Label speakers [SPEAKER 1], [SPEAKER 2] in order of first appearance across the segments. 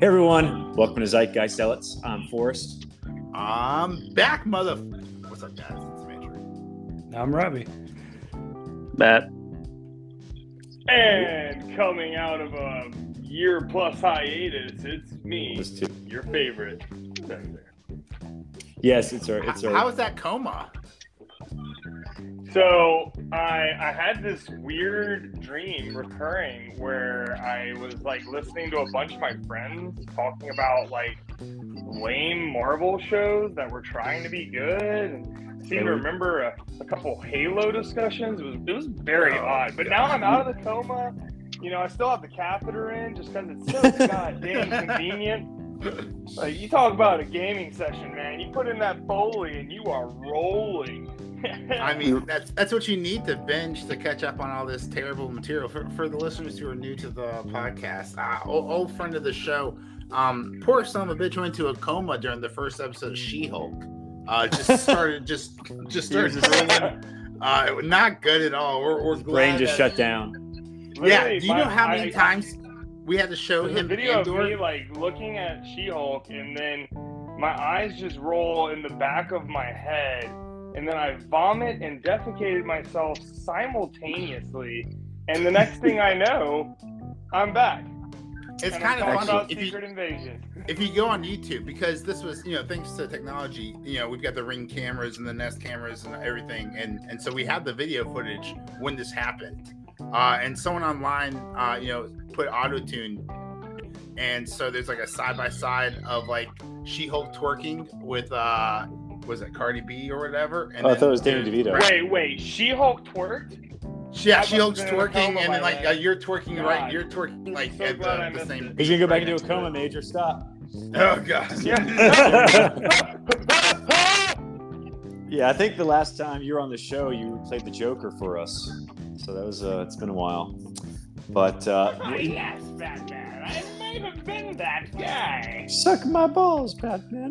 [SPEAKER 1] Hey everyone, welcome to Zeitgeist Zealots. I'm Forrest.
[SPEAKER 2] I'm back, mother. What's up, guys? It's Major.
[SPEAKER 3] I'm Robbie.
[SPEAKER 4] Matt.
[SPEAKER 5] And coming out of a year plus hiatus, it's me,
[SPEAKER 1] This too.
[SPEAKER 5] your favorite.
[SPEAKER 1] Yes, it's our it's
[SPEAKER 2] H- How
[SPEAKER 1] our
[SPEAKER 2] is that coma?
[SPEAKER 5] So I I had this weird dream recurring where I was like listening to a bunch of my friends talking about like lame Marvel shows that were trying to be good and I seem to remember a, a couple Halo discussions. It was it was very
[SPEAKER 2] Oh,
[SPEAKER 5] odd. But now I'm out of the coma. You know, I still have the catheter in just because it's so goddamn convenient. Like you talk about a gaming session, man. You put in that Foley and you are rolling.
[SPEAKER 2] I mean, that's that's what you need to binge to catch up on all this terrible material. For, for the listeners who are new to the podcast, uh, old, old friend of the show, um, poor son of a bitch went into a coma during the first episode of She-Hulk. Uh, just started just just started drooling. Uh, not good at all. We're, we're
[SPEAKER 1] brain
[SPEAKER 2] glad
[SPEAKER 1] just
[SPEAKER 2] that-
[SPEAKER 1] shut down.
[SPEAKER 2] Yeah.
[SPEAKER 5] Literally,
[SPEAKER 2] Do you
[SPEAKER 5] my-
[SPEAKER 2] know how many
[SPEAKER 5] I-
[SPEAKER 2] times we had to show
[SPEAKER 5] There's a
[SPEAKER 2] him
[SPEAKER 5] video
[SPEAKER 2] Andor?
[SPEAKER 5] of me like looking at She-Hulk, and then my eyes just roll in the back of my head, and then I vomit and defecated myself simultaneously, and the next thing I know, I'm back.
[SPEAKER 2] It's
[SPEAKER 5] and
[SPEAKER 2] kind
[SPEAKER 5] I'm
[SPEAKER 2] of
[SPEAKER 5] talking about
[SPEAKER 2] funny. If you,
[SPEAKER 5] Secret Invasion.
[SPEAKER 2] if you go on YouTube, because this was, you know, thanks to technology, you know, we've got the ring cameras and the nest cameras and everything, and and so we have the video footage when this happened. Uh, and someone online, uh, you know, put auto tune, and so there's like a side by side of like She-Hulk twerking with uh, was it Cardi B or whatever? And
[SPEAKER 1] Oh, I
[SPEAKER 2] then
[SPEAKER 1] thought it was Danny
[SPEAKER 2] there's-
[SPEAKER 1] DeVito.
[SPEAKER 2] Right.
[SPEAKER 5] Wait, wait, She-Hulk twerked?
[SPEAKER 2] Yeah,
[SPEAKER 5] I
[SPEAKER 2] She-Hulk's
[SPEAKER 5] must've been in a
[SPEAKER 2] twerking,
[SPEAKER 5] coma
[SPEAKER 2] and
[SPEAKER 5] by
[SPEAKER 2] then like
[SPEAKER 5] then.
[SPEAKER 2] uh, you're twerking right,
[SPEAKER 5] God.
[SPEAKER 2] you're twerking like
[SPEAKER 5] so
[SPEAKER 2] at
[SPEAKER 5] glad I
[SPEAKER 2] the, the
[SPEAKER 5] missed
[SPEAKER 2] same.
[SPEAKER 5] it.
[SPEAKER 1] He's gonna go
[SPEAKER 2] right
[SPEAKER 1] back into a
[SPEAKER 2] next to
[SPEAKER 1] coma,
[SPEAKER 2] it.
[SPEAKER 1] Major. Stop.
[SPEAKER 2] Oh god.
[SPEAKER 1] Yeah, I think the last time you were on the show, you played the Joker for us. So that was uh, it's been a while, but
[SPEAKER 5] Oh,
[SPEAKER 1] uh,
[SPEAKER 5] yes, Batman. I might have been that guy.
[SPEAKER 1] suck my balls, Batman.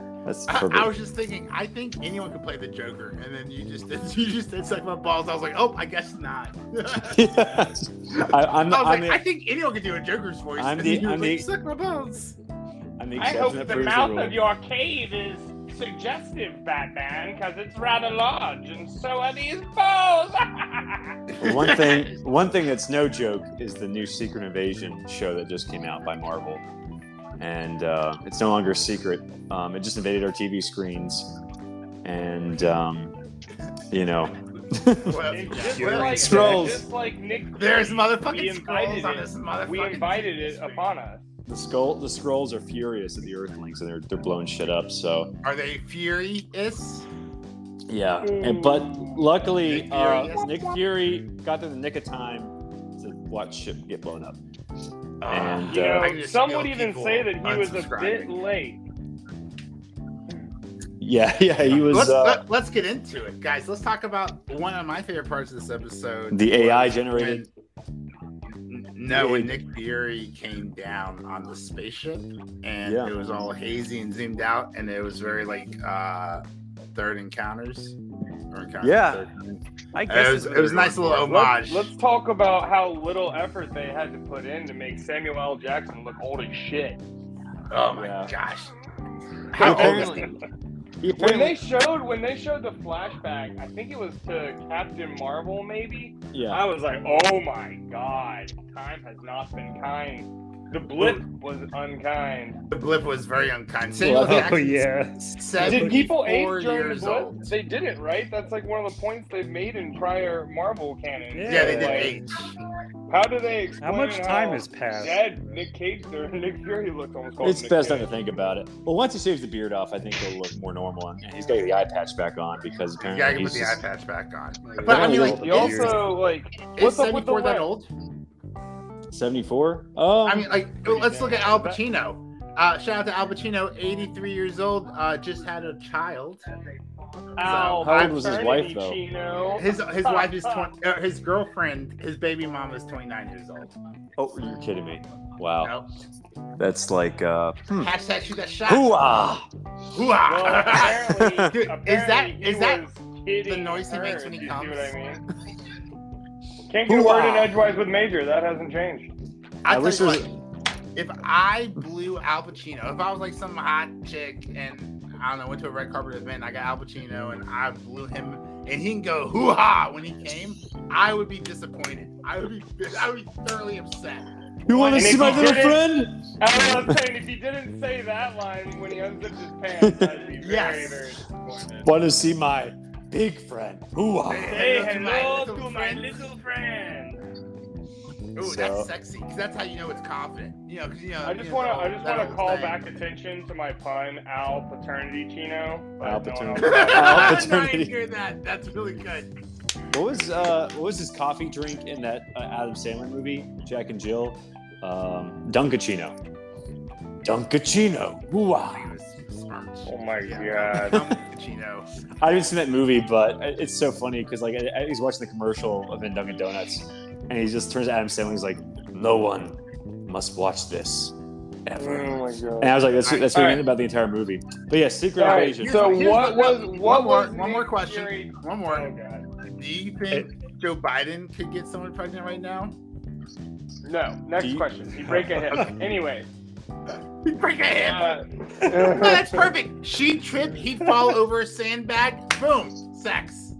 [SPEAKER 1] That's
[SPEAKER 2] I,
[SPEAKER 1] perfect.
[SPEAKER 2] I was just thinking. I think anyone could play the Joker, and then you just did, you just did suck my balls. I was like, oh, I guess not. I
[SPEAKER 1] Yes. I, I'm,
[SPEAKER 2] was
[SPEAKER 1] I'm,
[SPEAKER 2] like, I think anyone could do a Joker's voice.
[SPEAKER 1] I'm
[SPEAKER 2] and
[SPEAKER 1] the-
[SPEAKER 2] then you were
[SPEAKER 1] I'm
[SPEAKER 2] like,
[SPEAKER 1] the-
[SPEAKER 2] suck my balls.
[SPEAKER 1] the, I'm the
[SPEAKER 5] I
[SPEAKER 1] exception
[SPEAKER 5] hope
[SPEAKER 1] that
[SPEAKER 5] the
[SPEAKER 1] proves
[SPEAKER 5] mouth
[SPEAKER 1] the rule.
[SPEAKER 5] of your cave is suggestive, Batman, because it's rather large, and so are these balls.
[SPEAKER 1] Well, one thing one thing that's no joke is the new secret invasion show that just came out by marvel and uh, it's no longer a secret um, it just invaded our tv screens and um, you know
[SPEAKER 2] Well,
[SPEAKER 5] It's just
[SPEAKER 2] well,
[SPEAKER 5] like,
[SPEAKER 1] Scrolls.
[SPEAKER 5] Just like Nick.
[SPEAKER 2] There's
[SPEAKER 5] Fury, we
[SPEAKER 2] motherfucking
[SPEAKER 5] invited
[SPEAKER 2] scrolls on
[SPEAKER 5] it.
[SPEAKER 2] this motherfucking.
[SPEAKER 5] We invited it
[SPEAKER 2] screen.
[SPEAKER 5] upon us.
[SPEAKER 1] the skull the scrolls are furious at the earthlings and they're, they're blowing shit up so
[SPEAKER 2] Are they furious?
[SPEAKER 1] yeah and but luckily
[SPEAKER 2] Nick Fury,
[SPEAKER 1] uh,
[SPEAKER 2] yes.
[SPEAKER 1] nick fury got there in the nick of time to watch shit get blown up And,
[SPEAKER 5] You
[SPEAKER 1] uh,
[SPEAKER 2] I
[SPEAKER 5] know,
[SPEAKER 2] can just
[SPEAKER 5] some
[SPEAKER 2] feel
[SPEAKER 5] would even
[SPEAKER 2] people
[SPEAKER 5] say that he was a bit
[SPEAKER 2] unsubscribing.
[SPEAKER 5] late.
[SPEAKER 1] yeah yeah he was
[SPEAKER 2] let's,
[SPEAKER 1] uh,
[SPEAKER 2] let, us get into it, guys. Let's talk about one of my favorite parts of this episode.
[SPEAKER 1] the ai
[SPEAKER 2] was
[SPEAKER 1] generated
[SPEAKER 2] N- No, when Nick Fury came down on the spaceship and
[SPEAKER 1] Yeah.
[SPEAKER 2] it was all hazy and zoomed out and it was very like uh third encounters. Or encounters
[SPEAKER 4] Yeah.
[SPEAKER 2] Third.
[SPEAKER 4] I guess
[SPEAKER 2] It was, it was a nice little
[SPEAKER 5] Let's,
[SPEAKER 2] homage.
[SPEAKER 5] let's talk about how little effort they had to put in to make Samuel L. Jackson look old as shit.
[SPEAKER 2] oh my
[SPEAKER 1] Yeah.
[SPEAKER 2] gosh. How old is
[SPEAKER 4] apparently-
[SPEAKER 1] he
[SPEAKER 5] When
[SPEAKER 1] apparently-
[SPEAKER 5] they showed when they showed the flashback, I think it was to Captain Marvel, maybe.
[SPEAKER 1] yeah
[SPEAKER 5] I was like, oh my god, time has not been kind. The blip was unkind.
[SPEAKER 2] the blip was very unkind.
[SPEAKER 1] Oh,
[SPEAKER 4] Oh
[SPEAKER 2] Jackson's
[SPEAKER 4] yeah.
[SPEAKER 5] Did people age
[SPEAKER 2] 74
[SPEAKER 5] during the
[SPEAKER 2] years
[SPEAKER 5] blip?
[SPEAKER 2] old.
[SPEAKER 5] They didn't, right? That's like one of the points they've made in prior Marvel canon.
[SPEAKER 2] Yeah,
[SPEAKER 4] Yeah,
[SPEAKER 2] they did
[SPEAKER 5] Like,
[SPEAKER 2] age.
[SPEAKER 5] How do they explain
[SPEAKER 4] How much time
[SPEAKER 5] how
[SPEAKER 4] has passed?
[SPEAKER 5] Dead Nick Cage or Nick Fury looked almost.
[SPEAKER 1] It's
[SPEAKER 5] Nick
[SPEAKER 1] best not
[SPEAKER 5] Cage.
[SPEAKER 1] to think about it. Well, once he shaves the beard off, I think he'll look more normal. And he's got the eye patch back on because
[SPEAKER 2] You
[SPEAKER 1] apparently
[SPEAKER 2] gotta put
[SPEAKER 1] he's
[SPEAKER 2] the
[SPEAKER 1] just-
[SPEAKER 2] eye patch back on.
[SPEAKER 4] Like,
[SPEAKER 2] But I mean,
[SPEAKER 1] yeah,
[SPEAKER 2] like,
[SPEAKER 1] well,
[SPEAKER 5] You
[SPEAKER 2] is-
[SPEAKER 5] also like
[SPEAKER 2] is
[SPEAKER 5] what's up with the
[SPEAKER 2] 74 that
[SPEAKER 5] lip?
[SPEAKER 2] old?
[SPEAKER 1] 74. Um,
[SPEAKER 2] I mean, like, let's look at Al Pacino. Uh, shout out to Al Pacino, 83 years old, uh, just had a child.
[SPEAKER 5] Ow,
[SPEAKER 1] How old was his wife,
[SPEAKER 5] fraternity
[SPEAKER 1] though?
[SPEAKER 5] Chino.
[SPEAKER 2] His his wife is 20, uh, his girlfriend, his baby mom is 29 years old.
[SPEAKER 1] oh, you're kidding me. Wow.
[SPEAKER 5] Oh.
[SPEAKER 2] No.
[SPEAKER 1] That's like, uh, hmm.
[SPEAKER 2] Hashtag shoot that shot.
[SPEAKER 1] Hoo-ah!
[SPEAKER 5] Well,
[SPEAKER 2] Hoo-ah.
[SPEAKER 5] apparently,
[SPEAKER 2] Dude, is
[SPEAKER 5] apparently
[SPEAKER 2] that-
[SPEAKER 5] he
[SPEAKER 2] is that
[SPEAKER 5] was kidding
[SPEAKER 2] the noise he
[SPEAKER 5] her,
[SPEAKER 2] makes when he
[SPEAKER 5] if you
[SPEAKER 2] comes?
[SPEAKER 5] See what I mean? Can't get a
[SPEAKER 1] Hoo-ah.
[SPEAKER 5] word in edgewise with Major. That hasn't changed.
[SPEAKER 2] I
[SPEAKER 1] I
[SPEAKER 2] tell
[SPEAKER 1] wish
[SPEAKER 2] you
[SPEAKER 1] there was-
[SPEAKER 2] what, if I blew Al Pacino, if I was like some hot chick and I don't know, went to a red carpet event, I got Al Pacino and I blew him, and he can go hoo ha when he came, I would be disappointed. I would be, I would be thoroughly upset.
[SPEAKER 1] You want to
[SPEAKER 5] And
[SPEAKER 1] see
[SPEAKER 5] if
[SPEAKER 1] my
[SPEAKER 5] you
[SPEAKER 1] little
[SPEAKER 5] did it-
[SPEAKER 1] friend?
[SPEAKER 5] I don't know what I'm saying. If he didn't say that line when he unzipped his pants, I'd be very,
[SPEAKER 2] Yes.
[SPEAKER 5] very disappointed.
[SPEAKER 1] Want to see my big friend? Ooh,
[SPEAKER 5] Say
[SPEAKER 2] Hello to my
[SPEAKER 5] hello
[SPEAKER 2] little
[SPEAKER 5] to my
[SPEAKER 2] friend.
[SPEAKER 5] little friend.
[SPEAKER 2] Ooh,
[SPEAKER 1] So-
[SPEAKER 2] that's sexy because that's how you know it's confident. You know, 'cause, you know.
[SPEAKER 5] I just
[SPEAKER 2] you
[SPEAKER 5] want to,
[SPEAKER 2] know,
[SPEAKER 5] I just
[SPEAKER 2] that
[SPEAKER 5] want to
[SPEAKER 2] whole
[SPEAKER 5] call
[SPEAKER 2] thing.
[SPEAKER 5] back attention to my pun, Al Paternity Chino. but
[SPEAKER 1] Al
[SPEAKER 5] no one
[SPEAKER 1] Paternity.
[SPEAKER 5] else-
[SPEAKER 2] now I
[SPEAKER 1] Opportunity.
[SPEAKER 2] hear that. That's really good.
[SPEAKER 1] What was uh, what was his coffee drink in that uh, Adam Sandler movie, Jack and Jill? Um, Dunkachino. Dunkachino. Ooh,
[SPEAKER 2] He
[SPEAKER 1] wow.
[SPEAKER 2] was smart.
[SPEAKER 5] Oh my
[SPEAKER 2] Yeah.
[SPEAKER 5] god.
[SPEAKER 2] Pacino.
[SPEAKER 1] I haven't seen that movie, but it- it's so funny because like I, I- he's watching the commercial of in Dunkin' Donuts, and he just turns to Adam Sandler. He's like, "No one must watch this ever."
[SPEAKER 5] Oh my
[SPEAKER 1] And I
[SPEAKER 5] god.
[SPEAKER 1] was like, "That's that's what
[SPEAKER 5] All
[SPEAKER 1] he
[SPEAKER 5] right.
[SPEAKER 1] meant about the entire movie." But yeah, Secret
[SPEAKER 5] All right,
[SPEAKER 1] Invasion.
[SPEAKER 5] so
[SPEAKER 2] Here's
[SPEAKER 5] what
[SPEAKER 2] what-
[SPEAKER 5] was
[SPEAKER 2] one
[SPEAKER 5] what
[SPEAKER 2] more-
[SPEAKER 5] was
[SPEAKER 2] one more
[SPEAKER 5] Nick
[SPEAKER 2] question.
[SPEAKER 5] Fury-
[SPEAKER 2] One
[SPEAKER 5] Oh
[SPEAKER 2] more.
[SPEAKER 5] god.
[SPEAKER 2] Do you think Joe Biden could get someone pregnant right now?
[SPEAKER 5] No. Next
[SPEAKER 1] Do you-
[SPEAKER 5] question. You break a hip. Anyway.
[SPEAKER 2] Break a hip.
[SPEAKER 5] Uh,
[SPEAKER 2] No, that's perfect. She'd trip, he'd fall over a sandbag. Boom. Sex.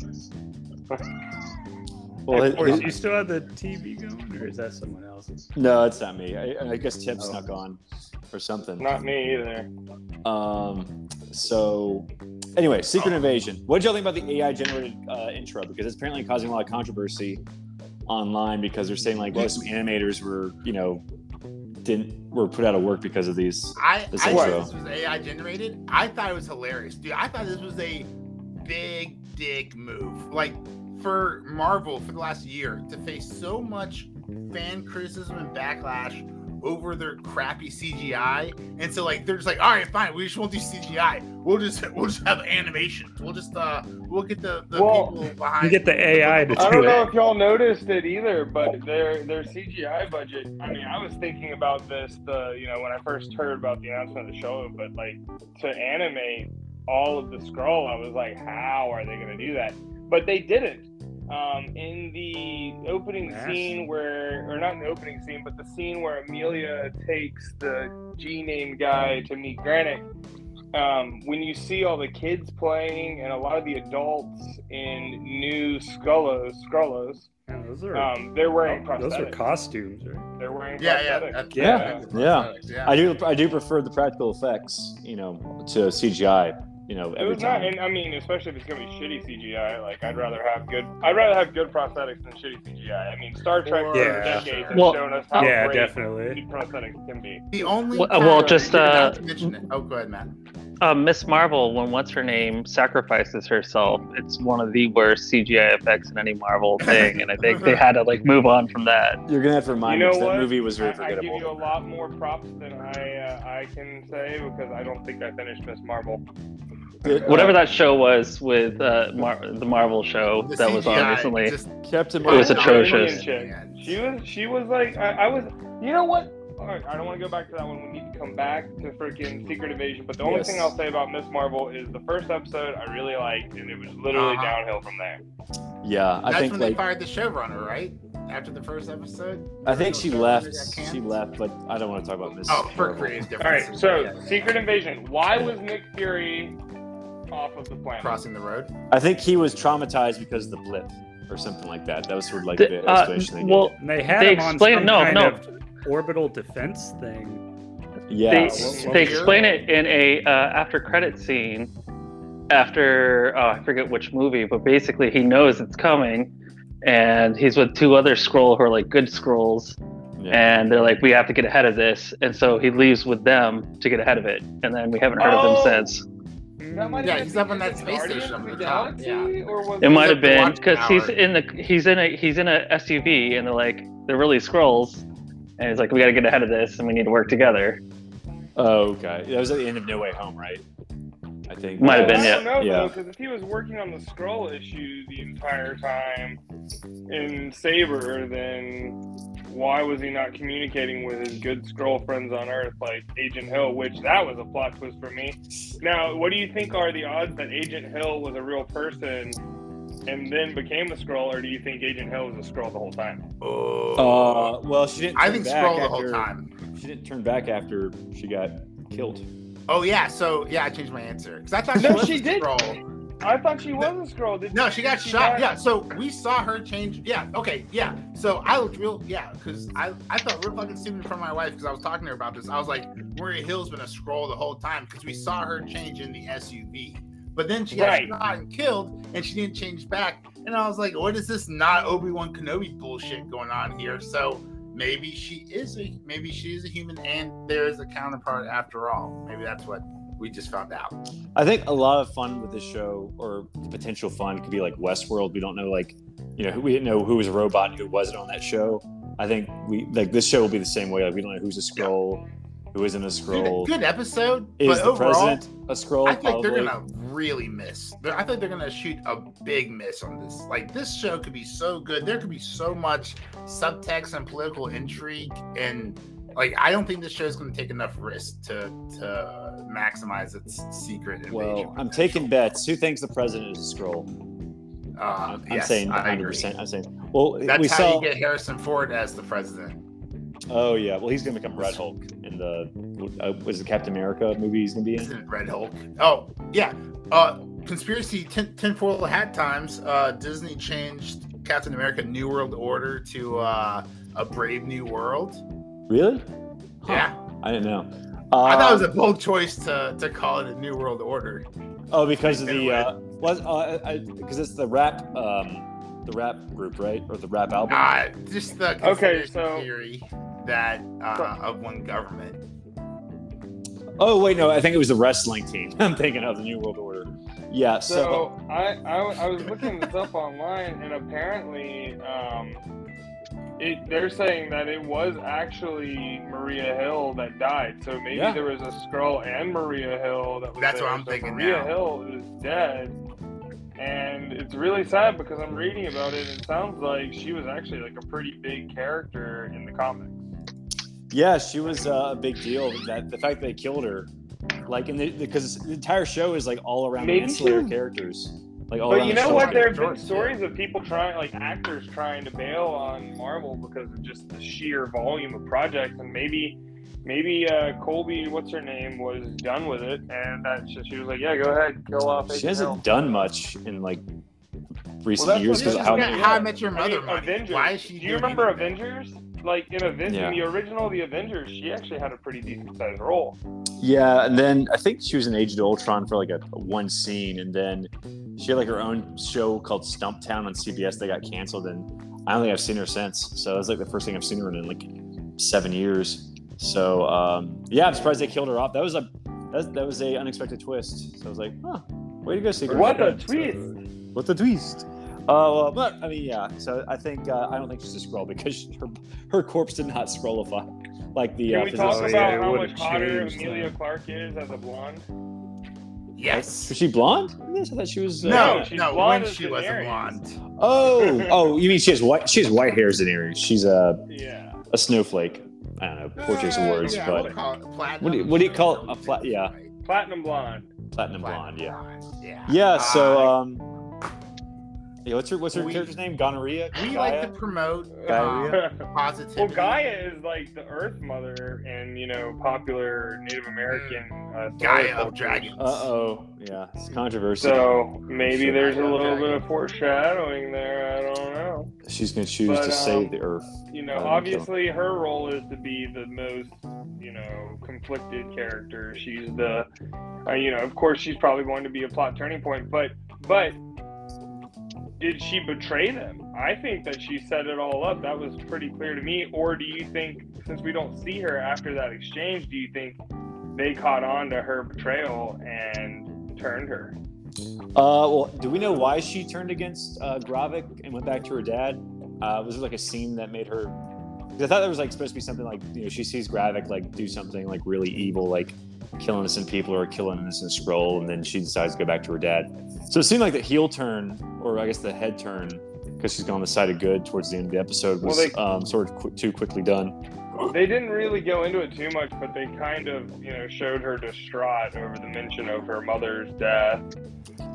[SPEAKER 1] Well,
[SPEAKER 4] of course,
[SPEAKER 1] his-
[SPEAKER 4] you still have the TV going, or is that someone else?
[SPEAKER 1] no, it's not me. I, I guess Tim
[SPEAKER 4] Oh.
[SPEAKER 1] snuck on or something.
[SPEAKER 5] Not me either.
[SPEAKER 1] Um, so, anyway, Secret Invasion. What did y'all think about the AI generated uh, intro? Because it's apparently causing a lot of controversy online because they're saying like, well, some animators were, you know, didn't were put out of work because of these.
[SPEAKER 2] I,
[SPEAKER 1] This
[SPEAKER 2] I
[SPEAKER 1] is
[SPEAKER 2] thought
[SPEAKER 1] true.
[SPEAKER 2] this was AI generated. I thought it was hilarious, dude. I thought this was a big dick move. Like for Marvel for the last year to face so much fan criticism and backlash over their crappy CGI. And so like they're just like, all right, fine, we just won't do CGI. We'll just we'll just have animation. We'll just uh we'll get the, the
[SPEAKER 5] Well,
[SPEAKER 2] people behind
[SPEAKER 4] You get the AI to
[SPEAKER 5] I
[SPEAKER 4] do
[SPEAKER 5] don't know
[SPEAKER 4] it.
[SPEAKER 5] if y'all noticed it either, but their their CGI budget. I mean, I was thinking about this, the you know, when I first heard about the announcement of the show, but like to animate all of the scroll, I was like, how are they going to do that? But they didn't. Um, in the opening
[SPEAKER 4] Yes.
[SPEAKER 5] scene where, or not in the opening scene, but the scene where Amelia takes the G name guy to meet Granick, um, when you see all the kids playing and a lot of the adults in new Skullos, Skullos,
[SPEAKER 4] Man, those are oh,
[SPEAKER 5] um, they're wearing prosthetics.
[SPEAKER 4] those are costumes, right?
[SPEAKER 5] they're wearing
[SPEAKER 2] Yeah,
[SPEAKER 5] prosthetics.
[SPEAKER 2] yeah.
[SPEAKER 1] Yeah, yeah.
[SPEAKER 2] yeah.
[SPEAKER 1] I do. I do prefer the practical effects, you know, to CGI. You know,
[SPEAKER 5] It
[SPEAKER 1] every
[SPEAKER 5] was not,
[SPEAKER 1] time.
[SPEAKER 5] and I mean, especially if it's gonna be shitty CGI. Like, I'd rather have good. I'd rather have good prosthetics than shitty CGI. I mean, Star Trek for
[SPEAKER 4] Yeah.
[SPEAKER 5] decades has
[SPEAKER 3] Well-
[SPEAKER 5] shown us how
[SPEAKER 4] yeah,
[SPEAKER 5] Oh, great
[SPEAKER 4] definitely.
[SPEAKER 5] good prosthetics can be.
[SPEAKER 2] The only
[SPEAKER 3] Well, well,
[SPEAKER 2] time-
[SPEAKER 3] just,
[SPEAKER 2] I did not
[SPEAKER 3] uh,
[SPEAKER 2] mention it. Oh, go ahead, Matt.
[SPEAKER 3] Uh, Miss Marvel, when what's her name sacrifices herself, it's one of the worst CGI effects in any Marvel thing, and I think they had to like move on from that.
[SPEAKER 1] You're gonna have to remind
[SPEAKER 5] You
[SPEAKER 1] me
[SPEAKER 5] know
[SPEAKER 1] 'cause that
[SPEAKER 5] what?
[SPEAKER 1] movie was
[SPEAKER 5] I,
[SPEAKER 1] very
[SPEAKER 5] I give you a
[SPEAKER 1] forgettable.
[SPEAKER 5] lot more props than I uh, I can say because I don't think I finished Miss Marvel.
[SPEAKER 1] It- uh,
[SPEAKER 3] Whatever that show was with uh, Mar- the Marvel show
[SPEAKER 2] The
[SPEAKER 3] that was on
[SPEAKER 2] CGI
[SPEAKER 3] recently.
[SPEAKER 2] just-
[SPEAKER 1] Captain
[SPEAKER 3] It was
[SPEAKER 1] Marvel.
[SPEAKER 5] Wow.
[SPEAKER 3] atrocious.
[SPEAKER 5] Indian chick. She was she was like I, I was you know what? Alright, I don't want to go back to that one. We need to come back to freaking Secret Invasion. But the only
[SPEAKER 1] Yes.
[SPEAKER 5] thing I'll say about Miss Marvel is the first episode I really liked, and it was literally
[SPEAKER 2] Uh-huh.
[SPEAKER 5] downhill from there.
[SPEAKER 1] Yeah, I
[SPEAKER 2] That's
[SPEAKER 1] think
[SPEAKER 2] when
[SPEAKER 1] like
[SPEAKER 2] they fired the showrunner, right? After the first episode.
[SPEAKER 1] I think she
[SPEAKER 2] Showrunner
[SPEAKER 1] left.
[SPEAKER 2] got canned?
[SPEAKER 1] She left, but I don't want to talk about Miss.
[SPEAKER 2] Oh, for
[SPEAKER 1] Marvel.
[SPEAKER 2] creative
[SPEAKER 5] All
[SPEAKER 2] differences.
[SPEAKER 5] right, so
[SPEAKER 2] Yeah.
[SPEAKER 5] Secret Invasion. Why was Nick Fury off of the planet?
[SPEAKER 2] crossing the road.
[SPEAKER 1] I think he was traumatized because of the blip or something like that. That was sort of like
[SPEAKER 3] The-
[SPEAKER 1] the,
[SPEAKER 3] uh,
[SPEAKER 1] explanation they gave.
[SPEAKER 3] well,
[SPEAKER 4] And they had
[SPEAKER 3] They
[SPEAKER 4] him on
[SPEAKER 3] explained-
[SPEAKER 4] some
[SPEAKER 3] no,
[SPEAKER 4] kind
[SPEAKER 3] no.
[SPEAKER 4] of orbital defense thing.
[SPEAKER 1] yeah.
[SPEAKER 3] they,
[SPEAKER 5] what- what
[SPEAKER 3] they
[SPEAKER 5] was your-
[SPEAKER 3] explain it in a uh, after credit scene after oh, i forget which movie but basically he knows it's coming and he's with two other scroll who are like good scrolls
[SPEAKER 1] yeah.
[SPEAKER 3] and they're like we have to get ahead of this and so he leaves with them to get ahead of it and then we haven't heard
[SPEAKER 5] Oh!
[SPEAKER 3] of him since
[SPEAKER 5] That might
[SPEAKER 2] Yeah,
[SPEAKER 5] have
[SPEAKER 2] he's
[SPEAKER 5] been
[SPEAKER 2] up on that
[SPEAKER 5] the
[SPEAKER 2] space
[SPEAKER 5] Guardians
[SPEAKER 2] station
[SPEAKER 5] of
[SPEAKER 2] up
[SPEAKER 5] the
[SPEAKER 2] at the top,
[SPEAKER 5] Galaxy, or was
[SPEAKER 3] it might have
[SPEAKER 2] like
[SPEAKER 3] been
[SPEAKER 2] watch
[SPEAKER 3] because he's
[SPEAKER 2] hour.
[SPEAKER 3] in the he's in a he's in a suv and they're like they're really scrolls and he's like we got to get ahead of this and we need to work together
[SPEAKER 1] Oh, okay. That was at the end of No Way Home, right? I think.
[SPEAKER 3] Might have been,
[SPEAKER 5] I
[SPEAKER 3] yeah.
[SPEAKER 5] don't know
[SPEAKER 1] Yeah.
[SPEAKER 5] because if he was working on the scroll issue the entire time in Saber, then why was he not communicating with his good scroll friends on Earth like Agent Hill? Which that was a plot twist for me. Now, what do you think are the odds that Agent Hill was a real person and then became a scroll, or do you think Agent Hill was a scroll the whole time?
[SPEAKER 2] Oh.
[SPEAKER 1] Uh, well, she didn't.
[SPEAKER 2] I
[SPEAKER 1] turn
[SPEAKER 2] think
[SPEAKER 1] back
[SPEAKER 2] scroll the
[SPEAKER 1] after-
[SPEAKER 2] whole time.
[SPEAKER 1] She didn't turn back after she got killed.
[SPEAKER 2] Oh yeah, so yeah, I changed my answer because I thought she
[SPEAKER 5] No,
[SPEAKER 2] was
[SPEAKER 5] she
[SPEAKER 2] a
[SPEAKER 5] did.
[SPEAKER 2] scroll.
[SPEAKER 5] I thought she was a scroll. Did
[SPEAKER 2] No, she got
[SPEAKER 5] She
[SPEAKER 2] shot.
[SPEAKER 5] died.
[SPEAKER 2] Yeah, so we saw her change. Yeah, okay, yeah. So I looked real. Yeah, because I I felt real fucking stupid from my wife because I was talking to her about this. I was like, Maria Hill's been a scroll the whole time because we saw her change in the SUV. But then she got
[SPEAKER 5] Right.
[SPEAKER 2] shot and killed, and she didn't change back. And I was like, what is this not Obi Wan Kenobi bullshit going on here? So maybe she is a maybe she is a human, and there is a counterpart after all. Maybe that's what we just found out.
[SPEAKER 1] I think a lot of fun with this show, or potential fun, could be like Westworld. We don't know, like, you know, who- we didn't know who was a robot and who wasn't on that show. I think we like this show will be the same way. Like, we don't know who's a scroll, who isn't a scroll.
[SPEAKER 2] Good, good episode,
[SPEAKER 1] Is
[SPEAKER 2] but
[SPEAKER 1] the
[SPEAKER 2] overall.
[SPEAKER 1] president a scroll?
[SPEAKER 2] I think they're
[SPEAKER 1] Probably.
[SPEAKER 2] gonna really miss. They're- I think they're gonna shoot a big miss on this. Like this show could be so good. There could be so much subtext and political intrigue, and like I don't think this show's gonna take enough risk to to maximize its secret invasion.
[SPEAKER 1] Well, I'm taking bets. Who thinks the president is a scroll?
[SPEAKER 2] Uh,
[SPEAKER 1] I'm, I'm
[SPEAKER 2] yes,
[SPEAKER 1] saying
[SPEAKER 2] I
[SPEAKER 1] 100.
[SPEAKER 2] agree.
[SPEAKER 1] percent I'm saying. Well,
[SPEAKER 2] That's
[SPEAKER 1] we
[SPEAKER 2] how
[SPEAKER 1] saw.
[SPEAKER 2] you get Harrison Ford as the president.
[SPEAKER 1] Oh yeah. Well, he's gonna become Red Hulk in the uh, was it Captain America movie he's gonna be in.
[SPEAKER 5] Mm-hmm.
[SPEAKER 2] Isn't Red Hulk? Oh yeah. Uh, conspiracy tin, tinfoil hat times. Uh, Disney changed Captain America: New World Order to uh, a Brave New World.
[SPEAKER 1] Really? Huh.
[SPEAKER 2] Yeah.
[SPEAKER 1] I didn't know.
[SPEAKER 2] I thought it was
[SPEAKER 1] Um,
[SPEAKER 2] a bold choice to, to call it a New World Order.
[SPEAKER 1] Oh, because of the
[SPEAKER 2] Anyway.
[SPEAKER 1] uh, was uh, I because it's the rap um the rap group right or the rap album.
[SPEAKER 2] Uh, just the
[SPEAKER 5] Okay,
[SPEAKER 2] conspiracy
[SPEAKER 5] so-
[SPEAKER 2] theory that uh, of one government.
[SPEAKER 1] Oh wait, no, I think it was the wrestling team. I'm thinking of the New World Order. Yeah. So,
[SPEAKER 5] So I, I, w- I was looking this up online, and apparently, um, it they're saying that it was actually Maria Hill that died. So maybe
[SPEAKER 1] Yeah.
[SPEAKER 5] there was a scroll and Maria Hill that was.
[SPEAKER 2] That's what
[SPEAKER 5] there.
[SPEAKER 2] I'm
[SPEAKER 5] So
[SPEAKER 2] thinking
[SPEAKER 5] Maria
[SPEAKER 2] now.
[SPEAKER 5] Hill is dead, and it's really sad because I'm reading about it. and It sounds like she was actually like a pretty big character in the comics.
[SPEAKER 1] yeah, she was uh, a big deal. That the fact that they killed her, like, in the because the entire show is like all around
[SPEAKER 5] Maybe she
[SPEAKER 1] ancillary
[SPEAKER 5] was-
[SPEAKER 1] characters. Like all
[SPEAKER 5] But
[SPEAKER 1] around
[SPEAKER 5] you
[SPEAKER 1] the
[SPEAKER 5] know
[SPEAKER 1] show.
[SPEAKER 5] what? There have
[SPEAKER 2] Sure.
[SPEAKER 5] been stories of people trying, like actors trying to bail on Marvel because of just the sheer volume of projects, and maybe, maybe uh, Colby, what's her name, was done with it, and that she, she was like, "Yeah, go ahead, kill off."
[SPEAKER 1] She
[SPEAKER 5] Agent Hill."
[SPEAKER 1] hasn't done much in like recent
[SPEAKER 5] that's
[SPEAKER 1] years.
[SPEAKER 5] what-
[SPEAKER 2] This
[SPEAKER 1] Because
[SPEAKER 2] is
[SPEAKER 1] how
[SPEAKER 2] how,
[SPEAKER 5] yeah.
[SPEAKER 2] I Met Your
[SPEAKER 5] I mean,
[SPEAKER 2] Mother. money.
[SPEAKER 5] Avengers.
[SPEAKER 2] Why is she?
[SPEAKER 5] Do you
[SPEAKER 2] doing
[SPEAKER 5] remember
[SPEAKER 2] anything?
[SPEAKER 5] Avengers? Like in Avengers,
[SPEAKER 1] Yeah.
[SPEAKER 5] in the original, the Avengers, she actually had a pretty decent sized role.
[SPEAKER 1] Yeah, and then I think she was in Age of Ultron for like a, a one scene, and then she had like her own show called Stumptown on CBS that got canceled, and I don't think I've seen her since. So that's like the first thing I've seen her in in like seven years. So um, yeah, I'm surprised they killed her off. That was a that, that was a unexpected twist. So I was like, huh, way to go, Secret.
[SPEAKER 5] What a
[SPEAKER 1] America.
[SPEAKER 5] tweet!
[SPEAKER 1] What the twist? Uh, well, but I mean, yeah. So I think uh, I don't think she's a scroll because her her corpse did not scrollify like the.
[SPEAKER 5] Can
[SPEAKER 1] uh,
[SPEAKER 5] we
[SPEAKER 1] physicist-
[SPEAKER 5] talk
[SPEAKER 4] Oh,
[SPEAKER 5] about
[SPEAKER 4] yeah, it
[SPEAKER 5] how
[SPEAKER 4] would've
[SPEAKER 5] much hotter
[SPEAKER 4] changed
[SPEAKER 5] Amelia
[SPEAKER 4] that.
[SPEAKER 5] Clark is as a blonde?
[SPEAKER 2] Yes.
[SPEAKER 1] Was she blonde? I thought she was. Uh,
[SPEAKER 2] No,
[SPEAKER 5] she's
[SPEAKER 2] no.
[SPEAKER 5] blonde
[SPEAKER 2] When
[SPEAKER 5] as
[SPEAKER 2] she was a
[SPEAKER 5] Daenerys.
[SPEAKER 2] blonde.
[SPEAKER 1] Oh, oh, you mean she has white? She has white hair as an Aries. She's a
[SPEAKER 5] Yeah.
[SPEAKER 1] a snowflake. I don't know, poor choice of words,
[SPEAKER 2] Yeah, I
[SPEAKER 1] but
[SPEAKER 2] would call it platinum.
[SPEAKER 1] What do you- what do you call it? A pla- yeah.
[SPEAKER 5] Platinum blonde.
[SPEAKER 1] platinum
[SPEAKER 2] Platinum
[SPEAKER 1] blonde. Yeah.
[SPEAKER 2] blonde, Yeah.
[SPEAKER 1] Yeah. So,
[SPEAKER 2] Uh,
[SPEAKER 1] um, yeah. What's her What's her
[SPEAKER 2] we-
[SPEAKER 1] character's name? Gonorrhea.
[SPEAKER 2] we
[SPEAKER 1] Gaia?
[SPEAKER 2] like to promote uh,
[SPEAKER 1] Gaia?
[SPEAKER 2] positivity.
[SPEAKER 5] Well, Oh, Gaia is like the Earth Mother and you know popular Native American uh, solar
[SPEAKER 2] Gaia
[SPEAKER 5] culture.
[SPEAKER 2] of dragons.
[SPEAKER 1] Uh oh. Yeah. It's controversial.
[SPEAKER 5] So maybe
[SPEAKER 1] Sure.
[SPEAKER 5] there's a
[SPEAKER 2] Gaia of
[SPEAKER 5] little bit
[SPEAKER 2] Dragon.
[SPEAKER 5] of foreshadowing there. I don't know.
[SPEAKER 1] She's gonna choose
[SPEAKER 5] But,
[SPEAKER 1] to
[SPEAKER 5] um,
[SPEAKER 1] save the Earth.
[SPEAKER 5] You know,
[SPEAKER 1] I don't
[SPEAKER 5] obviously her role is to be the most you know conflicted character. She's the uh, you know of course she's probably going to be a plot turning point, but but. Did she betray them? I think that she set it all up. That was pretty clear to me. Or do you think, since we don't see her after that exchange, do you think they caught on to her betrayal and turned her?
[SPEAKER 1] Uh, well, do we know why she turned against uh, Gravik and went back to her dad? Uh, was it like a scene that made her? 'cause I thought there was like supposed to be something like you know she sees Gravik like do something like really evil, like kill innocent people or kill an innocent scroll, and then she decides to go back to her dad. So it seemed like the heel turn, or I guess the head turn, because she's gone on the side of good towards the end of the episode, was
[SPEAKER 5] Well, they-
[SPEAKER 1] um, sort of qu- too quickly done.
[SPEAKER 5] They didn't really go into it too much, but they kind of, you know, showed her distraught over the mention of her mother's death.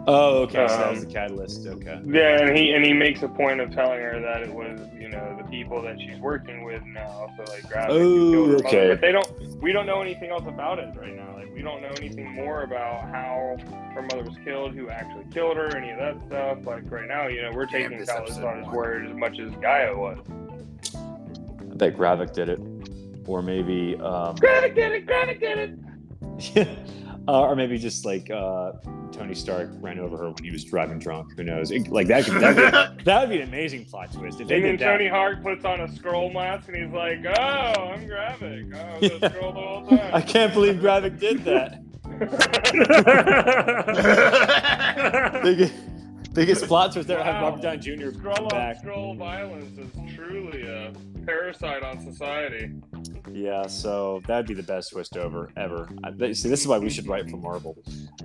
[SPEAKER 1] Oh, okay. so that was
[SPEAKER 5] Um,
[SPEAKER 1] the catalyst. Okay.
[SPEAKER 5] Yeah, and he and he makes a point of telling her that it was you know the people that she's working with now. So like, grabbed it and killed her
[SPEAKER 1] Oh,
[SPEAKER 5] mother.
[SPEAKER 1] okay.
[SPEAKER 5] But they don't. We don't know anything else about it right now. Like we don't know anything more about how her mother was killed, who actually killed her, any of that stuff. Like right now, you know, we're
[SPEAKER 2] Damn,
[SPEAKER 5] taking
[SPEAKER 2] this
[SPEAKER 5] Talos
[SPEAKER 2] episode
[SPEAKER 5] on his
[SPEAKER 2] one.
[SPEAKER 5] word as much as Gaia was.
[SPEAKER 1] I bet Gravik did it, or maybe, um,
[SPEAKER 5] Granite, get it, Granite, get it.
[SPEAKER 1] uh, or maybe just like uh, Tony Stark ran over her when he was driving drunk. Who knows? It- like that. Could, that, could, that would be an amazing plot twist if they
[SPEAKER 5] And then
[SPEAKER 1] did that.
[SPEAKER 5] Tony Hart puts on a scroll mask and he's like, "Oh, I'm Gravik. Oh, I was a scroll the whole time."
[SPEAKER 1] I can't believe Gravik did that. Biggest, biggest plot twist there. Have
[SPEAKER 5] Wow.
[SPEAKER 1] Robert Downey Jr.
[SPEAKER 5] Scroll on
[SPEAKER 1] back.
[SPEAKER 5] scroll violence is truly a parasite on society.
[SPEAKER 1] Yeah, so that'd be the best twist over ever. I, th- see, this is why we should write for Marvel.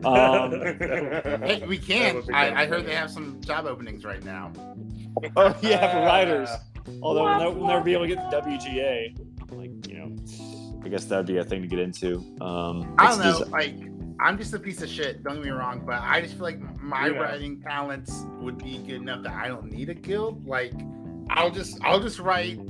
[SPEAKER 1] Um,
[SPEAKER 2] Hey, we
[SPEAKER 4] That would
[SPEAKER 2] can't.
[SPEAKER 4] be
[SPEAKER 2] I, I
[SPEAKER 4] good.
[SPEAKER 2] heard they have some job openings right now.
[SPEAKER 1] oh yeah, for writers.
[SPEAKER 5] Uh,
[SPEAKER 1] Although we'll, ne- we'll never be able to get the WGA. Like you know, I guess that'd be a thing to get into. Um,
[SPEAKER 2] I
[SPEAKER 1] it's
[SPEAKER 2] don't
[SPEAKER 1] just-
[SPEAKER 2] know. Like, I'm just a piece of shit. Don't get me wrong, but I just feel like my
[SPEAKER 5] Yeah.
[SPEAKER 2] writing talents would be good enough that I don't need a guild. Like, I'll just I'll just write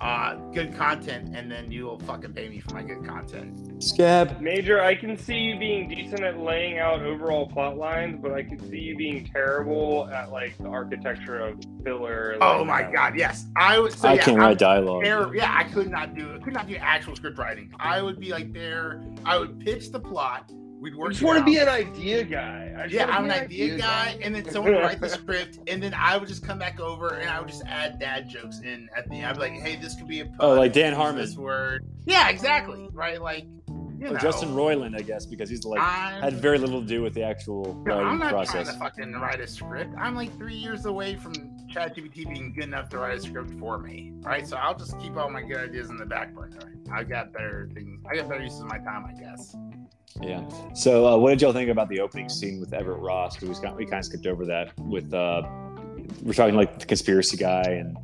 [SPEAKER 2] uh, good content, and then you'll fucking pay me for my good content.
[SPEAKER 1] Scab.
[SPEAKER 5] Major, I can see you being decent at laying out overall plot lines, but I can see you being terrible at like the architecture of filler. like, um,
[SPEAKER 2] Oh my god, yes, I would. So,
[SPEAKER 1] I
[SPEAKER 2] yeah,
[SPEAKER 1] can't
[SPEAKER 2] I'm
[SPEAKER 1] write dialogue.
[SPEAKER 2] There, yeah, I could not do. I could not do actual script writing. I would be like there. I would pitch the plot. We'd
[SPEAKER 5] I
[SPEAKER 2] work.
[SPEAKER 5] just
[SPEAKER 2] it
[SPEAKER 5] want to
[SPEAKER 2] out.
[SPEAKER 5] be an idea guy. I just
[SPEAKER 2] Yeah,
[SPEAKER 5] wanna
[SPEAKER 2] I'm
[SPEAKER 5] be
[SPEAKER 2] an idea guy, and then someone would write the script, and then I would just come back over and I would just add dad jokes in at the end. I'd be like, hey, this could be a pun.
[SPEAKER 1] Oh, like Dan
[SPEAKER 2] Use
[SPEAKER 1] Harmon.
[SPEAKER 2] This word. Yeah, exactly. Right, like you
[SPEAKER 1] Or
[SPEAKER 2] know,
[SPEAKER 1] Justin Roiland, I guess, because he's like
[SPEAKER 2] I'm,
[SPEAKER 1] had very little to do with the actual
[SPEAKER 2] no, I'm
[SPEAKER 1] writing
[SPEAKER 2] not
[SPEAKER 1] process.
[SPEAKER 2] trying to fucking write a script. I'm like three years away from ChatGPT being good enough to write a script for me. Right, so I'll just keep all my good ideas in the back burner. I've got better things. I got better uses of my time, I guess.
[SPEAKER 1] Yeah. So, uh, what did y'all think about the opening scene with Everett Ross? We, was kind, we kind of skipped over that. With uh, we're talking like the conspiracy guy, and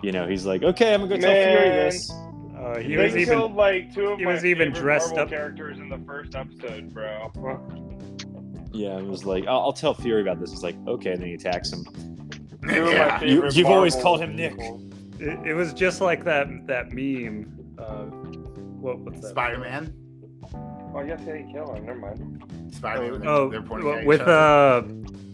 [SPEAKER 1] you know, he's like, "Okay, I'm gonna go tell Fury
[SPEAKER 5] Man.
[SPEAKER 1] this."
[SPEAKER 4] Uh, he
[SPEAKER 5] they
[SPEAKER 4] was even.
[SPEAKER 5] killed like two of
[SPEAKER 4] he
[SPEAKER 5] my
[SPEAKER 4] was even
[SPEAKER 5] favorite
[SPEAKER 4] dressed
[SPEAKER 5] Marvel
[SPEAKER 4] up-
[SPEAKER 5] characters in the first episode, bro.
[SPEAKER 1] Yeah, it was like, "I'll, I'll tell Fury about this." It's like, "Okay," and then he attacks him.
[SPEAKER 5] Two of my
[SPEAKER 2] yeah.
[SPEAKER 1] You-
[SPEAKER 5] favorite
[SPEAKER 1] you've always
[SPEAKER 5] Marvel
[SPEAKER 1] called him Nick.
[SPEAKER 5] people.
[SPEAKER 4] It, it was just like that that meme. Uh, what was that?
[SPEAKER 2] Spider Man.
[SPEAKER 5] Oh, I guess they didn't kill him. Never mind.
[SPEAKER 2] Spider Man.
[SPEAKER 4] Oh,
[SPEAKER 2] they're pointing at
[SPEAKER 4] w-
[SPEAKER 2] each
[SPEAKER 4] with
[SPEAKER 2] other.
[SPEAKER 4] uh,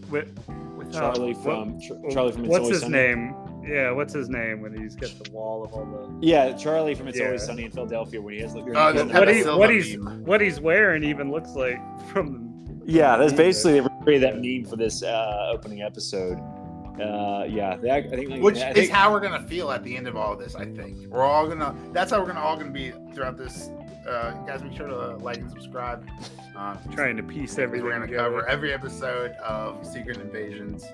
[SPEAKER 4] with
[SPEAKER 2] With
[SPEAKER 4] uh,
[SPEAKER 1] Charlie
[SPEAKER 4] what-
[SPEAKER 1] from Char- Charlie from It's
[SPEAKER 4] what's
[SPEAKER 1] Always
[SPEAKER 4] his
[SPEAKER 1] Sunny.
[SPEAKER 4] name? Yeah, what's his name when he's got the wall of all the
[SPEAKER 1] Yeah, Charlie from It's
[SPEAKER 4] Yeah.
[SPEAKER 1] Always Sunny in Philadelphia when he has like.
[SPEAKER 2] Oh, the
[SPEAKER 1] yeah,
[SPEAKER 4] What
[SPEAKER 2] Pepe
[SPEAKER 4] he-
[SPEAKER 2] Silva
[SPEAKER 4] what he's-
[SPEAKER 2] meme.
[SPEAKER 4] what he's wearing even looks like from
[SPEAKER 1] yeah, that's basically they created that meme for this uh, opening episode. Uh, yeah, they, act- I think. Like,
[SPEAKER 2] Which
[SPEAKER 1] I
[SPEAKER 2] is
[SPEAKER 1] think-
[SPEAKER 2] how we're gonna feel at the end of all this. I think we're all gonna. That's how we're gonna all gonna be throughout this. Uh, guys, make sure to like and subscribe. Um,
[SPEAKER 4] the, trying to piece
[SPEAKER 2] we're
[SPEAKER 4] everything
[SPEAKER 2] gonna
[SPEAKER 4] together.
[SPEAKER 2] cover every episode of Secret Invasions.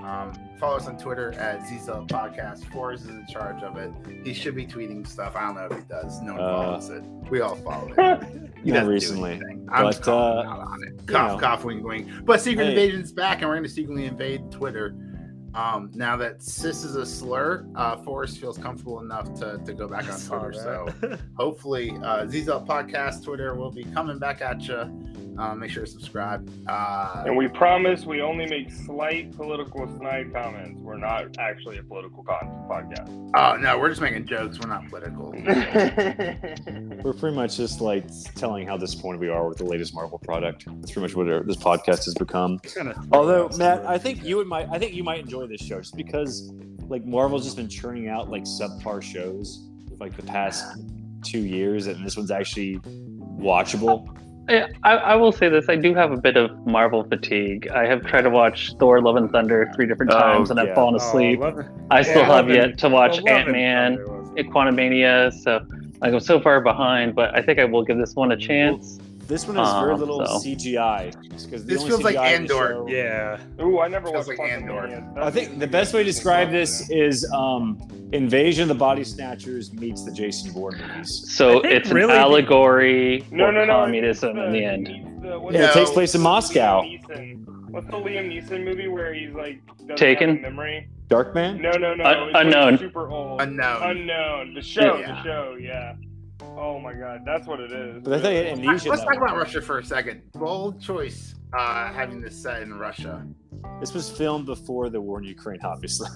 [SPEAKER 2] Um, follow us on Twitter at Zcell Podcast. Forrest is in charge of it. He should be tweeting stuff. I don't know if he does. No one
[SPEAKER 1] Uh,
[SPEAKER 2] follows it. We all follow it. He
[SPEAKER 1] Not
[SPEAKER 2] doesn't do
[SPEAKER 1] recently.
[SPEAKER 2] anything. I'm
[SPEAKER 1] But,
[SPEAKER 2] just calling
[SPEAKER 1] uh,
[SPEAKER 2] him out on it.
[SPEAKER 1] you
[SPEAKER 2] Cough,
[SPEAKER 1] know.
[SPEAKER 2] cough, wink, wink. But Secret
[SPEAKER 1] Hey.
[SPEAKER 2] Invasion's back, and we're going to secretly invade Twitter. Um, now that cis is a slur, uh, Forrest feels comfortable enough to, to go back
[SPEAKER 4] I
[SPEAKER 2] on
[SPEAKER 4] saw
[SPEAKER 2] Twitter. So
[SPEAKER 4] that.
[SPEAKER 2] hopefully uh Zzel podcast twitter will be coming back at you uh, make sure to subscribe uh
[SPEAKER 5] And we promise we only make slight political snide comments. We're not actually a political con- podcast.
[SPEAKER 2] oh no we're just making jokes we're not political
[SPEAKER 1] We're pretty much just like telling how disappointed we are with the latest Marvel product. That's pretty much what our, this podcast has become.
[SPEAKER 4] Kinda threw
[SPEAKER 1] Although
[SPEAKER 4] out some
[SPEAKER 1] Matt,
[SPEAKER 4] of
[SPEAKER 1] I
[SPEAKER 4] it.
[SPEAKER 1] think you would might I think you might enjoy this show just because like Marvel's just been churning out like subpar shows like the past two years, and this one's actually watchable.
[SPEAKER 3] I, I I will say this: I do have a bit of Marvel fatigue. I have tried to watch Thor: Love and Thunder three different
[SPEAKER 1] Oh,
[SPEAKER 3] times, and
[SPEAKER 1] yeah.
[SPEAKER 3] I've fallen
[SPEAKER 4] Oh,
[SPEAKER 3] asleep.
[SPEAKER 4] love it.
[SPEAKER 3] I still
[SPEAKER 4] Yeah,
[SPEAKER 3] have
[SPEAKER 4] Love
[SPEAKER 3] yet
[SPEAKER 4] and-
[SPEAKER 3] to watch
[SPEAKER 4] Oh, love
[SPEAKER 3] Ant
[SPEAKER 4] and
[SPEAKER 3] Man,
[SPEAKER 4] Thunder was-
[SPEAKER 3] Quantum Mania, so like I'm so far behind. But I think I will give this one a chance.
[SPEAKER 1] This one has very
[SPEAKER 3] Um,
[SPEAKER 1] little
[SPEAKER 3] so-
[SPEAKER 1] CGI because
[SPEAKER 2] This feels like Andor.
[SPEAKER 4] Yeah.
[SPEAKER 5] Ooh, I never
[SPEAKER 2] Sounds
[SPEAKER 5] watched
[SPEAKER 2] like
[SPEAKER 5] Quantum
[SPEAKER 2] Andor.
[SPEAKER 5] Mania.
[SPEAKER 1] I think the best way to describe this is um, Invasion of the Body Snatchers meets the Jason Bourne movies.
[SPEAKER 3] So
[SPEAKER 4] I think
[SPEAKER 3] it's
[SPEAKER 4] really-
[SPEAKER 3] an allegory
[SPEAKER 5] no,
[SPEAKER 3] for
[SPEAKER 5] no, no.
[SPEAKER 3] communism in the end.
[SPEAKER 5] what's
[SPEAKER 1] Yeah,
[SPEAKER 2] No.
[SPEAKER 1] it takes place in
[SPEAKER 5] Liam
[SPEAKER 1] Moscow.
[SPEAKER 5] Neeson. What's the Liam Neeson movie where he's like doesn't
[SPEAKER 3] Taken?
[SPEAKER 5] have a memory?
[SPEAKER 1] Darkman.
[SPEAKER 5] No, no, no.
[SPEAKER 3] Un-
[SPEAKER 5] it's, like,
[SPEAKER 3] unknown.
[SPEAKER 2] Uh,
[SPEAKER 5] super old.
[SPEAKER 2] unknown
[SPEAKER 5] Unknown. The show.
[SPEAKER 2] Yeah.
[SPEAKER 5] The show. Yeah. Oh my god, that's what it is.
[SPEAKER 1] But I think
[SPEAKER 5] really.
[SPEAKER 1] Amnesia.
[SPEAKER 2] Let's talk
[SPEAKER 1] though,
[SPEAKER 2] about Russia for a second. Bold choice uh, having this set in Russia.
[SPEAKER 1] This was filmed before the war in Ukraine, obviously.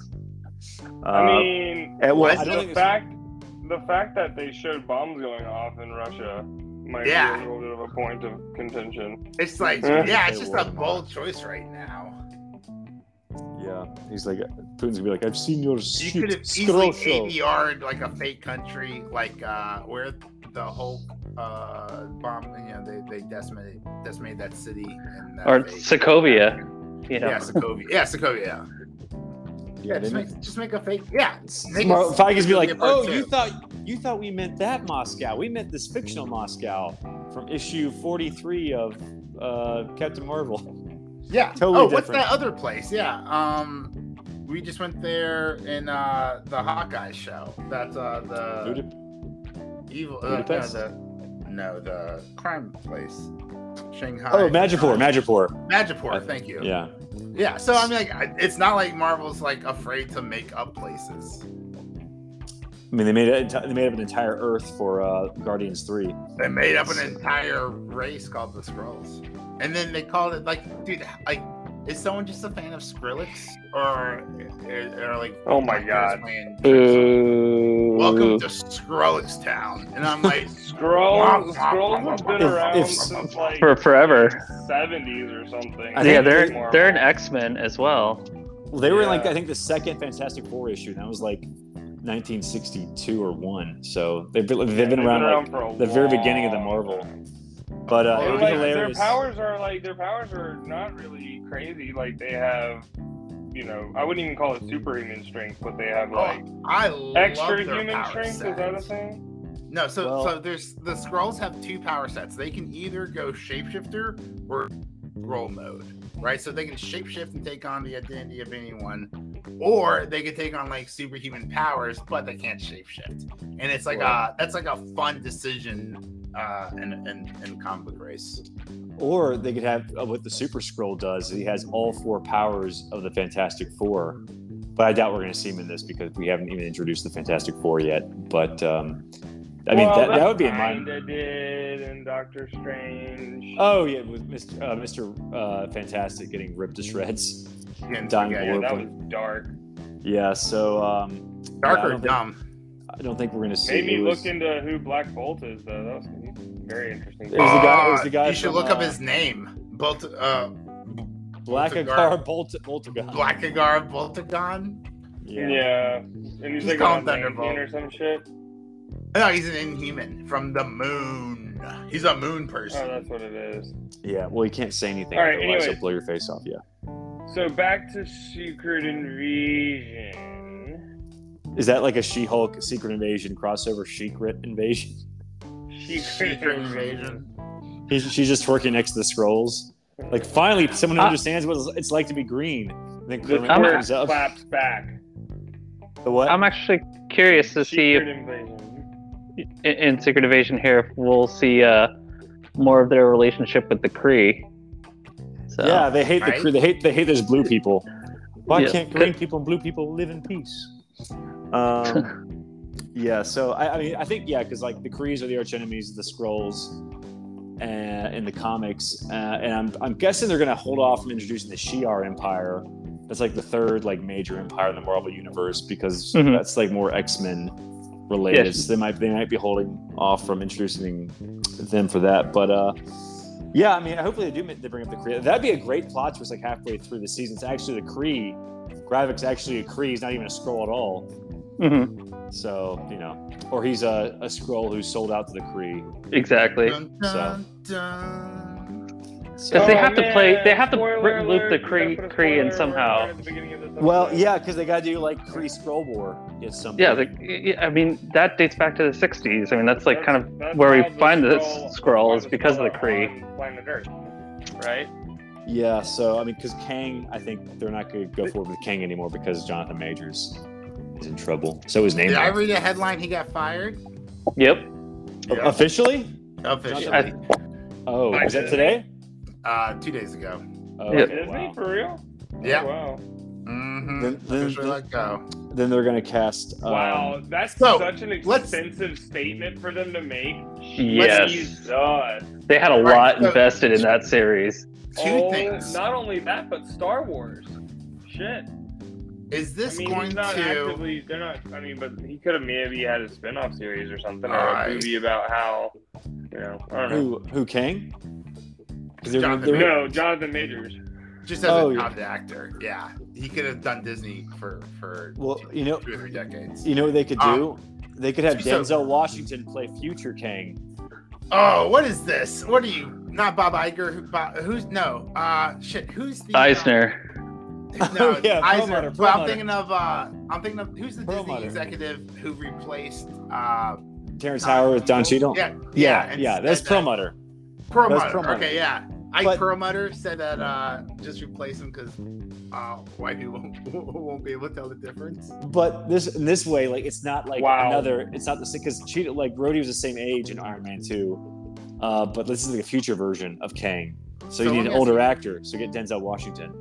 [SPEAKER 5] I
[SPEAKER 1] Uh,
[SPEAKER 5] mean,
[SPEAKER 1] it was- don't
[SPEAKER 2] I
[SPEAKER 1] think
[SPEAKER 5] the
[SPEAKER 1] it's-
[SPEAKER 5] fact the fact that they showed bombs going off in Russia might
[SPEAKER 2] Yeah.
[SPEAKER 5] be a little bit of a point of contention.
[SPEAKER 2] It's like,
[SPEAKER 5] Yeah.
[SPEAKER 2] yeah, it's just a
[SPEAKER 1] They were.
[SPEAKER 2] bold choice right now.
[SPEAKER 1] yeah, he's like Putin's gonna be like, I've seen your
[SPEAKER 2] You
[SPEAKER 1] shit,
[SPEAKER 2] could have easily
[SPEAKER 1] Skrosho."
[SPEAKER 2] ADR'd like a fake country, like uh, where the Hulk uh, bomb, you know, they, they decimated decimated that city and
[SPEAKER 5] uh,
[SPEAKER 2] that
[SPEAKER 3] or
[SPEAKER 2] fake-
[SPEAKER 3] Sokovia. You know,
[SPEAKER 2] Yeah, Sokovia. Yeah, Sokovia. Yeah,
[SPEAKER 1] Yeah,
[SPEAKER 2] just,
[SPEAKER 1] they
[SPEAKER 2] make, just make a fake. Yeah, make
[SPEAKER 1] Mar-
[SPEAKER 2] it-
[SPEAKER 1] Feige's be like,
[SPEAKER 2] Yeah, part
[SPEAKER 1] oh, you
[SPEAKER 2] two."
[SPEAKER 1] thought you thought we meant that Moscow. We meant this fictional Moscow from issue 43 of uh, Captain Marvel.
[SPEAKER 2] Yeah.
[SPEAKER 1] Totally
[SPEAKER 2] oh, what's
[SPEAKER 1] different.
[SPEAKER 2] that other place? Yeah. Um, we just went there in uh, the Hawkeye show. That's uh, the
[SPEAKER 1] Budap-
[SPEAKER 2] evil. Uh, no,
[SPEAKER 1] Budapest?
[SPEAKER 2] the, no, the crime place. Shanghai.
[SPEAKER 1] Oh, Madripoor, Madripoor.
[SPEAKER 2] Madripoor.
[SPEAKER 1] I-
[SPEAKER 2] thank you.
[SPEAKER 1] Yeah,
[SPEAKER 2] Yeah. So I mean, like, I- it's not like Marvel's like afraid to make up places.
[SPEAKER 1] I mean they made it, they made up an entire Earth for uh, Guardians Three.
[SPEAKER 2] They made up an entire race called the Skrulls, and then they called it like, dude, like, is someone just a fan of Skrillex, or, or, or, like,
[SPEAKER 5] Oh my
[SPEAKER 2] Rangers
[SPEAKER 5] god.
[SPEAKER 2] playing-
[SPEAKER 3] Boo.
[SPEAKER 2] Welcome to Skrillex Town, and I'm like,
[SPEAKER 5] Scroll Scrolls have been
[SPEAKER 1] If-
[SPEAKER 5] around
[SPEAKER 1] if-
[SPEAKER 5] since like
[SPEAKER 3] for forever.
[SPEAKER 5] seventies or something.
[SPEAKER 1] I
[SPEAKER 3] Yeah,
[SPEAKER 1] think
[SPEAKER 3] they're
[SPEAKER 5] Marvel.
[SPEAKER 3] they're an X Men as well.
[SPEAKER 1] Well, they were in like
[SPEAKER 5] Yeah.
[SPEAKER 1] I think the second Fantastic Four issue. And that was like 1962 or one. So they've been, they've been
[SPEAKER 5] They've
[SPEAKER 1] around, like,
[SPEAKER 5] for a
[SPEAKER 1] the very
[SPEAKER 5] long
[SPEAKER 1] beginning of the Marvel. But uh,
[SPEAKER 5] They,
[SPEAKER 1] it
[SPEAKER 2] They're
[SPEAKER 1] was
[SPEAKER 5] like, their
[SPEAKER 1] hilarious.
[SPEAKER 5] powers are like their powers are not really crazy. Like they have, you know, I wouldn't even call it superhuman strength, but they have like
[SPEAKER 2] oh, I love
[SPEAKER 5] extra
[SPEAKER 2] their
[SPEAKER 5] human
[SPEAKER 2] power
[SPEAKER 5] strength. Is that a
[SPEAKER 2] sets.
[SPEAKER 5] thing?
[SPEAKER 2] No, so
[SPEAKER 1] Well-
[SPEAKER 2] so there's the Skrulls have two power sets. They can either go shapeshifter or scroll mode, right? So they can shapeshift and take on the identity of anyone, or they can take on like superhuman powers, but they can't shapeshift. And it's like
[SPEAKER 1] Right.
[SPEAKER 2] a that's like a fun decision uh, in in, in comic book race.
[SPEAKER 1] Or they could have uh, what the Super Scroll does. He has all four powers of the Fantastic Four, but I doubt we're going to see him in this because we haven't even introduced the Fantastic Four yet. But um, I mean,
[SPEAKER 5] Well,
[SPEAKER 1] that, that
[SPEAKER 5] that's
[SPEAKER 1] would be in mind.
[SPEAKER 5] Kinda did in Doctor Strange.
[SPEAKER 1] Oh yeah, with Mr. Uh, Mr. Uh, Fantastic getting ripped to shreds.
[SPEAKER 2] And
[SPEAKER 1] Done.
[SPEAKER 2] yeah,
[SPEAKER 5] yeah,
[SPEAKER 1] Lord,
[SPEAKER 5] that
[SPEAKER 1] but-
[SPEAKER 5] was dark.
[SPEAKER 1] Yeah, so um,
[SPEAKER 2] dark
[SPEAKER 1] Yeah, I
[SPEAKER 2] or
[SPEAKER 1] don't think-
[SPEAKER 2] dumb.
[SPEAKER 1] I don't think we're going to see.
[SPEAKER 5] Made me
[SPEAKER 1] who
[SPEAKER 5] look
[SPEAKER 1] was-
[SPEAKER 5] into who Black Bolt is, though. That was very interesting.
[SPEAKER 1] It was the guy- it was
[SPEAKER 2] Ah,
[SPEAKER 1] the guy
[SPEAKER 2] You should
[SPEAKER 1] from,
[SPEAKER 2] look up
[SPEAKER 1] uh,
[SPEAKER 2] his name. Bolt uh,
[SPEAKER 1] Black Agar Bolt Boltagon.
[SPEAKER 2] Blackagar Boltagon.
[SPEAKER 5] yeah.
[SPEAKER 1] Yeah.
[SPEAKER 5] and he's
[SPEAKER 2] Just
[SPEAKER 5] like
[SPEAKER 2] call
[SPEAKER 5] on
[SPEAKER 2] him Thunderbolt.
[SPEAKER 5] Thunderbolt or some shit. Oh,
[SPEAKER 2] No, he's an inhuman from the moon. He's a moon person.
[SPEAKER 5] Oh, that's what it is.
[SPEAKER 1] yeah. Well, you can't say anything.
[SPEAKER 5] All right,
[SPEAKER 1] otherwise
[SPEAKER 5] anyway.
[SPEAKER 1] he'll blow your face off. Yeah.
[SPEAKER 5] So back to Secret Invasion.
[SPEAKER 1] Is that like a She-Hulk Secret Invasion crossover? Secret Invasion.
[SPEAKER 5] Secret Invasion.
[SPEAKER 1] She's, she's just working next to the scrolls. Like finally, someone who
[SPEAKER 3] Uh,
[SPEAKER 1] understands what it's like to be green. And then
[SPEAKER 5] The
[SPEAKER 1] Kermit
[SPEAKER 3] I'm-
[SPEAKER 1] comes
[SPEAKER 5] turret
[SPEAKER 1] up.
[SPEAKER 5] slaps back.
[SPEAKER 1] The what?
[SPEAKER 3] I'm actually curious to see
[SPEAKER 5] Secret
[SPEAKER 3] if
[SPEAKER 5] Invasion.
[SPEAKER 3] in, in Secret Invasion here if we'll see uh, more of their relationship with the Kree. So,
[SPEAKER 1] yeah, they hate the
[SPEAKER 2] Right?
[SPEAKER 1] crew. They hate they hate those blue people. Why
[SPEAKER 3] Yeah.
[SPEAKER 1] can't green people and blue people live in peace? Um, yeah. So I, I mean, I think yeah, because like the Krees are the arch enemies of the Scrolls. Uh, in the comics, uh, and I'm, I'm guessing they're going to hold off from introducing the Shi'ar Empire. That's like the third like major empire in the Marvel universe because
[SPEAKER 3] Mhm.
[SPEAKER 1] that's like more X Men related. So they might they might be holding off from introducing them for that. But uh, yeah, I mean, hopefully they do ma- they bring up the Kree. That'd be a great plot twist like halfway through the season. It's actually the Kree. Gravik's actually a Kree. He's not even a scroll at all.
[SPEAKER 3] mhm,
[SPEAKER 1] So you know, or he's a, a scroll who sold out to the Kree.
[SPEAKER 3] exactly.
[SPEAKER 2] Dun,
[SPEAKER 1] So.
[SPEAKER 2] dun, dun.
[SPEAKER 3] Because
[SPEAKER 1] So,
[SPEAKER 3] they have to play- they have to
[SPEAKER 5] Oh, spoiler
[SPEAKER 3] br- loop
[SPEAKER 5] alert,
[SPEAKER 3] the
[SPEAKER 5] you
[SPEAKER 3] Kree-
[SPEAKER 5] gotta put a
[SPEAKER 3] Kree in
[SPEAKER 5] spoiler
[SPEAKER 3] somehow.
[SPEAKER 5] alert at the beginning of this
[SPEAKER 1] well,
[SPEAKER 5] episode.
[SPEAKER 1] yeah, because they got to do like Kree scroll war. Get some.
[SPEAKER 3] Yeah, the, yeah, I mean that dates back to the '60s. I mean that's like kind of
[SPEAKER 5] That's
[SPEAKER 3] where we
[SPEAKER 5] how the
[SPEAKER 3] find the
[SPEAKER 5] Skrull-
[SPEAKER 3] Skrull
[SPEAKER 5] why
[SPEAKER 3] is because of the Kree.
[SPEAKER 5] are on Planet Earth, right?
[SPEAKER 1] Yeah, so I mean, because Kang, I think they're not going to go forward with Kang anymore because Jonathan Majors is in trouble. So is
[SPEAKER 2] Did
[SPEAKER 1] Namor
[SPEAKER 2] I read a headline? He got fired
[SPEAKER 3] Yep.
[SPEAKER 2] Yeah.
[SPEAKER 1] officially.
[SPEAKER 2] officially
[SPEAKER 1] Oh,
[SPEAKER 5] By
[SPEAKER 1] is that
[SPEAKER 5] Disney?
[SPEAKER 1] today?
[SPEAKER 2] uh, two days ago.
[SPEAKER 1] Oh,
[SPEAKER 3] Yeah.
[SPEAKER 1] okay,
[SPEAKER 5] Disney
[SPEAKER 1] wow.
[SPEAKER 5] for real? Oh,
[SPEAKER 2] Yeah,
[SPEAKER 5] Wow.
[SPEAKER 2] Mm-hmm.
[SPEAKER 1] Then- then-
[SPEAKER 2] Fisher let go.
[SPEAKER 1] Then they're gonna cast. Um,
[SPEAKER 5] Wow, that's
[SPEAKER 2] so,
[SPEAKER 5] such an
[SPEAKER 2] let's-
[SPEAKER 5] expensive statement for them to make.
[SPEAKER 3] Yes.
[SPEAKER 5] Jesus. Two
[SPEAKER 3] They had a
[SPEAKER 2] right,
[SPEAKER 3] lot
[SPEAKER 2] so-
[SPEAKER 3] invested in that series.
[SPEAKER 2] Two things.
[SPEAKER 5] Oh, Not only that, but Star Wars. Shit.
[SPEAKER 2] Is this
[SPEAKER 5] I mean,
[SPEAKER 2] going
[SPEAKER 5] he's
[SPEAKER 2] to?
[SPEAKER 5] not actively. They're not. I mean, but he could have maybe had a spin-off series or something, or
[SPEAKER 2] Alright.
[SPEAKER 5] a movie about how. You know, I don't know.
[SPEAKER 1] Who who Kang? 'Cause they're gonna-
[SPEAKER 2] Jonathan
[SPEAKER 1] they're-
[SPEAKER 5] No, Jonathan Majors.
[SPEAKER 2] Just as
[SPEAKER 1] Oh,
[SPEAKER 2] an
[SPEAKER 1] yeah.
[SPEAKER 2] object actor, yeah, he could have done Disney for for
[SPEAKER 1] Well,
[SPEAKER 2] two,
[SPEAKER 1] you know-
[SPEAKER 2] two or three decades.
[SPEAKER 1] You know what they could
[SPEAKER 2] Uh,
[SPEAKER 1] do? They could have
[SPEAKER 2] so-
[SPEAKER 1] Denzel Washington play future Kang.
[SPEAKER 2] Oh, what is this? What are you? Not Bob Iger? Who, Bob, who's no? Uh, shit. Who's the
[SPEAKER 3] Eisner.
[SPEAKER 2] No,
[SPEAKER 1] Oh, yeah,
[SPEAKER 2] Eisner.
[SPEAKER 1] Perlmutter,
[SPEAKER 2] But I'm
[SPEAKER 1] Perlmutter.
[SPEAKER 2] thinking of uh, I'm thinking of who's the Disney
[SPEAKER 1] Perlmutter.
[SPEAKER 2] executive who replaced uh,
[SPEAKER 1] Terrence Howard with Don Cheadle.
[SPEAKER 2] Yeah,
[SPEAKER 1] yeah,
[SPEAKER 2] and
[SPEAKER 1] yeah, that's
[SPEAKER 2] said that-
[SPEAKER 1] Perlmutter.
[SPEAKER 2] Perlmutter.
[SPEAKER 1] That's Perlmutter.
[SPEAKER 2] Okay, yeah. Ike
[SPEAKER 1] But-
[SPEAKER 2] Perlmutter said that uh, just replace him because uh, white people won't, won't be able to tell the difference.
[SPEAKER 1] But this in this way, like it's not like
[SPEAKER 5] Wow.
[SPEAKER 1] another. It's not the same because Cheadle, like Rhodey was the same age in Iron Man Two, uh, but this is like a future version of Kang. So,
[SPEAKER 2] So
[SPEAKER 1] you
[SPEAKER 2] let
[SPEAKER 1] need
[SPEAKER 2] me
[SPEAKER 1] an
[SPEAKER 2] ask
[SPEAKER 1] older
[SPEAKER 2] you-
[SPEAKER 1] actor. So get Denzel Washington.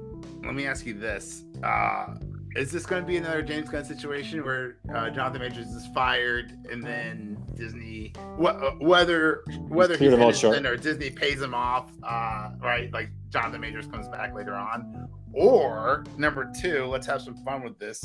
[SPEAKER 2] Let me ask you this: uh, Is this going to be another James Gunn situation where uh, Jonathan Majors is fired and then Disney, wh- uh, whether whether
[SPEAKER 1] Clear
[SPEAKER 2] he's
[SPEAKER 1] the vault chart.
[SPEAKER 2] innocent or Disney pays him off, uh, right? Like Jonathan Majors comes back later on, or number two, let's have some fun with this.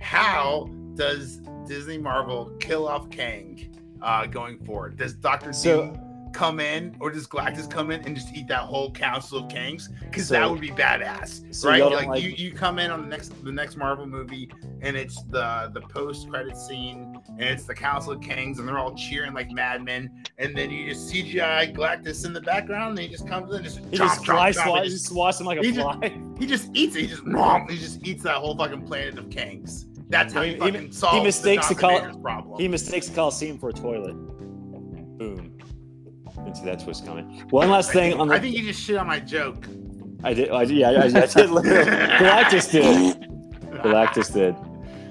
[SPEAKER 2] How does Disney Marvel kill off Kang uh, going forward? Does Doctor
[SPEAKER 1] So-
[SPEAKER 2] Doom come in, or does Galactus come in and just eat that whole council of Kangs? Because
[SPEAKER 1] So-
[SPEAKER 2] that would be badass,
[SPEAKER 1] So
[SPEAKER 2] right?
[SPEAKER 1] y'all don't
[SPEAKER 2] Like,
[SPEAKER 1] like-
[SPEAKER 2] you, you come in on the next the next Marvel movie, and it's the the post credit scene, and it's the Council of Kings, and they're all cheering like madmen, and then you just CGI Galactus in the background, and he just comes in, and just
[SPEAKER 1] He
[SPEAKER 2] chomp,
[SPEAKER 1] just
[SPEAKER 2] chomp,
[SPEAKER 1] fly
[SPEAKER 2] chomp, and
[SPEAKER 1] swats, he
[SPEAKER 2] just-
[SPEAKER 1] just swats him like
[SPEAKER 2] he
[SPEAKER 1] a
[SPEAKER 2] just-
[SPEAKER 1] fly.
[SPEAKER 2] he just eats it. He just nom, he just eats that whole fucking planet of Kangs. That's how
[SPEAKER 1] He-
[SPEAKER 2] he,
[SPEAKER 1] he-
[SPEAKER 2] fucking
[SPEAKER 1] he
[SPEAKER 2] solves
[SPEAKER 1] mistakes
[SPEAKER 2] the
[SPEAKER 1] the
[SPEAKER 2] Jonathan
[SPEAKER 1] col-
[SPEAKER 2] Majors problem.
[SPEAKER 1] He mistakes the Coliseum for a toilet. Boom. And see, that's what's coming. One last
[SPEAKER 2] I
[SPEAKER 1] thing
[SPEAKER 2] think,
[SPEAKER 1] on the.
[SPEAKER 2] I think you just shit on my joke.
[SPEAKER 1] I did. I, yeah, I, I did. Galactus did. Galactus did.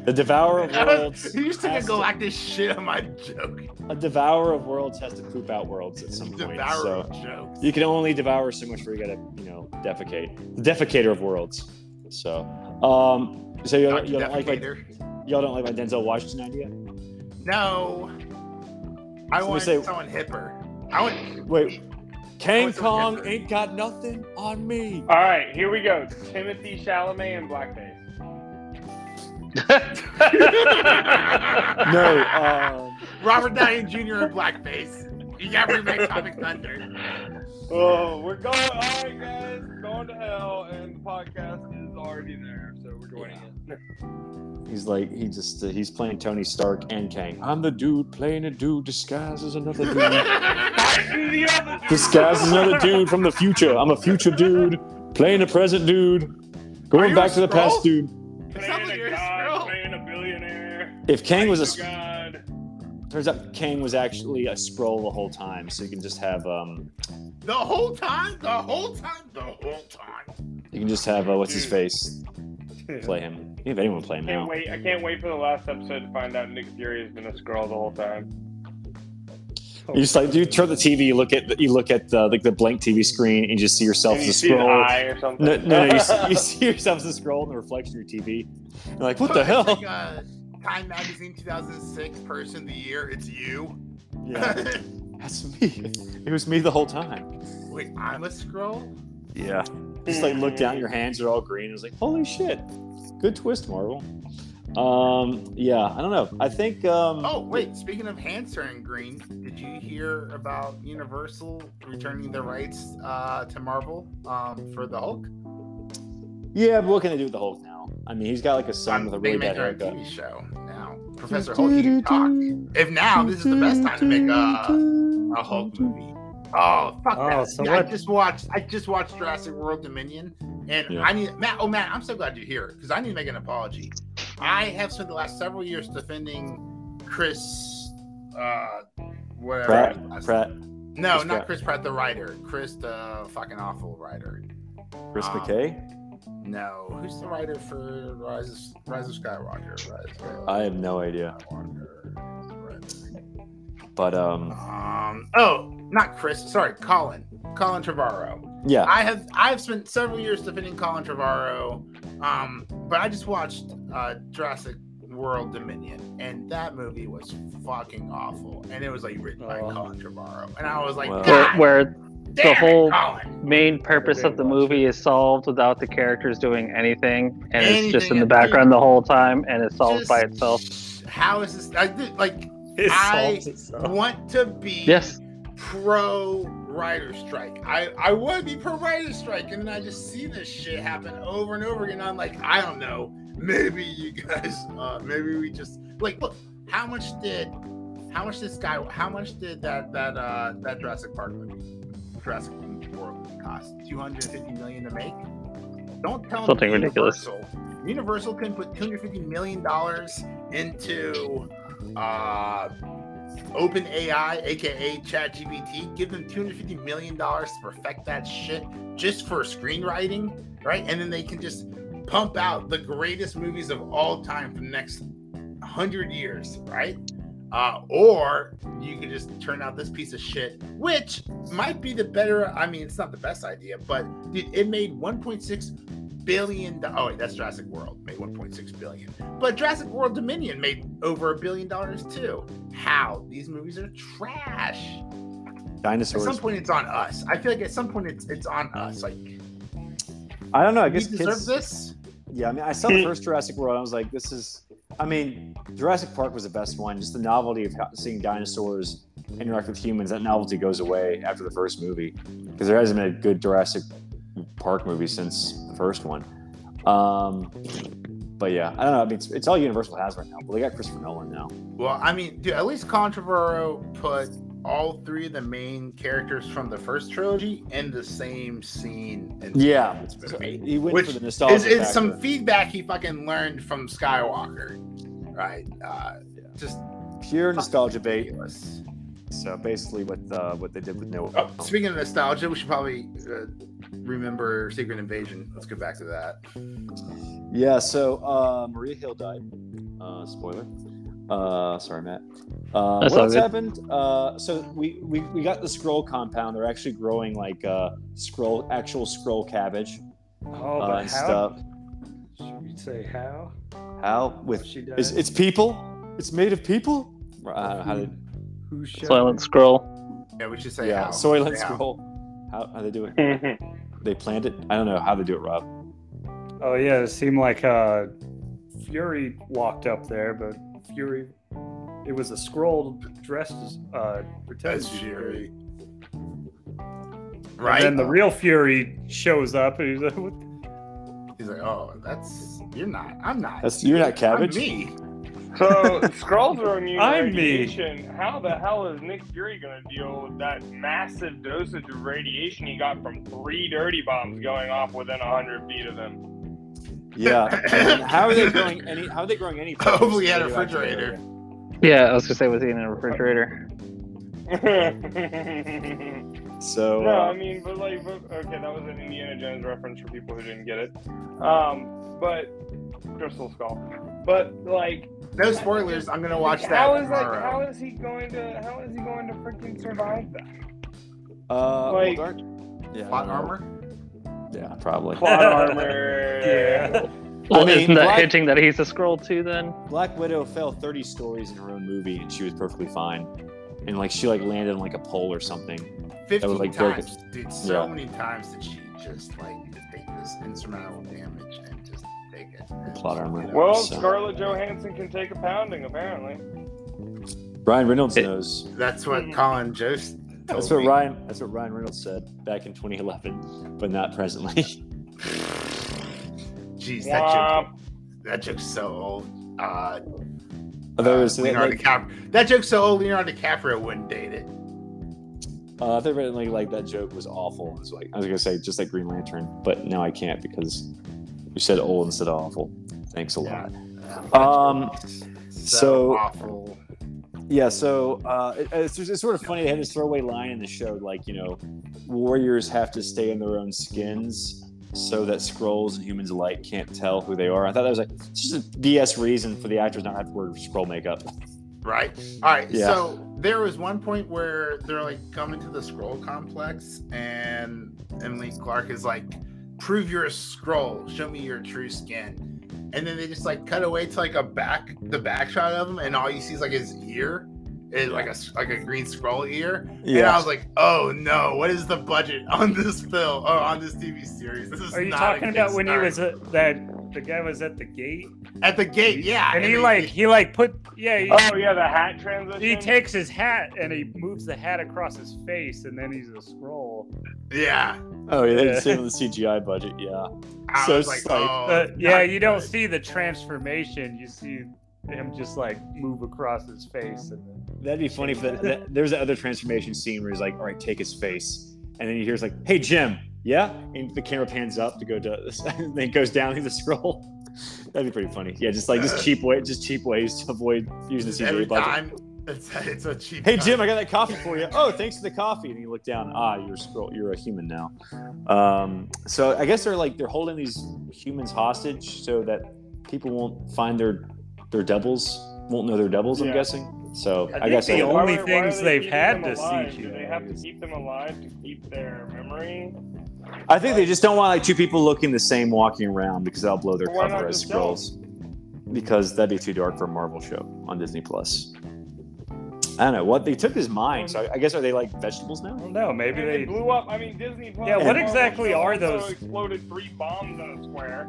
[SPEAKER 1] The Devourer of Worlds.
[SPEAKER 2] You just took a
[SPEAKER 1] has to-
[SPEAKER 2] galactic shit on my joke.
[SPEAKER 1] a Devourer of Worlds has to poop out worlds at some point.
[SPEAKER 2] Devourer
[SPEAKER 1] So
[SPEAKER 2] jokes.
[SPEAKER 1] you can only devour so much where you gotta, you know, defecate. The defecator of worlds. So, um, so y'all,
[SPEAKER 2] Dr.
[SPEAKER 1] y'all don't like my,
[SPEAKER 2] Defecator.
[SPEAKER 1] y'all don't like my Denzel Washington idea?
[SPEAKER 2] No. I
[SPEAKER 1] So we
[SPEAKER 2] want
[SPEAKER 1] say-
[SPEAKER 2] someone hipper. I want
[SPEAKER 1] Wait,
[SPEAKER 2] Oh,
[SPEAKER 1] Kang
[SPEAKER 2] it's a
[SPEAKER 1] Kong
[SPEAKER 2] different-
[SPEAKER 1] ain't got nothing on me.
[SPEAKER 5] All right, here we go. Timothy Chalamet and blackface.
[SPEAKER 1] No, um,
[SPEAKER 2] Robert Downey Jr. in blackface. You got remake Comic Thunder.
[SPEAKER 5] Oh, we're going. All right, guys, going to hell, and the podcast is already there, so we're joining it.
[SPEAKER 1] he's like he just uh, he's playing Tony Stark and Kang. I'm the dude playing a dude disguised as another dude.
[SPEAKER 5] Fighting the other dude.
[SPEAKER 1] Disguised as another dude from the future. I'm a future dude playing a present dude, going
[SPEAKER 2] you
[SPEAKER 1] back
[SPEAKER 2] a
[SPEAKER 1] to the past
[SPEAKER 2] Skrull?
[SPEAKER 1] dude.
[SPEAKER 5] Playing
[SPEAKER 2] Sounds like
[SPEAKER 5] a
[SPEAKER 2] you're a
[SPEAKER 5] god,
[SPEAKER 2] scroll.
[SPEAKER 5] playing a billionaire.
[SPEAKER 1] If Kang was a
[SPEAKER 5] Fighting god.
[SPEAKER 1] Turns out Kang was actually a scroll the whole time, so you can just have um,
[SPEAKER 2] The whole time, the whole time, the whole time.
[SPEAKER 1] you can just have uh, what's his face play him. If anyone play him
[SPEAKER 5] Can't
[SPEAKER 1] now,
[SPEAKER 5] wait! I can't wait for the last episode to find out Nick Fury has been a scroll the whole time.
[SPEAKER 1] you just like you turn the TV, you look at the, you look at the, like the blank TV screen, and you just see yourself
[SPEAKER 5] Can
[SPEAKER 1] as
[SPEAKER 5] you
[SPEAKER 1] a
[SPEAKER 5] see an
[SPEAKER 1] scroll.
[SPEAKER 5] eye or something?
[SPEAKER 1] No, no, no you, see, you see yourself as a scroll in the reflection of your TV. You're like, what the
[SPEAKER 2] It's
[SPEAKER 1] hell?
[SPEAKER 2] Like uh, Time Magazine 2006 Person of the Year. It's you.
[SPEAKER 1] Yeah, that's me. It was me the whole time.
[SPEAKER 2] Wait, I'm a scroll.
[SPEAKER 1] Yeah. Just like look down,
[SPEAKER 2] Mm-hmm.
[SPEAKER 1] your hands are all green. It was like, holy shit, good twist, Marvel. Um, yeah, I don't know. I think. Um,
[SPEAKER 2] Oh wait, speaking of hands turning green, did you hear about Universal returning the rights uh, to Marvel um, for the Hulk?
[SPEAKER 1] Yeah, but what can they do with the Hulk now? I mean, he's got like a son with a
[SPEAKER 2] they
[SPEAKER 1] really
[SPEAKER 2] make
[SPEAKER 1] bad
[SPEAKER 2] their own
[SPEAKER 1] haircut.
[SPEAKER 2] TV show now. Professor Hulk, you can talk. If now, this is the best time to make a, a Hulk movie. Oh fuck
[SPEAKER 4] Oh,
[SPEAKER 2] that!
[SPEAKER 4] so
[SPEAKER 2] Yeah, I
[SPEAKER 4] what-
[SPEAKER 2] just watched. I just watched Jurassic World Dominion, and
[SPEAKER 1] Yeah.
[SPEAKER 2] I need Matt. Oh Matt, I'm so glad you're here because I need to make an apology. I have spent the last several years defending Chris, uh, whatever.
[SPEAKER 1] Pratt,
[SPEAKER 2] his last
[SPEAKER 1] Pratt,
[SPEAKER 2] No,
[SPEAKER 1] Chris
[SPEAKER 2] not
[SPEAKER 1] Pratt.
[SPEAKER 2] Chris Pratt, the writer. Chris, the fucking awful writer.
[SPEAKER 1] Chris
[SPEAKER 2] Um,
[SPEAKER 1] McKay.
[SPEAKER 2] No, who's the writer for Rise of, Rise of Skywalker? Rise of
[SPEAKER 1] I have no idea,
[SPEAKER 2] Skywalker.
[SPEAKER 1] but um,
[SPEAKER 2] Um. Oh, not Chris. Sorry, Colin. Colin Trevorrow.
[SPEAKER 1] yeah,
[SPEAKER 2] I have I've spent several years defending Colin Trevorrow. Um, but I just watched uh, Jurassic World Dominion, and that movie was fucking awful. And it was like written by
[SPEAKER 4] Oh.
[SPEAKER 2] Colin Trevorrow, and I was like,
[SPEAKER 1] Wow.
[SPEAKER 3] where,
[SPEAKER 2] God,
[SPEAKER 3] where
[SPEAKER 2] damn it,
[SPEAKER 3] whole-
[SPEAKER 2] Colin.
[SPEAKER 3] main purpose of the
[SPEAKER 4] Watch
[SPEAKER 3] movie is solved without the characters doing anything, and it's just
[SPEAKER 2] Anything,
[SPEAKER 3] in the
[SPEAKER 2] dude.
[SPEAKER 3] background the whole time, and it's solved by
[SPEAKER 2] Just-
[SPEAKER 3] itself.
[SPEAKER 2] How is this? I did, like
[SPEAKER 4] It
[SPEAKER 2] I-
[SPEAKER 4] solves itself.
[SPEAKER 2] want to be
[SPEAKER 3] Yes,
[SPEAKER 2] pro writer strike. I, I want to be pro writer strike, and then I just see this shit happen over and over again. I'm like, I don't know. Maybe you guys, uh, maybe we just like look. How much did, how much did Sky, how much did that that uh that Jurassic Park movie, Jurassic World cost? Two hundred fifty million to make. Don't tell me
[SPEAKER 3] Something ridiculous.
[SPEAKER 2] Universal, Universal can put two hundred fifty million dollars into uh, open AI, aka ChatGPT, give them $250 million to perfect that shit just for screenwriting, right? And then they can just pump out the greatest movies of all time for the next 100 years, right? Uh, or you could just turn out this piece of shit, which might be the better. I mean, it's not the best idea, but dude, it made 1.6 billion. do- Oh, wait, that's Jurassic World made 1.6 billion. But Jurassic World Dominion made over a billion dollars too. How? These movies are trash. At
[SPEAKER 1] Dinosaurs.
[SPEAKER 2] some point, it's on us. I feel like at some point, it's it's on us. Like,
[SPEAKER 1] I don't know. I
[SPEAKER 2] we
[SPEAKER 1] guess
[SPEAKER 2] deserve
[SPEAKER 1] kids.
[SPEAKER 2] this.
[SPEAKER 1] Yeah, I mean, I saw the first Jurassic World. I was like, this is. I mean, Jurassic Park was the best one. Just the novelty of how- seeing dinosaurs interact with humans. That novelty goes away after the first movie because there hasn't been a good Jurassic Park movie since the first one. Um, but yeah, I don't know. I mean, it's, it's all Universal has right now. But they got Christopher Nolan now.
[SPEAKER 2] Well, I mean, dude, at least Controverro put all three of the main characters from the first trilogy in the same scene. In
[SPEAKER 1] Yeah,
[SPEAKER 2] this
[SPEAKER 1] So
[SPEAKER 2] movie.
[SPEAKER 1] he went
[SPEAKER 2] Which
[SPEAKER 1] for the nostalgia.
[SPEAKER 2] It's, it's some
[SPEAKER 1] factor.
[SPEAKER 2] feedback he fucking learned from Skywalker, right? Uh, just
[SPEAKER 1] pure nostalgia bait.
[SPEAKER 2] ridiculous.
[SPEAKER 1] So basically, what uh, what they did with Noah.
[SPEAKER 2] Oh, speaking of nostalgia, we should probably uh, remember Secret Invasion. Let's get back to that.
[SPEAKER 1] Yeah, so uh, Maria Hill died. Uh, spoiler. Uh, sorry, Matt. Uh,
[SPEAKER 3] That's
[SPEAKER 1] what
[SPEAKER 3] all
[SPEAKER 1] else
[SPEAKER 3] good.
[SPEAKER 1] happened? Uh, so we, we we got the scroll compound. They're actually growing like uh, scroll actual scroll cabbage
[SPEAKER 4] Oh,
[SPEAKER 1] uh,
[SPEAKER 4] but
[SPEAKER 1] and
[SPEAKER 4] how?
[SPEAKER 1] stuff.
[SPEAKER 4] Should we say how?
[SPEAKER 1] How with
[SPEAKER 4] she died?
[SPEAKER 1] it's, it's people? It's made of people. Uh, how did,
[SPEAKER 4] Who shall
[SPEAKER 3] Silent Scroll.
[SPEAKER 2] Yeah, we should say
[SPEAKER 1] yeah,
[SPEAKER 2] how.
[SPEAKER 1] soylent
[SPEAKER 2] Yeah.
[SPEAKER 1] scroll. How how they do it? They planned it. I don't know how they do it, Rob.
[SPEAKER 4] Oh yeah, it seemed like uh, Fury walked up there, but Fury, it was a scroll dressed as uh, pretended
[SPEAKER 2] That's
[SPEAKER 4] to be
[SPEAKER 2] Fury. uh,
[SPEAKER 4] And
[SPEAKER 2] Right?
[SPEAKER 4] then the real Fury shows up, and he's like, what? the-
[SPEAKER 2] He's like, oh, that's you're not. I'm not.
[SPEAKER 1] That's you're not
[SPEAKER 2] I'm
[SPEAKER 1] cabbage.
[SPEAKER 2] me.
[SPEAKER 5] So scrolls are immune to
[SPEAKER 4] I'm me.
[SPEAKER 5] radiation. How the hell is Nick Fury gonna deal with that massive dosage of radiation he got from three dirty bombs going off within hundred feet of him?
[SPEAKER 1] Yeah. And how are they growing any? How are they growing any?
[SPEAKER 2] Hopefully he had a refrigerator.
[SPEAKER 3] Yeah, I was gonna say was he in a refrigerator?
[SPEAKER 1] So
[SPEAKER 5] no,
[SPEAKER 1] uh,
[SPEAKER 5] I mean, but like, but, okay, that was an Indiana Jones reference for people who didn't get it. Um, but Crystal Skull. But like,
[SPEAKER 2] No spoilers. I'm gonna watch that.
[SPEAKER 5] how is like,
[SPEAKER 2] tomorrow.
[SPEAKER 5] how is he going to, how is he going to freaking survive that?
[SPEAKER 1] Uh,
[SPEAKER 5] Like-
[SPEAKER 1] well, dark. Yeah,
[SPEAKER 2] plot
[SPEAKER 1] I don't know.
[SPEAKER 2] armor?
[SPEAKER 1] Yeah, probably.
[SPEAKER 5] Plot armor.
[SPEAKER 4] Yeah.
[SPEAKER 3] Well,
[SPEAKER 1] mean,
[SPEAKER 3] isn't that
[SPEAKER 1] why-
[SPEAKER 3] hinting that he's a scroll too? Then
[SPEAKER 1] Black Widow fell 30 stories in her own movie, and she was perfectly fine. And like she like landed on like a pole or something.
[SPEAKER 2] Fifteen
[SPEAKER 1] like, broken.
[SPEAKER 2] times, dude. So
[SPEAKER 1] Yeah.
[SPEAKER 2] many times did she just like take this insurmountable damage and just take it.
[SPEAKER 1] Plot armor.
[SPEAKER 5] Well,
[SPEAKER 1] So-
[SPEAKER 5] Scarlett Johansson can take a pounding, apparently.
[SPEAKER 1] Ryan Reynolds
[SPEAKER 3] It-
[SPEAKER 1] knows.
[SPEAKER 2] That's
[SPEAKER 5] Hmm.
[SPEAKER 2] what Colin Jost. Told
[SPEAKER 1] That's what
[SPEAKER 2] me.
[SPEAKER 1] Ryan. That's what Ryan Reynolds said back in 2011, but not presently.
[SPEAKER 2] Jeez, that joke.
[SPEAKER 5] Womp.
[SPEAKER 2] That joke's so old. Uh,
[SPEAKER 1] Although it
[SPEAKER 2] uh,
[SPEAKER 1] was
[SPEAKER 2] Leonardo
[SPEAKER 1] like,
[SPEAKER 2] DiCaprio. That joke's so old. Leonardo DiCaprio wouldn't date it.
[SPEAKER 1] uh, they written like, like that joke was awful. It was like I was gonna say just like Green Lantern, but now I can't because you said old instead of awful. Thanks a lot. Um, so-
[SPEAKER 2] awful.
[SPEAKER 1] Yeah, so uh, it- it's, it's sort of funny they had this throwaway line in the show, like you know, warriors have to stay in their own skins so that scrolls and humans alike can't tell who they are. I thought that was like it's just a BS reason for the actors not to have to wear scroll makeup.
[SPEAKER 2] right? All right.
[SPEAKER 1] Yeah.
[SPEAKER 2] So there was one point where they're like coming to the scroll complex, and Emily Clark is like, "Prove you're a scroll. Show me your true skin." and then they just like cut away to like a back the back shot of him, and all you see is like his ear, is like a s- like a green scroll ear. And I was like, oh no, what is the budget on this film or on this TV series? This is
[SPEAKER 4] Are you
[SPEAKER 2] not
[SPEAKER 4] talking
[SPEAKER 2] a
[SPEAKER 4] about when he
[SPEAKER 2] Kickstarter."
[SPEAKER 4] was at that the guy was at the gate
[SPEAKER 2] at the gate? Yeah,
[SPEAKER 4] and he
[SPEAKER 2] they-
[SPEAKER 4] like he like put yeah he,
[SPEAKER 5] Oh yeah, the hat transition.
[SPEAKER 4] he takes his hat and he moves the hat across his face and then he's a scroll.
[SPEAKER 2] yeah.
[SPEAKER 1] Oh yeah, they
[SPEAKER 4] Yeah.
[SPEAKER 1] didn't save on the CGI budget. Yeah,
[SPEAKER 2] I
[SPEAKER 1] So
[SPEAKER 2] was like,
[SPEAKER 1] it's like-
[SPEAKER 2] oh,
[SPEAKER 4] Uh,
[SPEAKER 2] it's
[SPEAKER 4] yeah,
[SPEAKER 2] not
[SPEAKER 4] you don't
[SPEAKER 2] good.
[SPEAKER 4] see the transformation. You see him just like move across his face and then
[SPEAKER 1] that'd be funny. For that, that, there's that other transformation scene where he's like, "All right, take his face," and then he hears like, "Hey Jim, yeah," and the camera pans up to go to, and then it goes down. He's a scroll. That'd be pretty funny. Yeah, just like just cheap way, just cheap ways to avoid using the
[SPEAKER 2] Just
[SPEAKER 1] CGI
[SPEAKER 2] every
[SPEAKER 1] budget.
[SPEAKER 2] time. It's, it's a cheap.
[SPEAKER 1] Hey
[SPEAKER 2] cut.
[SPEAKER 1] Jim, I got that coffee for you. Oh, thanks for the coffee. And he looked down. Ah, you're a scroll. You're a human now. Um, so I guess they're like they're holding these humans hostage so that people won't find their their doubles, won't know their doubles. I'm
[SPEAKER 5] Yeah.
[SPEAKER 1] guessing. So
[SPEAKER 4] I
[SPEAKER 1] I,
[SPEAKER 4] think
[SPEAKER 1] guess
[SPEAKER 4] the
[SPEAKER 1] I-
[SPEAKER 4] only
[SPEAKER 5] are- are
[SPEAKER 4] things
[SPEAKER 5] they
[SPEAKER 4] they've
[SPEAKER 5] keeping
[SPEAKER 4] had
[SPEAKER 5] them
[SPEAKER 4] to
[SPEAKER 5] alive?
[SPEAKER 4] see
[SPEAKER 5] Do they
[SPEAKER 4] here
[SPEAKER 5] have to
[SPEAKER 4] is-
[SPEAKER 5] keep them alive to keep their memory?
[SPEAKER 1] I think they just don't want like two people looking the same walking around because that'll blow their
[SPEAKER 5] Why not
[SPEAKER 1] cover as
[SPEAKER 5] just don't?
[SPEAKER 1] scrolls. Because that'd be too dark for a Marvel show on Disney Plus. I don't know what they took his mind. So I- I guess are they like vegetables
[SPEAKER 4] I
[SPEAKER 1] now?
[SPEAKER 4] don't know. Maybe
[SPEAKER 5] And
[SPEAKER 4] they
[SPEAKER 5] it blew up. I mean, Disney. Plus
[SPEAKER 4] Yeah,
[SPEAKER 5] and
[SPEAKER 4] what
[SPEAKER 5] Marvel
[SPEAKER 4] exactly
[SPEAKER 5] also
[SPEAKER 4] are those-
[SPEAKER 5] Exploded three bombs on a square.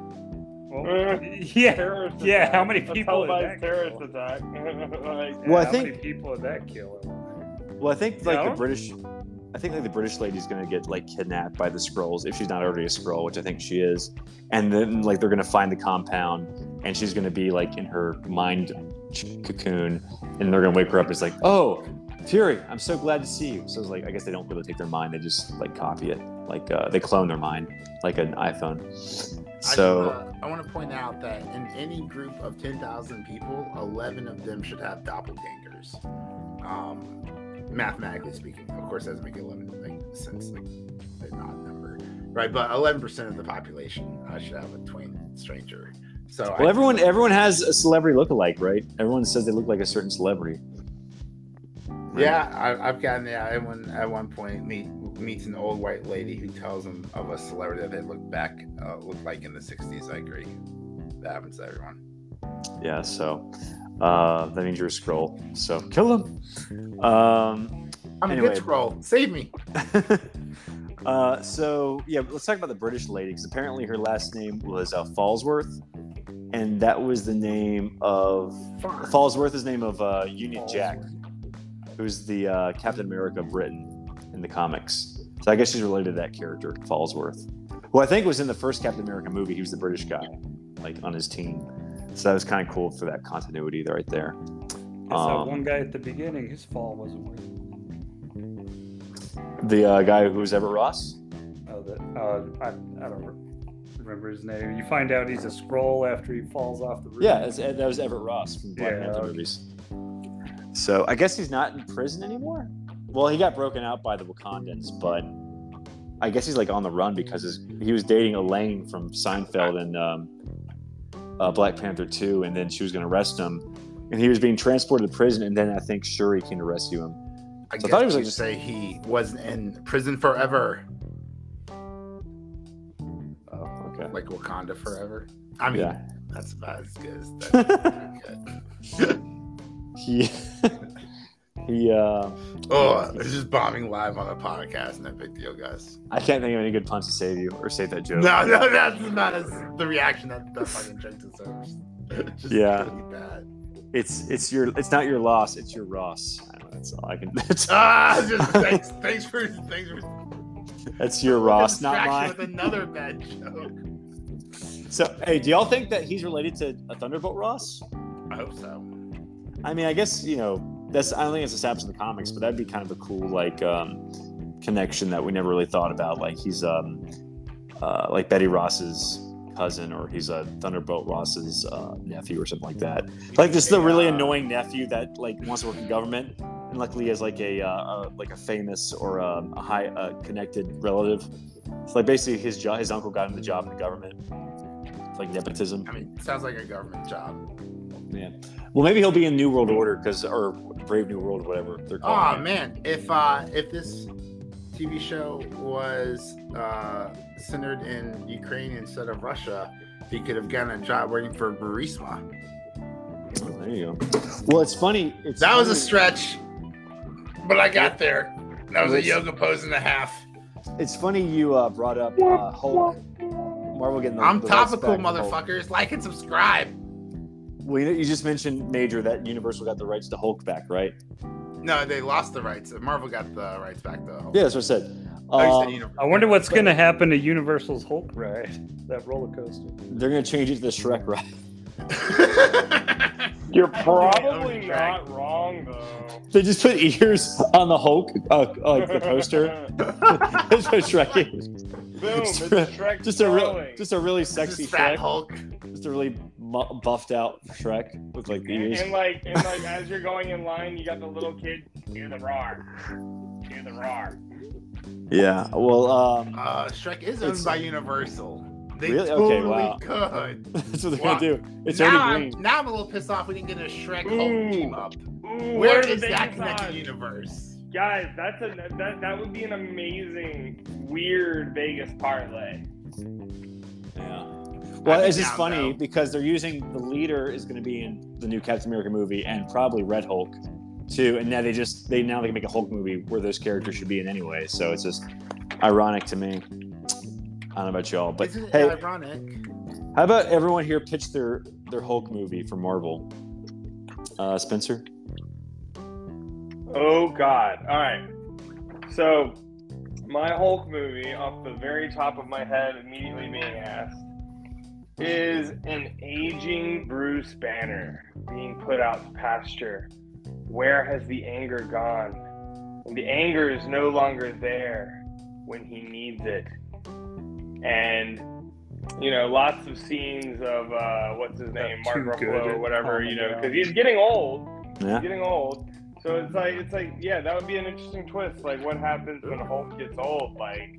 [SPEAKER 4] well, yeah.
[SPEAKER 5] Terrorist
[SPEAKER 4] Yeah,
[SPEAKER 5] attack.
[SPEAKER 4] how many
[SPEAKER 5] A
[SPEAKER 4] people did
[SPEAKER 5] televised
[SPEAKER 4] that
[SPEAKER 5] terrorist
[SPEAKER 4] kill?
[SPEAKER 5] attack. Like,
[SPEAKER 1] Well, I
[SPEAKER 4] how many
[SPEAKER 1] think-
[SPEAKER 4] people did that kill?
[SPEAKER 1] Well, I think like
[SPEAKER 4] No?
[SPEAKER 1] the British, I think like the British lady's gonna get like kidnapped by the scrolls if she's not already a scroll, which I think she is, and then like they're gonna find the compound, and she's gonna be like in her mind ch- cocoon, and they're gonna wake her up. It's like, oh, Fury, I'm so glad to see you. So it's like, I guess they don't really take their mind; they just like copy it, like uh, they clone their mind, like an iPhone. So
[SPEAKER 2] I, just wanna- I want to point out that in any group of 10,000 people, 11 of them should have doppelgangers. Um, mathematically speaking, of course, that doesn't make 11 make sense, like an odd number, right? But 11% of the population uh, should have a twin stranger. So,
[SPEAKER 1] well,
[SPEAKER 2] I-
[SPEAKER 1] everyone everyone has a celebrity lookalike, right? Everyone says they look like a certain celebrity.
[SPEAKER 2] yeah, I, I've gotten yeah, at one at one point meet, meets an old white lady who tells him of a celebrity that they look back uh, looked like in the 60s. I agree. That happens to everyone.
[SPEAKER 1] yeah so uh that means you're a scroll so kill him um
[SPEAKER 2] I'm a
[SPEAKER 1] Anyway.
[SPEAKER 2] good scroll. Save me.
[SPEAKER 1] uh so yeah let's talk about the british lady because apparently her last name was uh, fallsworth and that was the name of
[SPEAKER 2] Fine.
[SPEAKER 1] fallsworth is the name of uh union jack who's the uh captain america of britain in the comics so i guess she's related to that character fallsworth who i think was in the first captain america movie he was the british guy like on his team so that was kind of cool for that continuity there right there
[SPEAKER 4] Because that
[SPEAKER 1] Um,
[SPEAKER 4] one guy at the beginning, his fall wasn't worth. it.
[SPEAKER 1] The uh, guy who was Everett Ross?
[SPEAKER 4] Oh, the, uh, I, I don't re- remember his name. You find out he's a scroll after he falls off the roof.
[SPEAKER 1] Yeah, that's, that was Everett Ross from Black
[SPEAKER 4] Yeah,
[SPEAKER 1] Panther
[SPEAKER 4] okay.
[SPEAKER 1] movies. So I guess he's not in prison anymore. Well, he got broken out by the Wakandans, but I guess he's like on the run because his, he was dating Elaine from Seinfeld and um, uh, Black Panther 2, and then she was going to arrest him. And he was being transported to prison, and then I think Shuri came to rescue him.
[SPEAKER 2] I,
[SPEAKER 1] So I
[SPEAKER 2] guess
[SPEAKER 1] thought
[SPEAKER 2] thought
[SPEAKER 1] he
[SPEAKER 2] he
[SPEAKER 1] was, like,
[SPEAKER 2] to
[SPEAKER 1] just-
[SPEAKER 2] say he was in prison forever,
[SPEAKER 1] Oh, okay.
[SPEAKER 2] like Wakanda forever. I mean,
[SPEAKER 1] Yeah.
[SPEAKER 2] that's about as good as that.
[SPEAKER 1] He, he, uh,
[SPEAKER 2] oh, this is bombing live on a podcast, no big deal, guys.
[SPEAKER 1] I can't think of any good puns to save you or save that joke.
[SPEAKER 2] No, no, that's not as the reaction that the fucking joke deserves. Just
[SPEAKER 1] Yeah.
[SPEAKER 2] really bad.
[SPEAKER 1] It's it's your it's not your loss, it's your Ross. I don't know, that's all I can. That's,
[SPEAKER 2] Ah, just thanks, thanks for thanks for
[SPEAKER 1] that's your Ross, Oh, not
[SPEAKER 2] distraction
[SPEAKER 1] mine.
[SPEAKER 2] with another bad joke.
[SPEAKER 1] So hey, do y'all think that he's related to a Thunderbolt Ross?
[SPEAKER 2] I hope so.
[SPEAKER 1] I mean, I guess you know that's I don't think it's established in the comics, but that'd be kind of a cool like um, connection that we never really thought about. Like he's um uh, like Betty Ross's cousin, or he's a Thunderbolt Ross's uh, nephew, or something like that. Like this is the really
[SPEAKER 2] Yeah.
[SPEAKER 1] annoying nephew that like wants to work in government, and luckily has like a, uh, uh like a famous or um, a high uh, connected relative. It's like basically his job. His uncle got him the job in the government. It's like nepotism.
[SPEAKER 2] I mean, sounds like a government job.
[SPEAKER 1] Yeah. Well, maybe he'll be in New World Order because or Brave New World, whatever they're
[SPEAKER 2] Oh
[SPEAKER 1] calling. it.
[SPEAKER 2] man, if uh if this TV show was uh centered in Ukraine instead of Russia, he could have gotten a job working for Burisma.
[SPEAKER 1] Oh, there you go. Well, it's funny. It's
[SPEAKER 2] That was a
[SPEAKER 1] funny.
[SPEAKER 2] stretch, but I got there. That was a
[SPEAKER 1] Listen.
[SPEAKER 2] yoga pose and a half.
[SPEAKER 1] It's funny you uh, brought up uh, Hulk. Marvel getting the
[SPEAKER 2] I'm
[SPEAKER 1] the rights
[SPEAKER 2] topical,
[SPEAKER 1] back to Hulk.
[SPEAKER 2] motherfuckers. Like and subscribe.
[SPEAKER 1] Well, you, know, you just mentioned Major that Universal got the rights to Hulk back, right?
[SPEAKER 2] No, they lost the rights. Marvel got the rights back though.
[SPEAKER 1] Yeah, that's what I said.
[SPEAKER 2] Oh, you
[SPEAKER 1] Um,
[SPEAKER 2] said Universal.
[SPEAKER 4] I wonder what's going to happen to Universal's Hulk ride, that roller coaster.
[SPEAKER 1] they're gonna change it to the Shrek ride.
[SPEAKER 5] You're
[SPEAKER 2] Oh,
[SPEAKER 5] probably
[SPEAKER 2] drag.
[SPEAKER 5] not wrong though.
[SPEAKER 1] They just put ears on the Hulk, uh, like the poster. that's what Shrek is.
[SPEAKER 5] Boom! It's
[SPEAKER 1] Just a-
[SPEAKER 5] Shrek
[SPEAKER 1] Just a real,
[SPEAKER 5] growling.
[SPEAKER 1] just a really
[SPEAKER 2] This
[SPEAKER 1] sexy
[SPEAKER 2] is Fat
[SPEAKER 1] Shrek.
[SPEAKER 2] Hulk.
[SPEAKER 1] Just a really mu- buffed out Shrek with like the
[SPEAKER 5] and,
[SPEAKER 1] ears.
[SPEAKER 5] and like and like as you're going in line, you got the little kid. Hear the roar. Hear the roar.
[SPEAKER 1] Yeah. Well, um,
[SPEAKER 2] Uh, Shrek is owned
[SPEAKER 1] It's-
[SPEAKER 2] by Universal. They
[SPEAKER 1] Really? Okay,
[SPEAKER 2] totally
[SPEAKER 1] wow.
[SPEAKER 2] could.
[SPEAKER 1] that's what they're
[SPEAKER 2] Wow.
[SPEAKER 1] gonna do. It's
[SPEAKER 2] now,
[SPEAKER 1] already
[SPEAKER 2] I'm,
[SPEAKER 1] green.
[SPEAKER 2] now I'm a little pissed off we didn't get a Shrek
[SPEAKER 5] Ooh.
[SPEAKER 2] Hulk team up.
[SPEAKER 5] Ooh,
[SPEAKER 2] Where
[SPEAKER 5] the
[SPEAKER 2] is that
[SPEAKER 5] Vegas
[SPEAKER 2] connected
[SPEAKER 5] odds?
[SPEAKER 2] universe?
[SPEAKER 5] Guys, that's a that that would be an amazing weird Vegas parlay.
[SPEAKER 1] Yeah. Well,
[SPEAKER 2] I'm
[SPEAKER 1] it's just
[SPEAKER 2] down,
[SPEAKER 1] funny
[SPEAKER 2] though.
[SPEAKER 1] because they're using the leader is going to be in the new Captain America movie and probably Red Hulk too. And now they just they now they can make a Hulk movie where those characters should be in anyway. So it's just ironic to me. I don't know about y'all, but
[SPEAKER 2] Isn't it uh,
[SPEAKER 1] hey,
[SPEAKER 2] ironic?
[SPEAKER 1] how about everyone here pitch their their Hulk movie for Marvel? Uh, Spencer,
[SPEAKER 5] Oh God! All right. So, my Hulk movie, off the very top of my head, immediately being asked, is an aging Bruce Banner being put out to pasture. Where has the anger gone? And the anger is no longer there when he needs it. And you know, lots of scenes of uh, what's his name, Mark
[SPEAKER 4] too
[SPEAKER 5] Ruffalo,
[SPEAKER 4] good.
[SPEAKER 5] or whatever.
[SPEAKER 4] Oh,
[SPEAKER 5] you know,
[SPEAKER 4] yeah.
[SPEAKER 5] because he's getting old
[SPEAKER 1] yeah,
[SPEAKER 5] getting old. So it's like it's like yeah, that would be an interesting twist. Like what happens when Hulk gets old? Like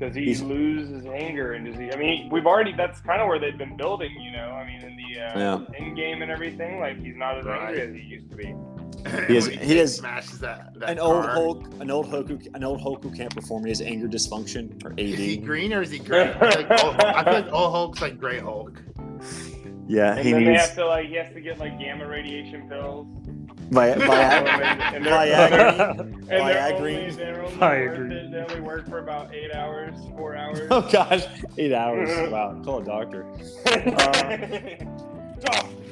[SPEAKER 5] does he
[SPEAKER 1] He's-
[SPEAKER 5] lose his anger and does he? I mean, we've already that's kind of where they've been building. You know, I mean, in the uh, end game and everything, like he's not as angry
[SPEAKER 2] Right.
[SPEAKER 5] as he used to be.
[SPEAKER 1] He is-
[SPEAKER 2] When
[SPEAKER 1] he is-
[SPEAKER 2] smashes that, that
[SPEAKER 1] an old
[SPEAKER 2] car.
[SPEAKER 1] Hulk, an old Hulk, who, an old Hulk who can't perform his anger dysfunction or
[SPEAKER 2] Is he
[SPEAKER 1] AD.
[SPEAKER 2] green or is he gray? I feel like old, I feel like old Hulk's like gray Hulk.
[SPEAKER 1] Yeah,
[SPEAKER 5] And
[SPEAKER 1] he
[SPEAKER 5] then they
[SPEAKER 1] needs
[SPEAKER 5] have to like he has to get like gamma radiation pills.
[SPEAKER 1] Vi- Vi-
[SPEAKER 5] and
[SPEAKER 1] Viagra.
[SPEAKER 5] and they're only,
[SPEAKER 1] Viagrine.
[SPEAKER 5] they're only
[SPEAKER 4] Viagrine.
[SPEAKER 5] worth it- They only work for about eight hours, four hours. Um,
[SPEAKER 1] Oh gosh, eight hours. Wow, call a doctor.
[SPEAKER 5] Stop,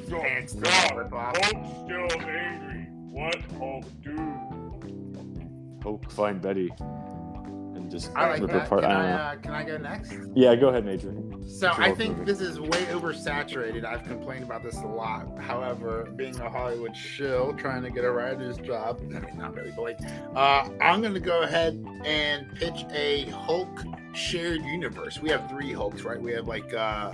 [SPEAKER 5] stop,
[SPEAKER 2] Pants
[SPEAKER 5] stop.
[SPEAKER 2] down, Bob.
[SPEAKER 5] Hulk's still angry. What Hulk do?
[SPEAKER 1] Hulk find Betty and just
[SPEAKER 2] I like
[SPEAKER 1] rip
[SPEAKER 2] that.
[SPEAKER 1] apart.
[SPEAKER 2] Can
[SPEAKER 1] I don't
[SPEAKER 2] I,
[SPEAKER 1] know.
[SPEAKER 2] uh, can I go next?
[SPEAKER 1] Yeah, go ahead, Major.
[SPEAKER 2] So
[SPEAKER 1] It's a
[SPEAKER 2] I
[SPEAKER 1] Hulk
[SPEAKER 2] think
[SPEAKER 1] movie.
[SPEAKER 2] this is way oversaturated. I've complained about this a lot. However, being a Hollywood shill trying to get a writer's job, I mean, not really, but like, uh, I'm going to go ahead and pitch a Hulk shared universe. We have three Hulks, right? We have like uh,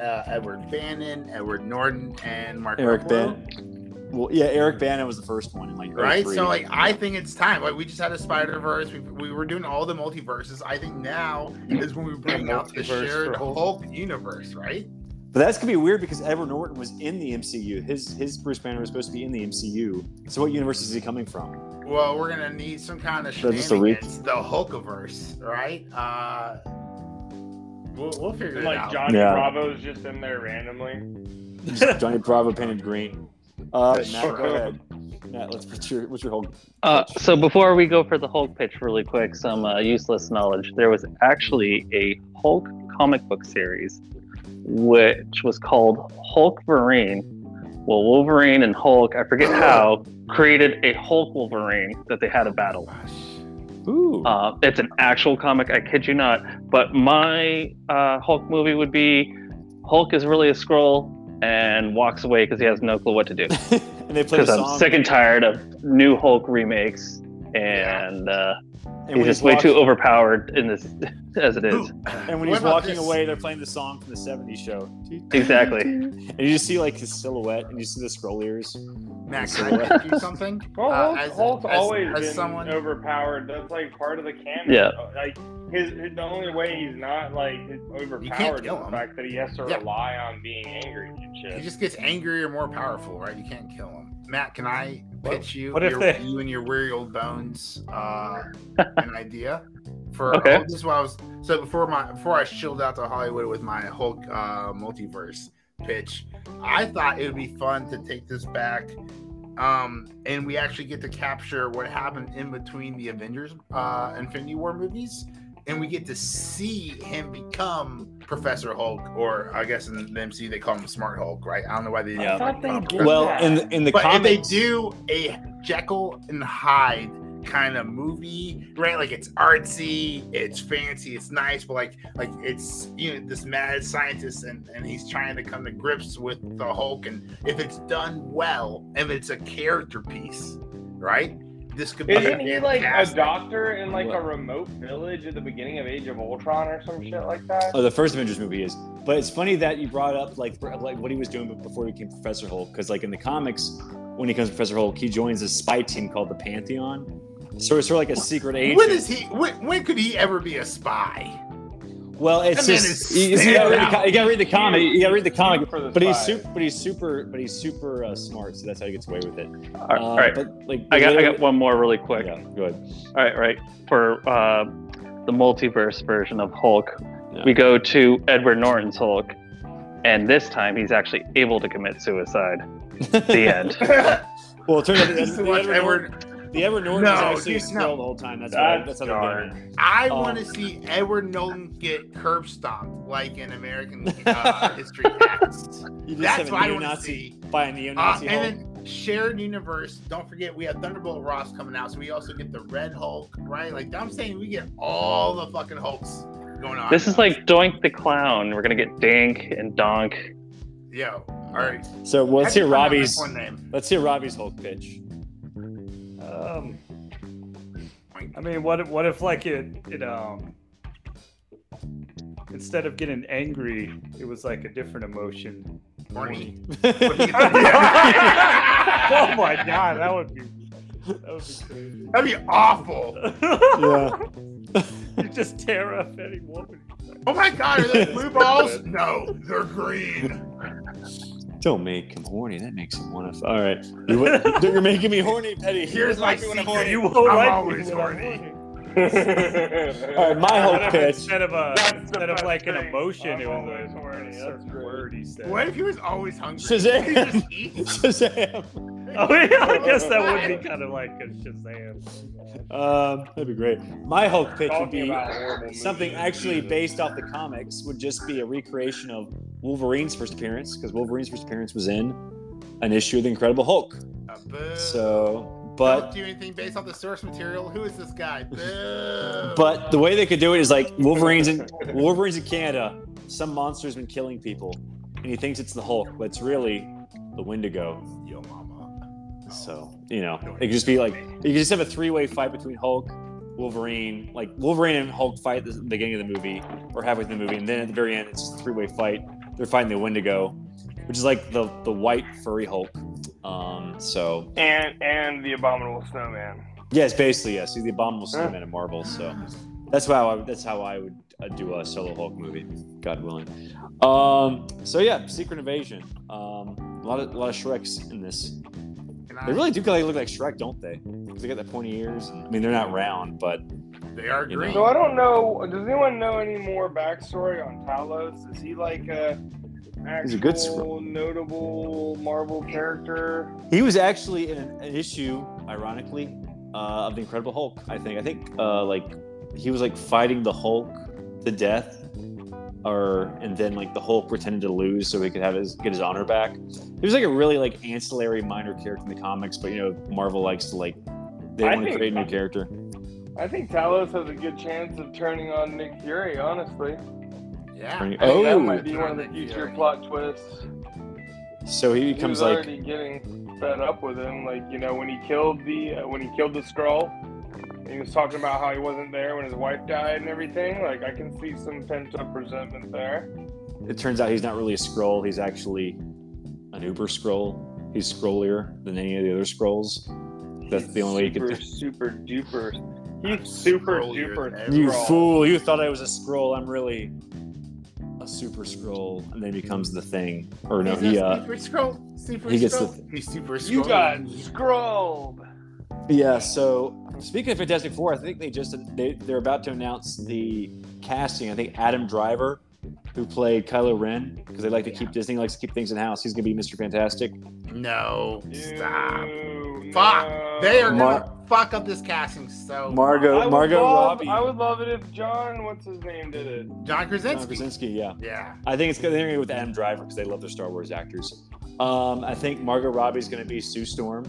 [SPEAKER 2] uh, Edward Bannon, Edward Norton, and Mark
[SPEAKER 1] Eric
[SPEAKER 2] Ruffalo.
[SPEAKER 1] Ban. Well, yeah, Eric Bannon was the first one in like
[SPEAKER 2] right
[SPEAKER 1] 03.
[SPEAKER 2] so like i think it's time like we just had a spider verse we, we were doing all the multiverses i think now is when we bring out the
[SPEAKER 4] Multiverse
[SPEAKER 2] shared
[SPEAKER 4] for Hulk.
[SPEAKER 2] hulk universe right
[SPEAKER 1] but that's gonna be weird because Edward Norton was in the MCU. His his Bruce Banner was supposed to be in the MCU. So what universe is he coming from?
[SPEAKER 2] well we're gonna need some kind of
[SPEAKER 1] That's just a re-
[SPEAKER 2] shenanigans the hulkiverse right uh we'll, we'll figure
[SPEAKER 5] And
[SPEAKER 2] it
[SPEAKER 5] like
[SPEAKER 2] out
[SPEAKER 5] Johnny
[SPEAKER 1] Yeah.
[SPEAKER 5] Bravo's just in there randomly.
[SPEAKER 1] Johnny Bravo painted green. Uh,
[SPEAKER 2] That's
[SPEAKER 1] Matt, go
[SPEAKER 2] true.
[SPEAKER 1] ahead. Matt, let's put your what's your Hulk?
[SPEAKER 3] Uh, so before we go for the Hulk pitch, really quick, some uh, useless knowledge. There was actually a Hulk comic book series, which was called Hulk Wolverine. Well, Wolverine and Hulk, I forget how, created a Hulk Wolverine that they had a battle.
[SPEAKER 2] Gosh.
[SPEAKER 1] Ooh,
[SPEAKER 3] Uh, it's an actual comic. I kid you not. But my uh, Hulk movie would be Hulk is really a scroll and walks away because he has no clue what to do
[SPEAKER 1] and they played a
[SPEAKER 3] because
[SPEAKER 1] song.
[SPEAKER 3] I'm sick and tired of new Hulk remakes,
[SPEAKER 2] Yeah.
[SPEAKER 3] and uh,
[SPEAKER 1] and
[SPEAKER 3] he's
[SPEAKER 1] when
[SPEAKER 3] just way
[SPEAKER 1] walking-
[SPEAKER 3] too overpowered in this as it is.
[SPEAKER 1] And when
[SPEAKER 2] What
[SPEAKER 1] he's
[SPEAKER 2] about
[SPEAKER 1] walking
[SPEAKER 2] this?
[SPEAKER 1] away, they're playing the song from the '70s show.
[SPEAKER 3] exactly.
[SPEAKER 1] And you just see like his silhouette, and you see the scroll ears.
[SPEAKER 2] Matt, can I do something?
[SPEAKER 5] Well,
[SPEAKER 2] Uh,
[SPEAKER 5] Hulk,
[SPEAKER 2] as-
[SPEAKER 5] Hulk's
[SPEAKER 2] as-
[SPEAKER 5] always
[SPEAKER 2] as
[SPEAKER 5] been
[SPEAKER 2] someone-
[SPEAKER 5] overpowered. That's like part of the canon.
[SPEAKER 3] Yeah.
[SPEAKER 5] Like his, his the only way he's not like
[SPEAKER 2] can't
[SPEAKER 5] overpowered is
[SPEAKER 2] kill
[SPEAKER 5] the
[SPEAKER 2] him.
[SPEAKER 5] fact that he has to
[SPEAKER 2] Yeah.
[SPEAKER 5] rely on being angry and
[SPEAKER 2] He
[SPEAKER 5] shit.
[SPEAKER 2] just gets angrier, more powerful, right? You can't kill him. Matt, can I
[SPEAKER 4] What-
[SPEAKER 2] pitch you,
[SPEAKER 4] what if
[SPEAKER 2] your,
[SPEAKER 4] they-
[SPEAKER 2] you and your weary old bones, uh, an idea for
[SPEAKER 3] Okay.
[SPEAKER 2] oh, this is why I was so before my before I chilled out to Hollywood with my Hulk uh, multiverse pitch. I thought it would be fun to take this back, um, and we actually get to capture what happened in between the Avengers uh, Infinity War movies, and we get to see him become Professor Hulk, or I guess in the MCU they call him Smart Hulk, right? I don't know why they Uh, didn't
[SPEAKER 1] Yeah.
[SPEAKER 2] call him
[SPEAKER 5] I thought they
[SPEAKER 2] Professor
[SPEAKER 5] did
[SPEAKER 1] Well,
[SPEAKER 5] Yeah.
[SPEAKER 1] in in the
[SPEAKER 2] but
[SPEAKER 1] comics,
[SPEAKER 2] if they do a Jekyll and Hyde kind of movie, right? Like it's artsy, it's fancy, it's nice, but like like it's you know this mad scientist and and he's trying to come to grips with the Hulk, and if it's done well, if it's a character piece, right? This could be
[SPEAKER 5] Isn't he like a
[SPEAKER 2] fantastic.
[SPEAKER 5] doctor in like a
[SPEAKER 1] What?
[SPEAKER 5] remote village at the beginning of Age of Ultron or some shit like that?
[SPEAKER 1] Oh, the first Avengers movie is. But it's funny that you brought up like for- like what he was doing before he became Professor Hulk, because like in the comics, when he becomes Professor Hulk, he joins a spy team called the Pantheon. So it's sort of like a secret agent.
[SPEAKER 2] When is he? When, when could he ever be a spy?
[SPEAKER 1] well, it's
[SPEAKER 2] That man
[SPEAKER 1] just
[SPEAKER 2] is
[SPEAKER 1] you, you see, you gotta read the, co-
[SPEAKER 2] standout.
[SPEAKER 1] you gotta read the comic. You gotta read the comic.
[SPEAKER 5] For the
[SPEAKER 1] But he's
[SPEAKER 5] spy.
[SPEAKER 1] super. But he's super. But he's super uh, smart. So that's how he gets away with it.
[SPEAKER 3] All
[SPEAKER 1] Uh,
[SPEAKER 3] right, all right.
[SPEAKER 1] But like
[SPEAKER 3] I got I got one more really quick.
[SPEAKER 1] Yeah, go ahead.
[SPEAKER 3] All right, all right. For uh, the multiverse version of Hulk,
[SPEAKER 1] Yeah.
[SPEAKER 3] we go to Edward Norton's Hulk, and this time he's actually able to commit suicide. The end.
[SPEAKER 1] Well, it turns out the,
[SPEAKER 2] Just to
[SPEAKER 1] the,
[SPEAKER 2] watch
[SPEAKER 1] Edward,
[SPEAKER 2] Edward
[SPEAKER 1] Norton- the Edward Norton was
[SPEAKER 2] No,
[SPEAKER 1] actually
[SPEAKER 2] dude,
[SPEAKER 1] still
[SPEAKER 2] no.
[SPEAKER 1] the whole time. That's why,
[SPEAKER 5] That's,
[SPEAKER 1] that's how they did it.
[SPEAKER 5] darn.
[SPEAKER 2] I
[SPEAKER 1] Um,
[SPEAKER 2] want to see Edward Nolan get curb stomped like in American uh, History X.
[SPEAKER 1] You just
[SPEAKER 2] That's
[SPEAKER 1] have a
[SPEAKER 2] what I wanna
[SPEAKER 1] neo-Nazi
[SPEAKER 2] see.
[SPEAKER 1] by a
[SPEAKER 2] Uh,
[SPEAKER 1] neo-Nazi Hulk.
[SPEAKER 2] and then shared universe. Don't forget we have Thunderbolt Ross coming out, so we also get the Red Hulk, right? Like I'm saying, we get all the fucking Hulks going on.
[SPEAKER 3] This is like Doink the Clown. We're gonna get Dink and Donk.
[SPEAKER 2] yo, all right.
[SPEAKER 1] So well, let's
[SPEAKER 2] How'd you
[SPEAKER 1] hear
[SPEAKER 2] come up with
[SPEAKER 1] Robbie's.
[SPEAKER 2] one name.
[SPEAKER 1] Let's hear Robbie's Hulk pitch.
[SPEAKER 4] Um, I mean, what if, what if like it it um instead of getting angry, it was like a different emotion.
[SPEAKER 2] Horny.
[SPEAKER 4] oh
[SPEAKER 2] That'd
[SPEAKER 4] my god, that would be that would be crazy.
[SPEAKER 2] be awful.
[SPEAKER 1] yeah.
[SPEAKER 4] You just tear up any woman.
[SPEAKER 2] Oh my god, are those blue balls? No, they're green.
[SPEAKER 1] Don't make him horny. That makes him want to. All right. You, would- you're making me horny, Petty.
[SPEAKER 2] Here's my secret.
[SPEAKER 4] You won't
[SPEAKER 2] I'm
[SPEAKER 4] like me
[SPEAKER 2] always
[SPEAKER 4] when I'm
[SPEAKER 2] horny.
[SPEAKER 1] All right. My
[SPEAKER 4] What
[SPEAKER 1] Hulk
[SPEAKER 4] if
[SPEAKER 1] pitch.
[SPEAKER 4] instead of a
[SPEAKER 5] That's the
[SPEAKER 4] instead of
[SPEAKER 5] best
[SPEAKER 4] like an
[SPEAKER 5] thing.
[SPEAKER 4] emotion,
[SPEAKER 5] I'm
[SPEAKER 4] it was
[SPEAKER 5] always
[SPEAKER 4] a
[SPEAKER 5] horny. That's
[SPEAKER 4] certain
[SPEAKER 5] great.
[SPEAKER 4] word he said.
[SPEAKER 2] What if he was always hungry?
[SPEAKER 1] Shazam.
[SPEAKER 2] He just eats.
[SPEAKER 1] Shazam.
[SPEAKER 4] Oh yeah, I guess that would be kind of like a Shazam.
[SPEAKER 1] Um, that'd be great. My Hulk pitch would
[SPEAKER 5] Talking
[SPEAKER 1] be
[SPEAKER 5] about horrible
[SPEAKER 1] something
[SPEAKER 5] movies.
[SPEAKER 1] actually based off the comics. Would just be a recreation of Wolverine's first appearance because Wolverine's first appearance was in an issue of the Incredible Hulk.
[SPEAKER 2] Uh, boo.
[SPEAKER 1] So,
[SPEAKER 2] don't
[SPEAKER 1] but
[SPEAKER 2] do anything based off the source material. Who is this guy? Boo.
[SPEAKER 1] But the way they could do it is like Wolverine's in Wolverine's in Canada. Some monster's been killing people, and he thinks it's the Hulk, but it's really the Wendigo.
[SPEAKER 2] yo mama.
[SPEAKER 1] So you know, it could just be like you could just have a three-way fight between Hulk, Wolverine, like Wolverine and Hulk fight at the beginning of the movie or halfway through the movie, and then at the very end it's just a three-way fight. They're fighting the Wendigo, which is like the the white furry Hulk. Um, so
[SPEAKER 5] and and the Abominable Snowman.
[SPEAKER 1] Yes, basically yes. He's the abominable snowman in Marvel, so that's how I, that's how I would uh, do a solo Hulk movie, God willing. Um, so yeah, Secret Invasion. Um, a lot of a lot of Shreks in this.
[SPEAKER 2] Can I-
[SPEAKER 1] They really do kinda look like Shrek, don't they? 'Cause they got the pointy ears. and- I mean, they're not round, but
[SPEAKER 2] they are
[SPEAKER 1] you
[SPEAKER 2] green.
[SPEAKER 5] So I don't know. Does anyone know any more backstory on Talos? Is he like a
[SPEAKER 1] He's
[SPEAKER 5] actual
[SPEAKER 1] a good
[SPEAKER 5] notable Marvel character?
[SPEAKER 1] he was actually in an, an issue, ironically, uh, of the Incredible Hulk. I think. I think uh, like he was like fighting the Hulk to death, or and then like the Hulk pretended to lose so he could have his get his honor back. He was like a really like ancillary minor character in the comics, but you know Marvel likes to like they
[SPEAKER 5] I
[SPEAKER 1] want to
[SPEAKER 5] think-
[SPEAKER 1] create a new character.
[SPEAKER 5] I think Talos has a good chance of turning on Nick Fury. Honestly,
[SPEAKER 2] Yeah.
[SPEAKER 1] Green-
[SPEAKER 5] I think that
[SPEAKER 1] Oh.
[SPEAKER 5] might be one of the future plot twists.
[SPEAKER 1] So he
[SPEAKER 5] He was
[SPEAKER 1] becomes like
[SPEAKER 5] already getting fed up with him. Like you know, when he killed the uh, when he killed the Skrull, he was talking about how he wasn't there when his wife died and everything. Like I can see some pent up resentment there.
[SPEAKER 1] it turns out he's not really a scroll. He's actually an Uber scroll. He's scrollier than any of the other scrolls. That's the only way you
[SPEAKER 5] super,
[SPEAKER 1] could.
[SPEAKER 5] Super duper. He's super
[SPEAKER 2] Scrollier
[SPEAKER 5] duper.
[SPEAKER 2] than
[SPEAKER 5] Skrull.
[SPEAKER 1] You fool! You thought I was a scroll. I'm really a super scroll, and then he becomes the thing. Or no,
[SPEAKER 2] He's
[SPEAKER 1] he
[SPEAKER 2] a
[SPEAKER 1] uh,
[SPEAKER 2] super scroll. Super
[SPEAKER 1] he gets
[SPEAKER 2] scroll.
[SPEAKER 1] the-
[SPEAKER 2] He's super scroll.
[SPEAKER 5] You got scrolled.
[SPEAKER 1] yeah. So Speaking of Fantastic Four, I think they just they, they're about to announce the casting. I think Adam Driver, who played Kylo Ren, because they like to keep Disney likes to keep things in house. He's gonna be Mr. Fantastic.
[SPEAKER 2] No, stop.
[SPEAKER 5] Ew,
[SPEAKER 2] Fuck.
[SPEAKER 5] no.
[SPEAKER 2] They are
[SPEAKER 1] Mar-
[SPEAKER 2] gonna fuck up this casting so.
[SPEAKER 5] I
[SPEAKER 1] Margot
[SPEAKER 5] would
[SPEAKER 1] Margot
[SPEAKER 5] love-
[SPEAKER 1] Robbie,
[SPEAKER 5] I would love it if John, what's his name, did it.
[SPEAKER 2] John
[SPEAKER 1] John
[SPEAKER 2] Krasinski.
[SPEAKER 1] Krasinski. Yeah,
[SPEAKER 2] Yeah.
[SPEAKER 1] I think it's gonna, they're gonna go with Adam Driver because they love their Star Wars actors. Um, I think Margot Robbie's gonna be Sue Storm.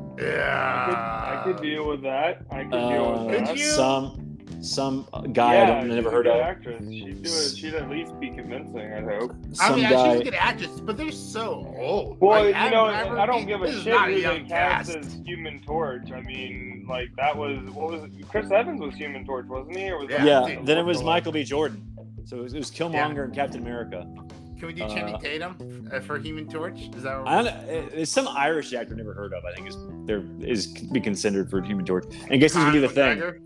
[SPEAKER 5] I could, I
[SPEAKER 2] Yeah.
[SPEAKER 5] could deal with that. I could deal
[SPEAKER 1] Uh,
[SPEAKER 5] with that.
[SPEAKER 2] Uh, Could you?
[SPEAKER 1] Some some guy I don't,
[SPEAKER 5] she's
[SPEAKER 1] never
[SPEAKER 5] a
[SPEAKER 1] heard
[SPEAKER 5] good
[SPEAKER 1] of.
[SPEAKER 5] Actress. She'd, do it. She'd at least be convincing, I hope.
[SPEAKER 1] Some
[SPEAKER 2] I mean,
[SPEAKER 1] guy.
[SPEAKER 2] she's a good actress, but they're so old.
[SPEAKER 5] Well,
[SPEAKER 2] Like,
[SPEAKER 5] you
[SPEAKER 2] Adam
[SPEAKER 5] know,
[SPEAKER 2] Driver,
[SPEAKER 5] I don't give
[SPEAKER 2] this
[SPEAKER 5] a
[SPEAKER 2] is
[SPEAKER 5] shit
[SPEAKER 2] not
[SPEAKER 5] who they
[SPEAKER 2] young
[SPEAKER 5] cast
[SPEAKER 2] cast.
[SPEAKER 5] as Human Torch. I mean, like, that was, what was it? Chris Evans was Human Torch, wasn't he? Or was
[SPEAKER 2] Yeah,
[SPEAKER 5] that-
[SPEAKER 1] yeah.
[SPEAKER 2] dude.
[SPEAKER 1] Then it was Michael B. Jordan. So it was, it was Killmonger and Captain America.
[SPEAKER 2] Can we do Channing Tatum uh, for Human Torch? Is that what
[SPEAKER 1] I don't know. It's some Irish actor I've never heard of. I think is there is could be considered for Human Torch. And guess who's gonna be the thing?
[SPEAKER 2] McGregor?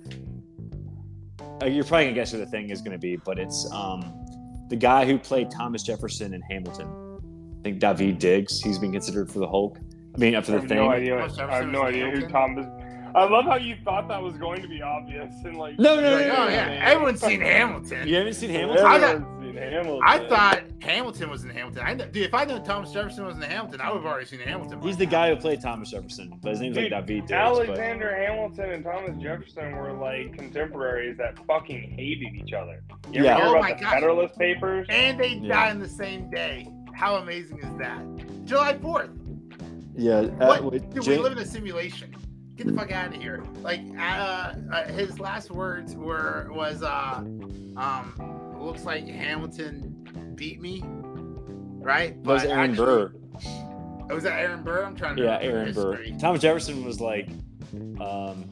[SPEAKER 1] Uh, You're probably gonna guess who the thing is gonna be, but it's um the guy who played Thomas Jefferson in Hamilton. I think David Diggs. He's been considered for the Hulk. I mean, up
[SPEAKER 5] I
[SPEAKER 1] for the
[SPEAKER 5] have
[SPEAKER 1] thing.
[SPEAKER 5] no idea.
[SPEAKER 2] Thomas
[SPEAKER 5] I have
[SPEAKER 2] Jefferson
[SPEAKER 5] no
[SPEAKER 2] was
[SPEAKER 5] idea who
[SPEAKER 2] Hamilton?
[SPEAKER 5] Tom is. I love how you thought that was going to be obvious and like.
[SPEAKER 1] No, no, no,
[SPEAKER 2] Like,
[SPEAKER 1] no,
[SPEAKER 2] oh
[SPEAKER 1] no,
[SPEAKER 2] yeah, everyone's seen Hamilton.
[SPEAKER 1] You haven't seen Hamilton?
[SPEAKER 2] I
[SPEAKER 5] Everyone's
[SPEAKER 2] got-
[SPEAKER 5] seen Hamilton.
[SPEAKER 2] I thought Hamilton was in Hamilton. I know, dude, if I knew Thomas Jefferson was in Hamilton, I would have already seen Hamilton. by
[SPEAKER 1] He's the guy who played Thomas Jefferson, but his name's like David
[SPEAKER 5] Dude,
[SPEAKER 1] Diggs. But
[SPEAKER 5] Alexander Hamilton and Thomas Jefferson were like contemporaries that fucking hated each other. You ever
[SPEAKER 1] Yeah.
[SPEAKER 5] hear
[SPEAKER 2] Oh
[SPEAKER 5] about
[SPEAKER 2] my
[SPEAKER 5] the
[SPEAKER 2] gosh.
[SPEAKER 5] Federalist Papers?
[SPEAKER 2] now. And they
[SPEAKER 1] Yeah.
[SPEAKER 2] die on the same day. How amazing is that? July 4th.
[SPEAKER 1] yeah, uh,
[SPEAKER 2] What?
[SPEAKER 1] wait,
[SPEAKER 2] Dude, we
[SPEAKER 1] Jane-
[SPEAKER 2] live in a simulation. Get the fuck out of here. Like, uh, uh, his last words were, was, uh, um, looks like Hamilton beat me. Right?
[SPEAKER 1] that was Aaron
[SPEAKER 2] actually-
[SPEAKER 1] Burr.
[SPEAKER 2] Oh, was that Aaron Burr? I'm trying to
[SPEAKER 1] Yeah,
[SPEAKER 2] remember
[SPEAKER 1] Aaron Burr.
[SPEAKER 2] history.
[SPEAKER 1] Thomas Jefferson was like, um,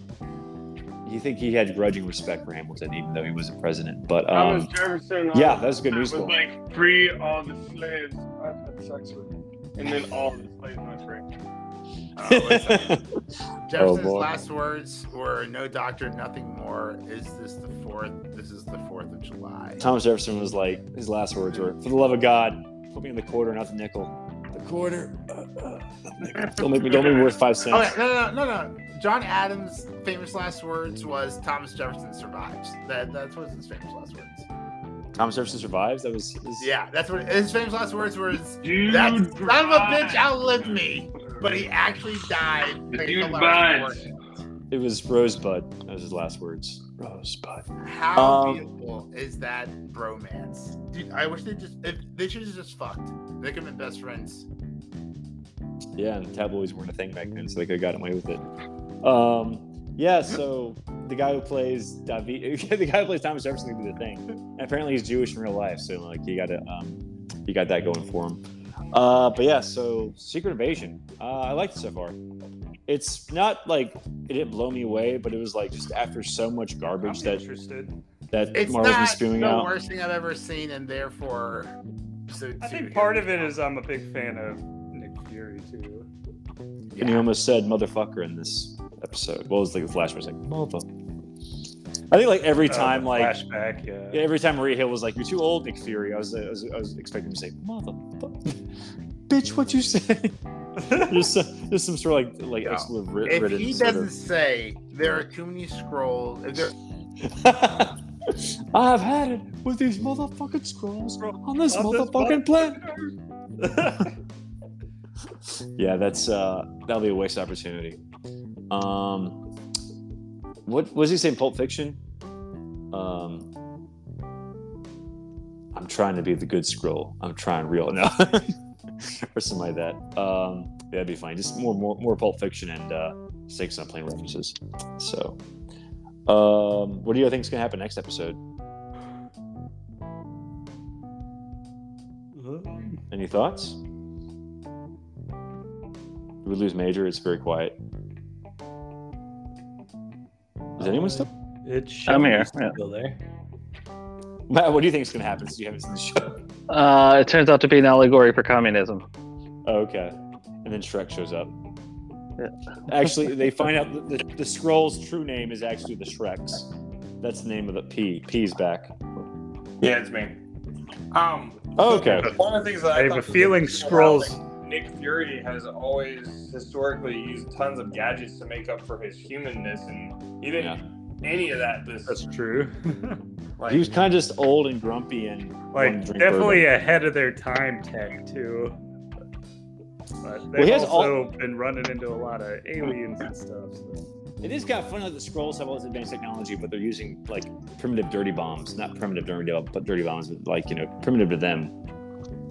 [SPEAKER 1] you think he had grudging respect for Hamilton, even though he wasn't president. But
[SPEAKER 5] Thomas
[SPEAKER 1] um,
[SPEAKER 5] Jefferson. uh,
[SPEAKER 1] yeah, that was a good news
[SPEAKER 5] was
[SPEAKER 1] call.
[SPEAKER 5] like free all the slaves I've had sex with, and then all the slaves went free.
[SPEAKER 2] Oh, wait a second. Jefferson's
[SPEAKER 1] Oh, boy.
[SPEAKER 2] last words were "No doctor, nothing more." Is this the fourth? This is the fourth of July.
[SPEAKER 1] Thomas Jefferson was like, his last words were, "For the love of God, put me in the quarter, not the nickel. The quarter. Uh, uh, not the nickel. don't make me. Don't make me worth five cents."
[SPEAKER 2] Okay, Oh, no, no, no, no, no. John Adams' famous last words was "Thomas Jefferson survives." That that's what his famous last words.
[SPEAKER 1] Thomas Jefferson survives. That was. His,
[SPEAKER 2] Yeah, that's what his famous last words were. is,
[SPEAKER 5] Dude,
[SPEAKER 2] That son of a bitch outlived me, but he actually died.
[SPEAKER 5] The
[SPEAKER 2] like, a
[SPEAKER 5] dude
[SPEAKER 2] couple hours
[SPEAKER 5] buds.
[SPEAKER 2] before.
[SPEAKER 1] It was Rosebud. That was his last words. Rosebud.
[SPEAKER 2] How
[SPEAKER 1] Um,
[SPEAKER 2] beautiful is that bromance? Dude, I wish they just if they should have just fucked. They could have been best friends.
[SPEAKER 1] Yeah, and tabloids weren't a thing back then, so they could have gotten away with it. Um, yeah, so the guy who plays David, the guy who plays Thomas Jefferson, could be the thing. And apparently, he's Jewish in real life, so like you got to, um, you got that going for him. Uh, but yeah, so Secret Invasion, uh, I liked it so far. It's not like it didn't blow me away, but it was like just after so much
[SPEAKER 4] I'm
[SPEAKER 1] garbage that
[SPEAKER 4] interested.
[SPEAKER 1] that
[SPEAKER 2] It's
[SPEAKER 1] Marvel's been
[SPEAKER 2] not
[SPEAKER 1] spewing
[SPEAKER 2] the
[SPEAKER 1] out.
[SPEAKER 2] worst thing I've ever seen, and therefore, so
[SPEAKER 4] I think part of it is I'm a big fan of Nick Fury too.
[SPEAKER 1] And he almost said motherfucker in this episode. What was like the flash was like motherfucker. I think like every
[SPEAKER 4] Uh,
[SPEAKER 1] time
[SPEAKER 4] the
[SPEAKER 1] like
[SPEAKER 4] flashback, yeah.
[SPEAKER 1] every time Maria Hill was like, You're too old, Nick Fury, I was I was, I was expecting him to say, Motherfucker Bitch, what you say? there's, some, there's some sort of like like
[SPEAKER 2] Yeah.
[SPEAKER 1] expletive writ-
[SPEAKER 2] If
[SPEAKER 1] written
[SPEAKER 2] he
[SPEAKER 1] sort
[SPEAKER 2] doesn't
[SPEAKER 1] of-
[SPEAKER 2] say there are too many scrolls, if there,
[SPEAKER 1] I've had it with these motherfucking scrolls on this
[SPEAKER 4] On this
[SPEAKER 1] motherfucking planet. yeah, that's uh, that'll be a waste opportunity. Um, what was he saying? Pulp Fiction. Um, I'm trying to be the good scroll. I'm trying real no, or something like that. Um, that'd be fine. Just more, more, more Pulp Fiction and uh, stakes not playing references. So, um, what do you think's gonna happen next episode? Any thoughts? Did we lose Major? It's very quiet. Is anyone still?
[SPEAKER 6] It's
[SPEAKER 3] I'm
[SPEAKER 6] showing
[SPEAKER 3] here,
[SPEAKER 6] it's
[SPEAKER 3] yeah.
[SPEAKER 6] Still there.
[SPEAKER 1] Matt, what do you think is going to happen? since you haven't seen the show.
[SPEAKER 3] Uh, it turns out to be an allegory for communism.
[SPEAKER 1] Oh, okay. And then Shrek shows up.
[SPEAKER 3] Yeah.
[SPEAKER 1] Actually, they find out that the, the scroll's true name is actually the Shrek's. That's the name of the P. P's back.
[SPEAKER 5] Yeah, it's me. Um.
[SPEAKER 1] Oh, okay.
[SPEAKER 5] One of the things that
[SPEAKER 4] I have a
[SPEAKER 5] thought was
[SPEAKER 4] feeling
[SPEAKER 5] interesting
[SPEAKER 4] Skrulls
[SPEAKER 5] about, like, Nick Fury has always historically used tons of gadgets to make up for his humanness, and he didn't any of that this.
[SPEAKER 4] That's true.
[SPEAKER 5] like,
[SPEAKER 1] He was kind of just old and grumpy and
[SPEAKER 4] like
[SPEAKER 1] wouldn't drink
[SPEAKER 4] definitely
[SPEAKER 1] bourbon.
[SPEAKER 4] ahead of their time tech too. But
[SPEAKER 1] Well,
[SPEAKER 4] they've
[SPEAKER 1] he has
[SPEAKER 4] also been running into a lot of aliens and stuff. So.
[SPEAKER 1] It is kind of funny that the scrolls have all this advanced technology, but they're using like primitive dirty bombs. Not primitive dirty, bomb- but dirty bombs, but like you know, primitive to them.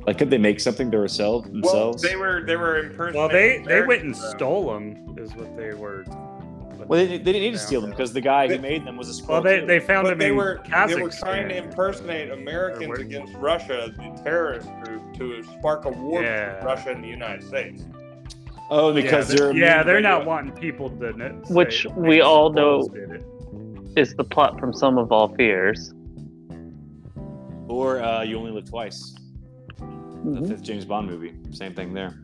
[SPEAKER 1] Like, could they make something to themselves?
[SPEAKER 5] well,
[SPEAKER 1] Themselves?
[SPEAKER 5] they were they were impersonating.
[SPEAKER 4] Well, they they
[SPEAKER 5] Americans, uh,
[SPEAKER 4] went and
[SPEAKER 5] though.
[SPEAKER 4] stole them, is what they were.
[SPEAKER 1] Well, they, they didn't need to
[SPEAKER 4] Yeah.
[SPEAKER 1] steal them because the guy who
[SPEAKER 5] They-
[SPEAKER 1] made them was a scroll.
[SPEAKER 4] Well, they,
[SPEAKER 1] too.
[SPEAKER 4] they found
[SPEAKER 5] But
[SPEAKER 4] them
[SPEAKER 5] they
[SPEAKER 4] in
[SPEAKER 5] were
[SPEAKER 4] Kazakhstan.
[SPEAKER 5] they were trying to impersonate
[SPEAKER 4] Or
[SPEAKER 5] Americans
[SPEAKER 4] where-
[SPEAKER 5] against Russia, the terrorist group, to spark a war
[SPEAKER 4] Yeah.
[SPEAKER 5] between Russia and the United States.
[SPEAKER 1] oh,
[SPEAKER 4] Yeah,
[SPEAKER 1] because
[SPEAKER 4] they're-
[SPEAKER 1] they're immune
[SPEAKER 4] yeah,
[SPEAKER 1] to
[SPEAKER 4] they're not
[SPEAKER 1] radio-
[SPEAKER 4] wanting people to know.
[SPEAKER 3] Which
[SPEAKER 4] say,
[SPEAKER 3] we
[SPEAKER 4] "Hey,
[SPEAKER 3] all
[SPEAKER 4] Skrulls
[SPEAKER 3] know-
[SPEAKER 4] did it."
[SPEAKER 3] Is the plot from Some of All Fears?
[SPEAKER 1] Or uh, you only live twice.
[SPEAKER 3] Mm-hmm.
[SPEAKER 1] the fifth James Bond movie. Same thing there.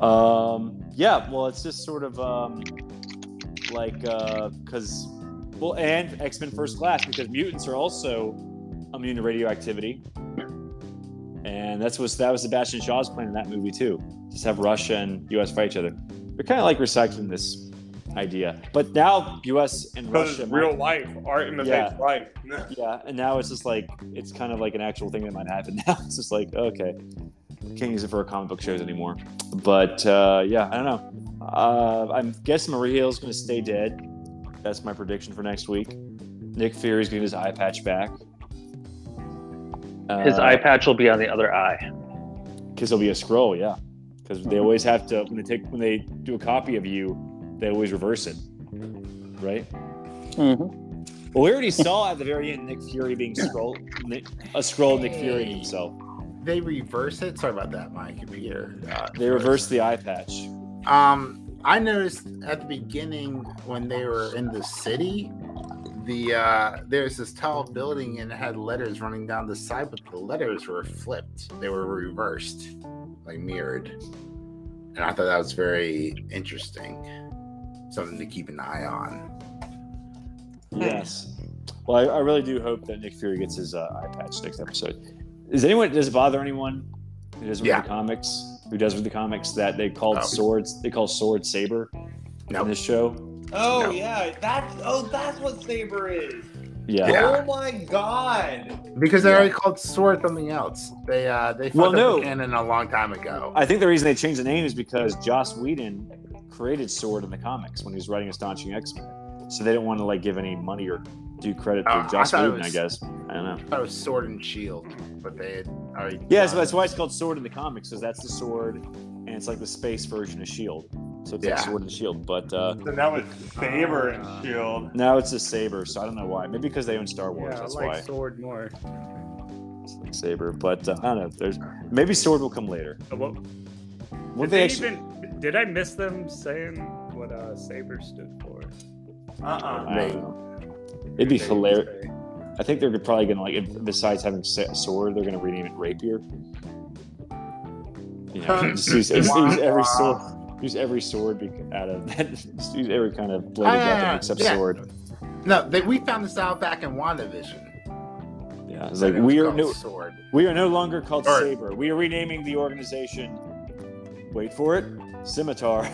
[SPEAKER 1] Um, yeah, well, it's just sort of um, like because well, and X Men First Class because mutants are also immune to radioactivity, and that's what that was Sebastian Shaw's plan in that movie too. Just have Russia and U.S. fight each other. They're kind of like recycling this idea, but now U.S. and
[SPEAKER 5] Because
[SPEAKER 1] Russia
[SPEAKER 5] it's real life, art imitates
[SPEAKER 1] Yeah.
[SPEAKER 5] life.
[SPEAKER 1] yeah, and now it's just like it's kind of like an actual thing that might happen now. It's just like okay, can't use it for comic book shows anymore. But uh, yeah, I don't know. Uh, I'm guessing Maria Hill's going to stay dead. That's my prediction for next week. Nick Fury's getting his eye patch back. Uh,
[SPEAKER 3] His eye patch will be on the other eye.
[SPEAKER 1] because there'll be a scroll, yeah. Because they always have to when they take when they do a copy of you, they always reverse it, right? Well, we already saw at the very end Nick Fury being scroll, Nick, a scroll Nick Fury himself.
[SPEAKER 2] They reverse it. Sorry about that. My computer. Uh,
[SPEAKER 1] They reversed the eye patch.
[SPEAKER 2] Um, I noticed at the beginning when they were in the city, the uh, there's this tall building and it had letters running down the side, but the letters were flipped. They were reversed, like mirrored. And I thought that was very interesting. Something to keep an eye on.
[SPEAKER 1] Yes. Well, I, I really do hope that Nick Fury gets his uh, eye patch next episode. Is anyone does it bother anyone who does read
[SPEAKER 2] Yeah.
[SPEAKER 1] the comics? Who does read the comics that they called
[SPEAKER 2] Oh.
[SPEAKER 1] swords? They call sword saber
[SPEAKER 2] No.
[SPEAKER 1] in this show.
[SPEAKER 5] Oh
[SPEAKER 2] No.
[SPEAKER 5] yeah, that's oh that's what saber is.
[SPEAKER 1] Yeah.
[SPEAKER 2] Yeah.
[SPEAKER 5] Oh my god.
[SPEAKER 2] Because they
[SPEAKER 1] Yeah.
[SPEAKER 2] already called sword something else. They uh they fucked
[SPEAKER 1] Well,
[SPEAKER 2] up
[SPEAKER 1] no.
[SPEAKER 2] the canon a long time ago.
[SPEAKER 1] I think the reason they changed the name is because Joss Whedon created Sword in the comics when he was writing Astonishing X Men, so they didn't want to like give any money or do credit to
[SPEAKER 2] Oh, I
[SPEAKER 1] Joss
[SPEAKER 2] thought it
[SPEAKER 1] Whedon. I
[SPEAKER 2] was-
[SPEAKER 1] guess I don't know.
[SPEAKER 2] I thought it was sword and shield, but they had already
[SPEAKER 1] Yeah, so
[SPEAKER 2] done-
[SPEAKER 1] that's why it's called Sword in the comics, because that's the sword, and it's like the space version of Shield. E So it's like
[SPEAKER 2] Yeah.
[SPEAKER 1] Sword and Shield, but uh,
[SPEAKER 5] So now it's saber
[SPEAKER 4] Uh,
[SPEAKER 5] and shield.
[SPEAKER 1] now it's a saber. So I don't know why. Maybe because they own Star Wars,
[SPEAKER 4] Yeah, I
[SPEAKER 1] that's
[SPEAKER 4] like
[SPEAKER 1] why
[SPEAKER 4] sword more.
[SPEAKER 1] it's like saber. But uh, I don't know. There's maybe sword will come later.
[SPEAKER 4] Uh, What,
[SPEAKER 1] Will
[SPEAKER 4] did
[SPEAKER 1] they
[SPEAKER 4] they
[SPEAKER 1] actually?
[SPEAKER 4] even? Did I miss them saying what uh, saber stood for?
[SPEAKER 5] Uh-uh.
[SPEAKER 1] I don't know. It'd be
[SPEAKER 4] They
[SPEAKER 1] hilarious.
[SPEAKER 4] say-
[SPEAKER 1] I think they're probably gonna like. if- Besides having sa- sword, they're gonna rename it rapier. You know, just use, just use every sword. Use every sword be- out of that. just use every kind of
[SPEAKER 2] Ah,
[SPEAKER 1] bladed
[SPEAKER 2] yeah,
[SPEAKER 1] weapon
[SPEAKER 2] yeah,
[SPEAKER 1] except
[SPEAKER 2] yeah.
[SPEAKER 1] sword.
[SPEAKER 2] No, they, we found this out back in WandaVision.
[SPEAKER 1] Yeah, it's
[SPEAKER 2] That
[SPEAKER 1] like
[SPEAKER 2] it was
[SPEAKER 1] we are
[SPEAKER 2] called
[SPEAKER 1] no,
[SPEAKER 2] sword.
[SPEAKER 1] we are no longer called
[SPEAKER 2] All right.
[SPEAKER 1] Saber. We are renaming the organization. Wait for it, Scimitar.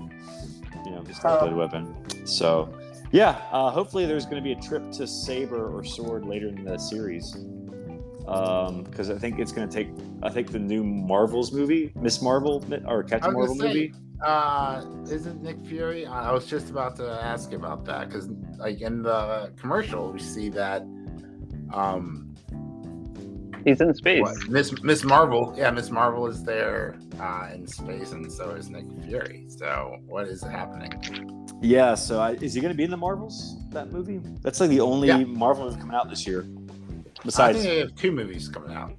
[SPEAKER 1] you know, just that
[SPEAKER 2] Oh.
[SPEAKER 1] blood weapon. So, yeah, uh, hopefully there's going to be a trip to Saber or Sword later in the series. Because I think it's going to take. I think the new Marvel's movie, Miss Marvel or
[SPEAKER 2] I
[SPEAKER 1] Captain
[SPEAKER 2] was
[SPEAKER 1] Marvel
[SPEAKER 2] gonna say,
[SPEAKER 1] movie.
[SPEAKER 2] uh, isn't Nick Fury? I I was just about to ask about that because, like in the commercial, we see that um,
[SPEAKER 3] He's in space.
[SPEAKER 2] what- Miss Miss Marvel, yeah, Miss Marvel is there uh, in space, and so is Nick Fury. So, what is happening?
[SPEAKER 1] Yeah. So I, is he going to be in the Marvels? That movie. That's like the only
[SPEAKER 2] Yeah.
[SPEAKER 1] Marvel movie coming out this year.
[SPEAKER 2] I
[SPEAKER 1] Besides,
[SPEAKER 2] think they have two movies coming out.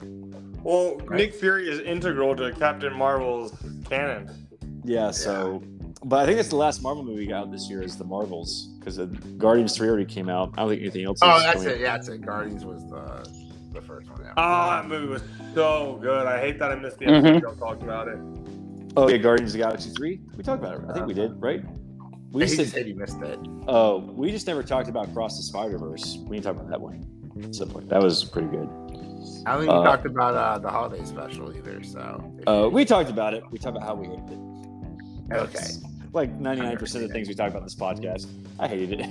[SPEAKER 5] Well,
[SPEAKER 2] Right.
[SPEAKER 5] Nick Fury is integral to Captain Marvel's canon.
[SPEAKER 1] Yeah, so, but I think that's the last Marvel movie out this year is the Marvels because Guardians Three already came out. I don't think anything else.
[SPEAKER 2] Oh,
[SPEAKER 1] is
[SPEAKER 2] that's
[SPEAKER 1] coming-
[SPEAKER 2] it. Yeah, that's it. Guardians was the the first one.
[SPEAKER 1] Uh,
[SPEAKER 2] Yeah.
[SPEAKER 5] Oh, that movie was so good. I hate that I missed the
[SPEAKER 3] Mhm.
[SPEAKER 5] episode.
[SPEAKER 1] Mm-hmm.
[SPEAKER 5] Y'all talked about it.
[SPEAKER 1] Oh, yeah, Guardians of the Galaxy Three. We talked about it. I think we did, right? We
[SPEAKER 2] he
[SPEAKER 1] just
[SPEAKER 2] just
[SPEAKER 1] did,
[SPEAKER 2] said he missed it.
[SPEAKER 1] oh, we just never talked about Cross the Spider Verse. We didn't talk about that one. something like that was pretty good.
[SPEAKER 2] I don't think you
[SPEAKER 1] Uh,
[SPEAKER 2] talked about uh, the holiday special either. So if
[SPEAKER 1] Uh,
[SPEAKER 2] you-
[SPEAKER 1] we talked about it. We talked about how we hated it.
[SPEAKER 2] okay,
[SPEAKER 1] That's Like 99% of the things we talk about in this podcast. I hated it.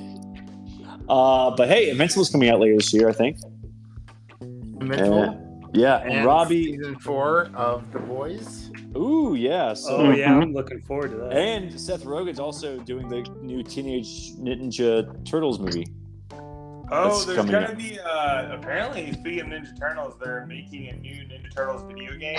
[SPEAKER 1] Uh, but hey, Invincible's coming out later this year, I think.
[SPEAKER 2] Invincible
[SPEAKER 1] Yeah, and, Robbie.
[SPEAKER 2] season four of The Boys.
[SPEAKER 1] Ooh, yeah. So
[SPEAKER 4] Oh yeah, I'm looking forward to that.
[SPEAKER 1] and Seth Rogen's also doing the new Teenage Ninja Turtles movie.
[SPEAKER 5] Oh,
[SPEAKER 1] That's
[SPEAKER 5] there's
[SPEAKER 1] coming
[SPEAKER 5] gonna
[SPEAKER 1] up.
[SPEAKER 5] be uh apparently speaking of Ninja Turtles, they're making a new Ninja Turtles video game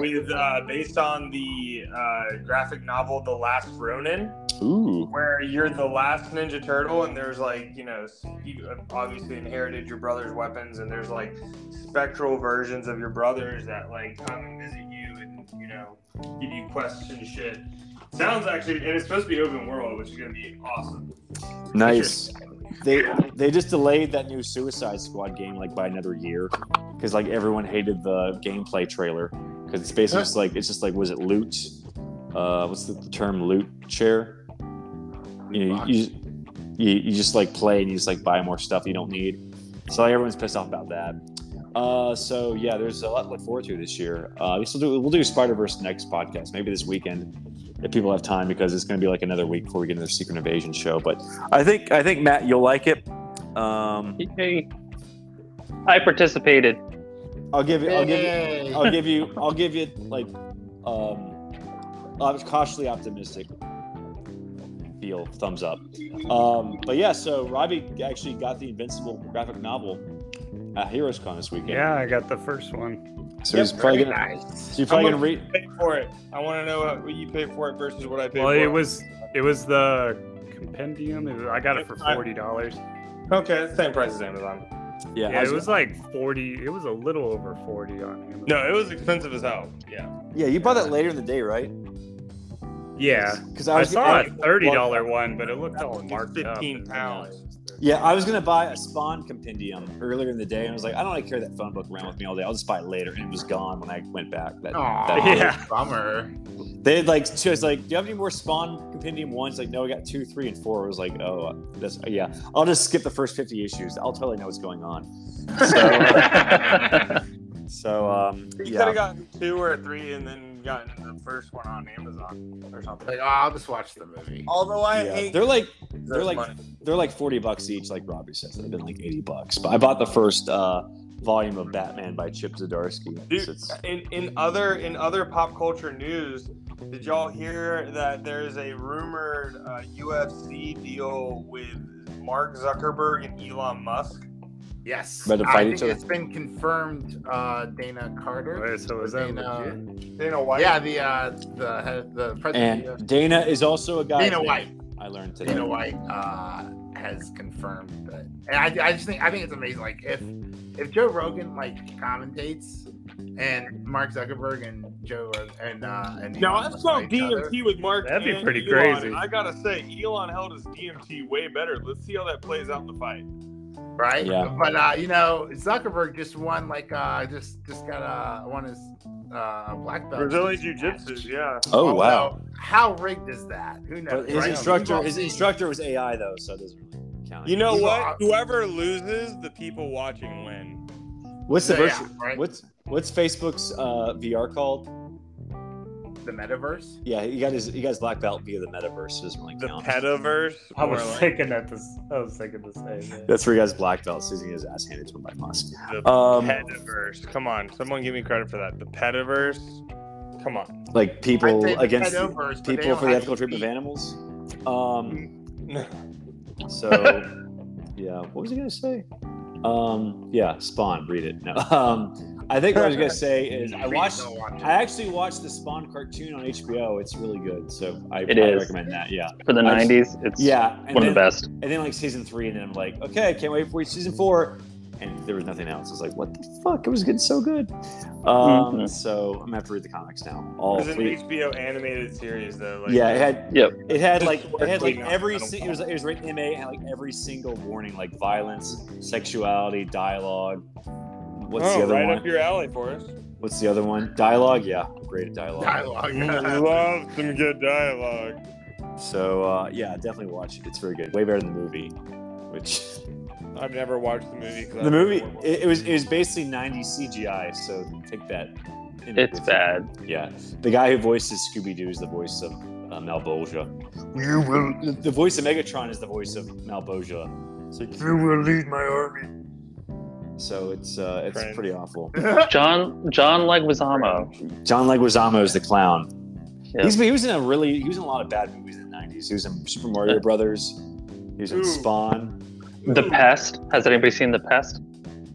[SPEAKER 5] with uh based on the uh graphic novel The Last Ronin,
[SPEAKER 1] Ooh.
[SPEAKER 5] where you're the last Ninja Turtle and there's like, you know, s- you uh, obviously inherited your brother's weapons and there's like spectral versions of your brothers that like come and visit you and, you know, give you quests and shit. Sounds actually and it's supposed to be open world, which is gonna be awesome.
[SPEAKER 1] Nice. They they just delayed that new Suicide Squad game like by another year because like everyone hated the gameplay trailer because it's basically just like it's just like was it loot? Uh, what's the, the term loot chair? You, know, you, you you just like play and you just like buy more stuff you don't need. So like everyone's pissed off about that. Uh, so yeah, there's a lot to look forward to this year. Uh, I guess we'll do we'll do Spider Verse next podcast, maybe this weekend if people have time because it's going to be like another week before we get another Secret Invasion show. But I think I think Matt, you'll like it. Um,
[SPEAKER 3] Yay. I participated.
[SPEAKER 1] I'll give you. I'll give you.
[SPEAKER 2] Yay.
[SPEAKER 1] I'll give you. I'll give you like. Um, I was cautiously optimistic. Feel thumbs up. Um, but yeah, so Robbie actually got the Invincible graphic novel at Heroes Con this weekend.
[SPEAKER 4] Yeah, I got the first one.
[SPEAKER 1] So he's
[SPEAKER 5] Yep,
[SPEAKER 1] probably
[SPEAKER 2] Very
[SPEAKER 1] gonna.
[SPEAKER 2] nice.
[SPEAKER 1] So you're probably
[SPEAKER 5] I'm
[SPEAKER 1] gonna read.
[SPEAKER 5] Pay for it. I want to know what what you pay for it versus what I pay
[SPEAKER 4] Well,
[SPEAKER 5] for
[SPEAKER 4] it was it was the compendium. It was, I got it for
[SPEAKER 5] I-
[SPEAKER 4] forty dollars.
[SPEAKER 5] Okay, same price as Amazon.
[SPEAKER 1] Yeah,
[SPEAKER 4] Yeah,
[SPEAKER 1] I
[SPEAKER 4] it was like forty. It was a little over forty on Amazon.
[SPEAKER 5] No, it was expensive as hell. Yeah.
[SPEAKER 1] yeah, you bought that later in the day, right?
[SPEAKER 4] Yeah,
[SPEAKER 1] Because I
[SPEAKER 4] I
[SPEAKER 1] was
[SPEAKER 4] saw a
[SPEAKER 1] gonna-
[SPEAKER 4] thirty dollar one, but it looked all
[SPEAKER 5] It's
[SPEAKER 4] marked up.
[SPEAKER 5] 15
[SPEAKER 4] and
[SPEAKER 5] pounds.
[SPEAKER 1] Yeah, I was gonna buy a Spawn compendium earlier in the day, and I was like, I don't want to carry that phone book around with me all day. I'll just buy it later, and it was gone when I went back. That,
[SPEAKER 5] Oh.
[SPEAKER 2] Aw,
[SPEAKER 1] that
[SPEAKER 4] Yeah.
[SPEAKER 2] bummer.
[SPEAKER 1] They had like she was like, "Do you have any more Spawn compendium ones?" Like, no, we got two, three, and four. I was like, oh, that's yeah. I'll just skip the first fifty issues. I'll totally know what's going on. So, so um,
[SPEAKER 5] You could
[SPEAKER 1] yeah,
[SPEAKER 5] have gotten two or three and then gotten the first one on Amazon or something.
[SPEAKER 2] Like, oh, I'll just watch the
[SPEAKER 1] Oh.
[SPEAKER 2] movie.
[SPEAKER 5] Although I
[SPEAKER 1] yeah.
[SPEAKER 5] hate
[SPEAKER 1] They're like
[SPEAKER 5] those
[SPEAKER 1] they're like-
[SPEAKER 5] money.
[SPEAKER 1] they're like forty bucks each, like Robbie says. They've been like eighty bucks, but I bought the first uh volume of Batman by Chip Zdarsky.
[SPEAKER 5] Dude,
[SPEAKER 1] It's-
[SPEAKER 5] in, in other in other pop culture news, did y'all hear that there's a rumored uh, UFC deal with Mark Zuckerberg and Elon Musk?
[SPEAKER 2] Yes.
[SPEAKER 1] Better
[SPEAKER 2] I
[SPEAKER 1] fight
[SPEAKER 2] think
[SPEAKER 1] each other.
[SPEAKER 2] It's been confirmed. Uh, Dana Carter.
[SPEAKER 4] Wait, so is that
[SPEAKER 5] uh,
[SPEAKER 2] Dana-
[SPEAKER 4] legit?
[SPEAKER 5] Dana White.
[SPEAKER 2] Yeah, the uh, the head, the president. of
[SPEAKER 1] and Dana is also a guy.
[SPEAKER 2] Dana
[SPEAKER 1] that
[SPEAKER 2] White.
[SPEAKER 1] I learned today.
[SPEAKER 2] Dana White uh, has confirmed that. And I, I just think I think it's amazing. Like if if Joe Rogan like commentates and Mark Zuckerberg and Joe Rog- and uh, and
[SPEAKER 5] Now
[SPEAKER 2] Elon
[SPEAKER 5] I
[SPEAKER 2] Musk
[SPEAKER 5] saw
[SPEAKER 2] fight each other.
[SPEAKER 5] DMT with Mark.
[SPEAKER 4] That'd be
[SPEAKER 5] and
[SPEAKER 4] pretty
[SPEAKER 5] Elon,
[SPEAKER 4] crazy.
[SPEAKER 5] and I gotta say, Elon held his DMT way better. Let's see how that plays out in the fight.
[SPEAKER 2] right?
[SPEAKER 1] Yeah.
[SPEAKER 2] But uh, you know, Zuckerberg just won like uh just just got uh won his uh black belt.
[SPEAKER 5] yeah.
[SPEAKER 1] Oh wow!
[SPEAKER 2] Although, How rigged is that? Who knows?
[SPEAKER 1] But his
[SPEAKER 2] right?
[SPEAKER 1] instructor,
[SPEAKER 2] We've
[SPEAKER 1] his
[SPEAKER 2] all seen-
[SPEAKER 1] instructor was AI though, so it doesn't really count.
[SPEAKER 5] You know
[SPEAKER 2] Elon-
[SPEAKER 5] what? Whoever loses, the people watching win.
[SPEAKER 1] what's the
[SPEAKER 2] Yeah,
[SPEAKER 1] virtual,
[SPEAKER 2] yeah, right?
[SPEAKER 1] what's what's Facebook's uh, VR called?
[SPEAKER 2] the metaverse?
[SPEAKER 1] Yeah, he got his he got his black belt via the metaverse. It doesn't really
[SPEAKER 5] The
[SPEAKER 1] count.
[SPEAKER 5] petaverse.
[SPEAKER 4] I was
[SPEAKER 5] or like
[SPEAKER 4] thinking that this. I was thinking the same.
[SPEAKER 1] That's where he got his black belt. So he's getting his ass handed to him by Musk.
[SPEAKER 5] the
[SPEAKER 1] Um,
[SPEAKER 5] petaverse. Come on, someone give me credit for that. The petaverse. Come on.
[SPEAKER 1] like people
[SPEAKER 2] I'd say the
[SPEAKER 1] against
[SPEAKER 2] metaverse, but they
[SPEAKER 1] people
[SPEAKER 2] don't
[SPEAKER 1] for the
[SPEAKER 2] have
[SPEAKER 1] ethical treatment of
[SPEAKER 2] feet.
[SPEAKER 1] animals. Um, so yeah, what was he gonna say? Um, yeah, Spawn. Read it. No, um, I think what I was gonna say is I
[SPEAKER 2] Please
[SPEAKER 1] watched.
[SPEAKER 2] don't watch it.
[SPEAKER 1] I actually watched the Spawn cartoon on HBO. It's really good, so I,
[SPEAKER 3] It
[SPEAKER 1] I
[SPEAKER 3] is.
[SPEAKER 1] recommend that. Yeah,
[SPEAKER 3] For the
[SPEAKER 1] I just-
[SPEAKER 3] 90s, it's
[SPEAKER 1] yeah, and
[SPEAKER 3] one
[SPEAKER 1] then,
[SPEAKER 3] of the best.
[SPEAKER 1] And then like season three, and then I'm like, okay, I can't wait for season four, and there was nothing else. It's like, what the fuck? It was getting so good. Um,
[SPEAKER 3] Mhm.
[SPEAKER 1] So I'm gonna have to read the comics now.
[SPEAKER 5] It
[SPEAKER 1] All
[SPEAKER 5] was an
[SPEAKER 1] three.
[SPEAKER 5] HBO animated series though. Like,
[SPEAKER 1] Yeah, it had.
[SPEAKER 3] Yep.
[SPEAKER 1] It had
[SPEAKER 5] Just
[SPEAKER 1] like it had like
[SPEAKER 5] no, I
[SPEAKER 1] every
[SPEAKER 5] don't
[SPEAKER 1] si- it was it was rated MA and had like every single warning like violence, sexuality, dialogue. What's
[SPEAKER 5] oh,
[SPEAKER 1] the other
[SPEAKER 5] right
[SPEAKER 1] one?
[SPEAKER 5] up your alley, Forrest.
[SPEAKER 1] What's the other one? Dialogue. Yeah, I'm great at dialogue.
[SPEAKER 2] Dialogue.
[SPEAKER 5] Love some good dialogue.
[SPEAKER 1] So uh, yeah, definitely watch it. It's very good. Way better than the movie, which
[SPEAKER 6] I've never watched the movie. 'cause I
[SPEAKER 1] The
[SPEAKER 6] don't
[SPEAKER 1] movie
[SPEAKER 6] know what
[SPEAKER 1] it, it was it was basically 90 CGI, so take that. in
[SPEAKER 3] It's
[SPEAKER 1] with you.
[SPEAKER 3] bad.
[SPEAKER 1] Yeah, the guy who voices Scooby Doo is the voice of uh, Malbolgia. You will. The, the voice of Megatron is the voice of Malbolgia. So you will lead my army. So it's uh, it's
[SPEAKER 6] Cringe.
[SPEAKER 1] pretty awful.
[SPEAKER 3] John John Leguizamo.
[SPEAKER 1] John Leguizamo is the clown.
[SPEAKER 3] Yeah.
[SPEAKER 1] He's, he was in a really he was in a lot of bad movies in the 90s. He was in Super Mario Brothers. He was in
[SPEAKER 5] Ooh.
[SPEAKER 1] Spawn.
[SPEAKER 3] The
[SPEAKER 5] Ooh,
[SPEAKER 3] Pest. Has anybody seen The Pest?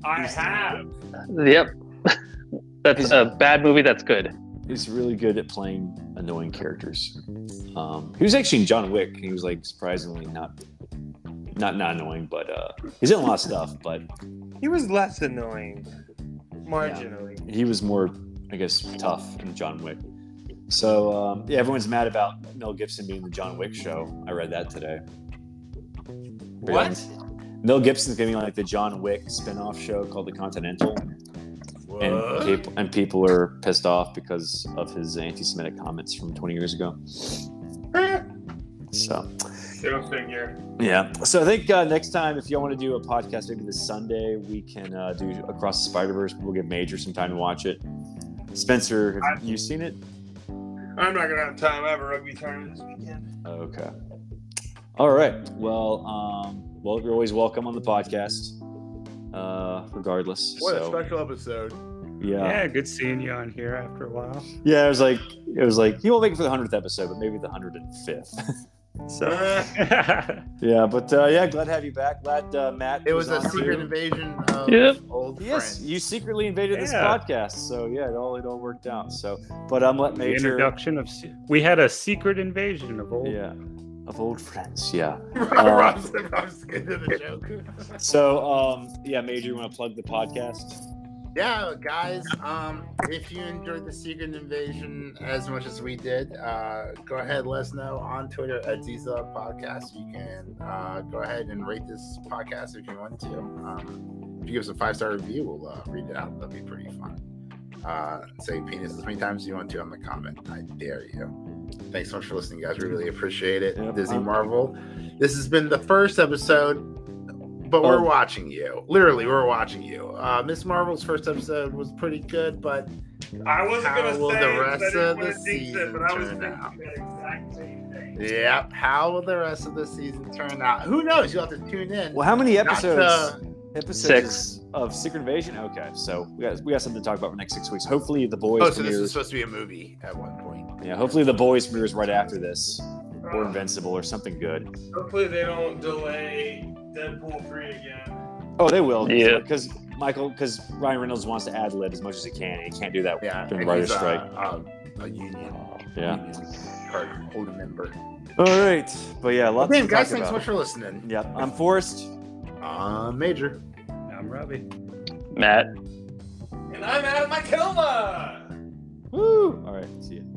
[SPEAKER 5] I have.
[SPEAKER 3] Yep. that's a bad movie. That's good.
[SPEAKER 1] He's really good at playing annoying characters. Um, he was actually in John Wick. He was like surprisingly not not not annoying, but uh, he's in a lot of stuff. But
[SPEAKER 6] He was less annoying, marginally.
[SPEAKER 1] he was more, I guess, tough in John Wick. So um, yeah, everyone's mad about Mel Gibson being the John Wick show. I read that today.
[SPEAKER 6] What?
[SPEAKER 1] Mel Gibson's giving like the John Wick spin-off show called The Continental, and people and people are pissed off because of his anti-Semitic comments from 20 years ago. So.
[SPEAKER 5] Go figure.
[SPEAKER 1] Yeah. So I think uh, next time, if y'all want to do a podcast, maybe this Sunday, we can uh, do Across the Spider Verse. We'll give Major some time to watch it. Spencer, have you seen it?
[SPEAKER 6] I'm not gonna have time. I have a rugby tournament this weekend.
[SPEAKER 1] Okay. All right. Well, um, well, you're always welcome on the podcast, uh, regardless.
[SPEAKER 2] What a
[SPEAKER 1] so,
[SPEAKER 2] special episode.
[SPEAKER 1] yeah.
[SPEAKER 4] Yeah, good seeing you on here after a while.
[SPEAKER 1] Yeah. It was like it was like you won't make it for the hundredth episode, but maybe the hundred and fifth. so yeah, but uh, yeah, glad to have you back. Glad uh, Matt.
[SPEAKER 2] It was a
[SPEAKER 1] on
[SPEAKER 2] secret
[SPEAKER 1] too.
[SPEAKER 2] invasion of
[SPEAKER 3] Yep.
[SPEAKER 2] old
[SPEAKER 1] Yes,
[SPEAKER 2] friends.
[SPEAKER 1] you secretly invaded this
[SPEAKER 4] Yeah.
[SPEAKER 1] podcast, so yeah, it all it all worked out. So, but I'm um, let
[SPEAKER 4] the
[SPEAKER 1] Major,
[SPEAKER 4] introduction of se- we had a secret invasion of old.
[SPEAKER 1] yeah, of old friends, yeah. uh,
[SPEAKER 2] Rob's, Rob's into the joke.
[SPEAKER 1] So, um, yeah, Major, you want to plug the podcast?
[SPEAKER 2] yeah guys um if you enjoyed the secret invasion as much as we did uh go ahead let us know on twitter at Ziza podcast you can uh go ahead and rate this podcast if you want to um if you give us a five star review we'll uh, read it out that'd be pretty fun uh say penis as many times as you want to on the comment i dare you thanks so much for listening guys we really appreciate it
[SPEAKER 1] Yeah,
[SPEAKER 2] disney
[SPEAKER 1] um,
[SPEAKER 2] marvel this has been the first episode but we're
[SPEAKER 1] Oh.
[SPEAKER 2] watching you. Literally, we're watching you. Uh, Miss Marvel's first episode was pretty good, but
[SPEAKER 5] I wasn't
[SPEAKER 2] How
[SPEAKER 5] gonna
[SPEAKER 2] will
[SPEAKER 5] say
[SPEAKER 2] the
[SPEAKER 5] it 'cause
[SPEAKER 2] rest
[SPEAKER 5] I didn't
[SPEAKER 2] of
[SPEAKER 5] wanna
[SPEAKER 2] the
[SPEAKER 5] jinx it, but I was
[SPEAKER 2] season
[SPEAKER 5] thinking
[SPEAKER 2] turn out?
[SPEAKER 5] that exact same thing.
[SPEAKER 2] yeah, how will the rest of the season turn out? Who knows? You'll have to tune in.
[SPEAKER 1] Well, how many
[SPEAKER 2] Not uh,
[SPEAKER 1] episodes?
[SPEAKER 2] to-
[SPEAKER 1] episodes
[SPEAKER 3] Six.
[SPEAKER 1] of Secret Invasion. Okay, so we got we got something to talk about for the next six weeks. Hopefully, the boys.
[SPEAKER 2] oh, so this
[SPEAKER 1] premieres,
[SPEAKER 2] is supposed to be a movie at one point.
[SPEAKER 1] yeah, hopefully the boys premieres right after this, or
[SPEAKER 6] Uh,
[SPEAKER 1] Invincible, or something good.
[SPEAKER 6] hopefully they don't delay Deadpool three again.
[SPEAKER 1] Oh, they will.
[SPEAKER 3] Yeah.
[SPEAKER 1] because Michael, because Ryan Reynolds wants to ad lib as much as he can, and he can't do that
[SPEAKER 2] Yeah,
[SPEAKER 1] during
[SPEAKER 2] and
[SPEAKER 1] writer's
[SPEAKER 2] he's, uh,
[SPEAKER 1] strike.
[SPEAKER 2] uh, a union.
[SPEAKER 1] Yeah.
[SPEAKER 2] Or hold a member.
[SPEAKER 1] All right, but yeah, lots
[SPEAKER 2] Damn,
[SPEAKER 1] to talk
[SPEAKER 2] guys, thanks so
[SPEAKER 1] about.
[SPEAKER 2] much for listening.
[SPEAKER 1] Yep, I'm Forrest.
[SPEAKER 2] Uh, Major.
[SPEAKER 4] I'm Robbie.
[SPEAKER 3] Matt.
[SPEAKER 6] And I'm out of my coma.
[SPEAKER 1] Woo! All right, see ya.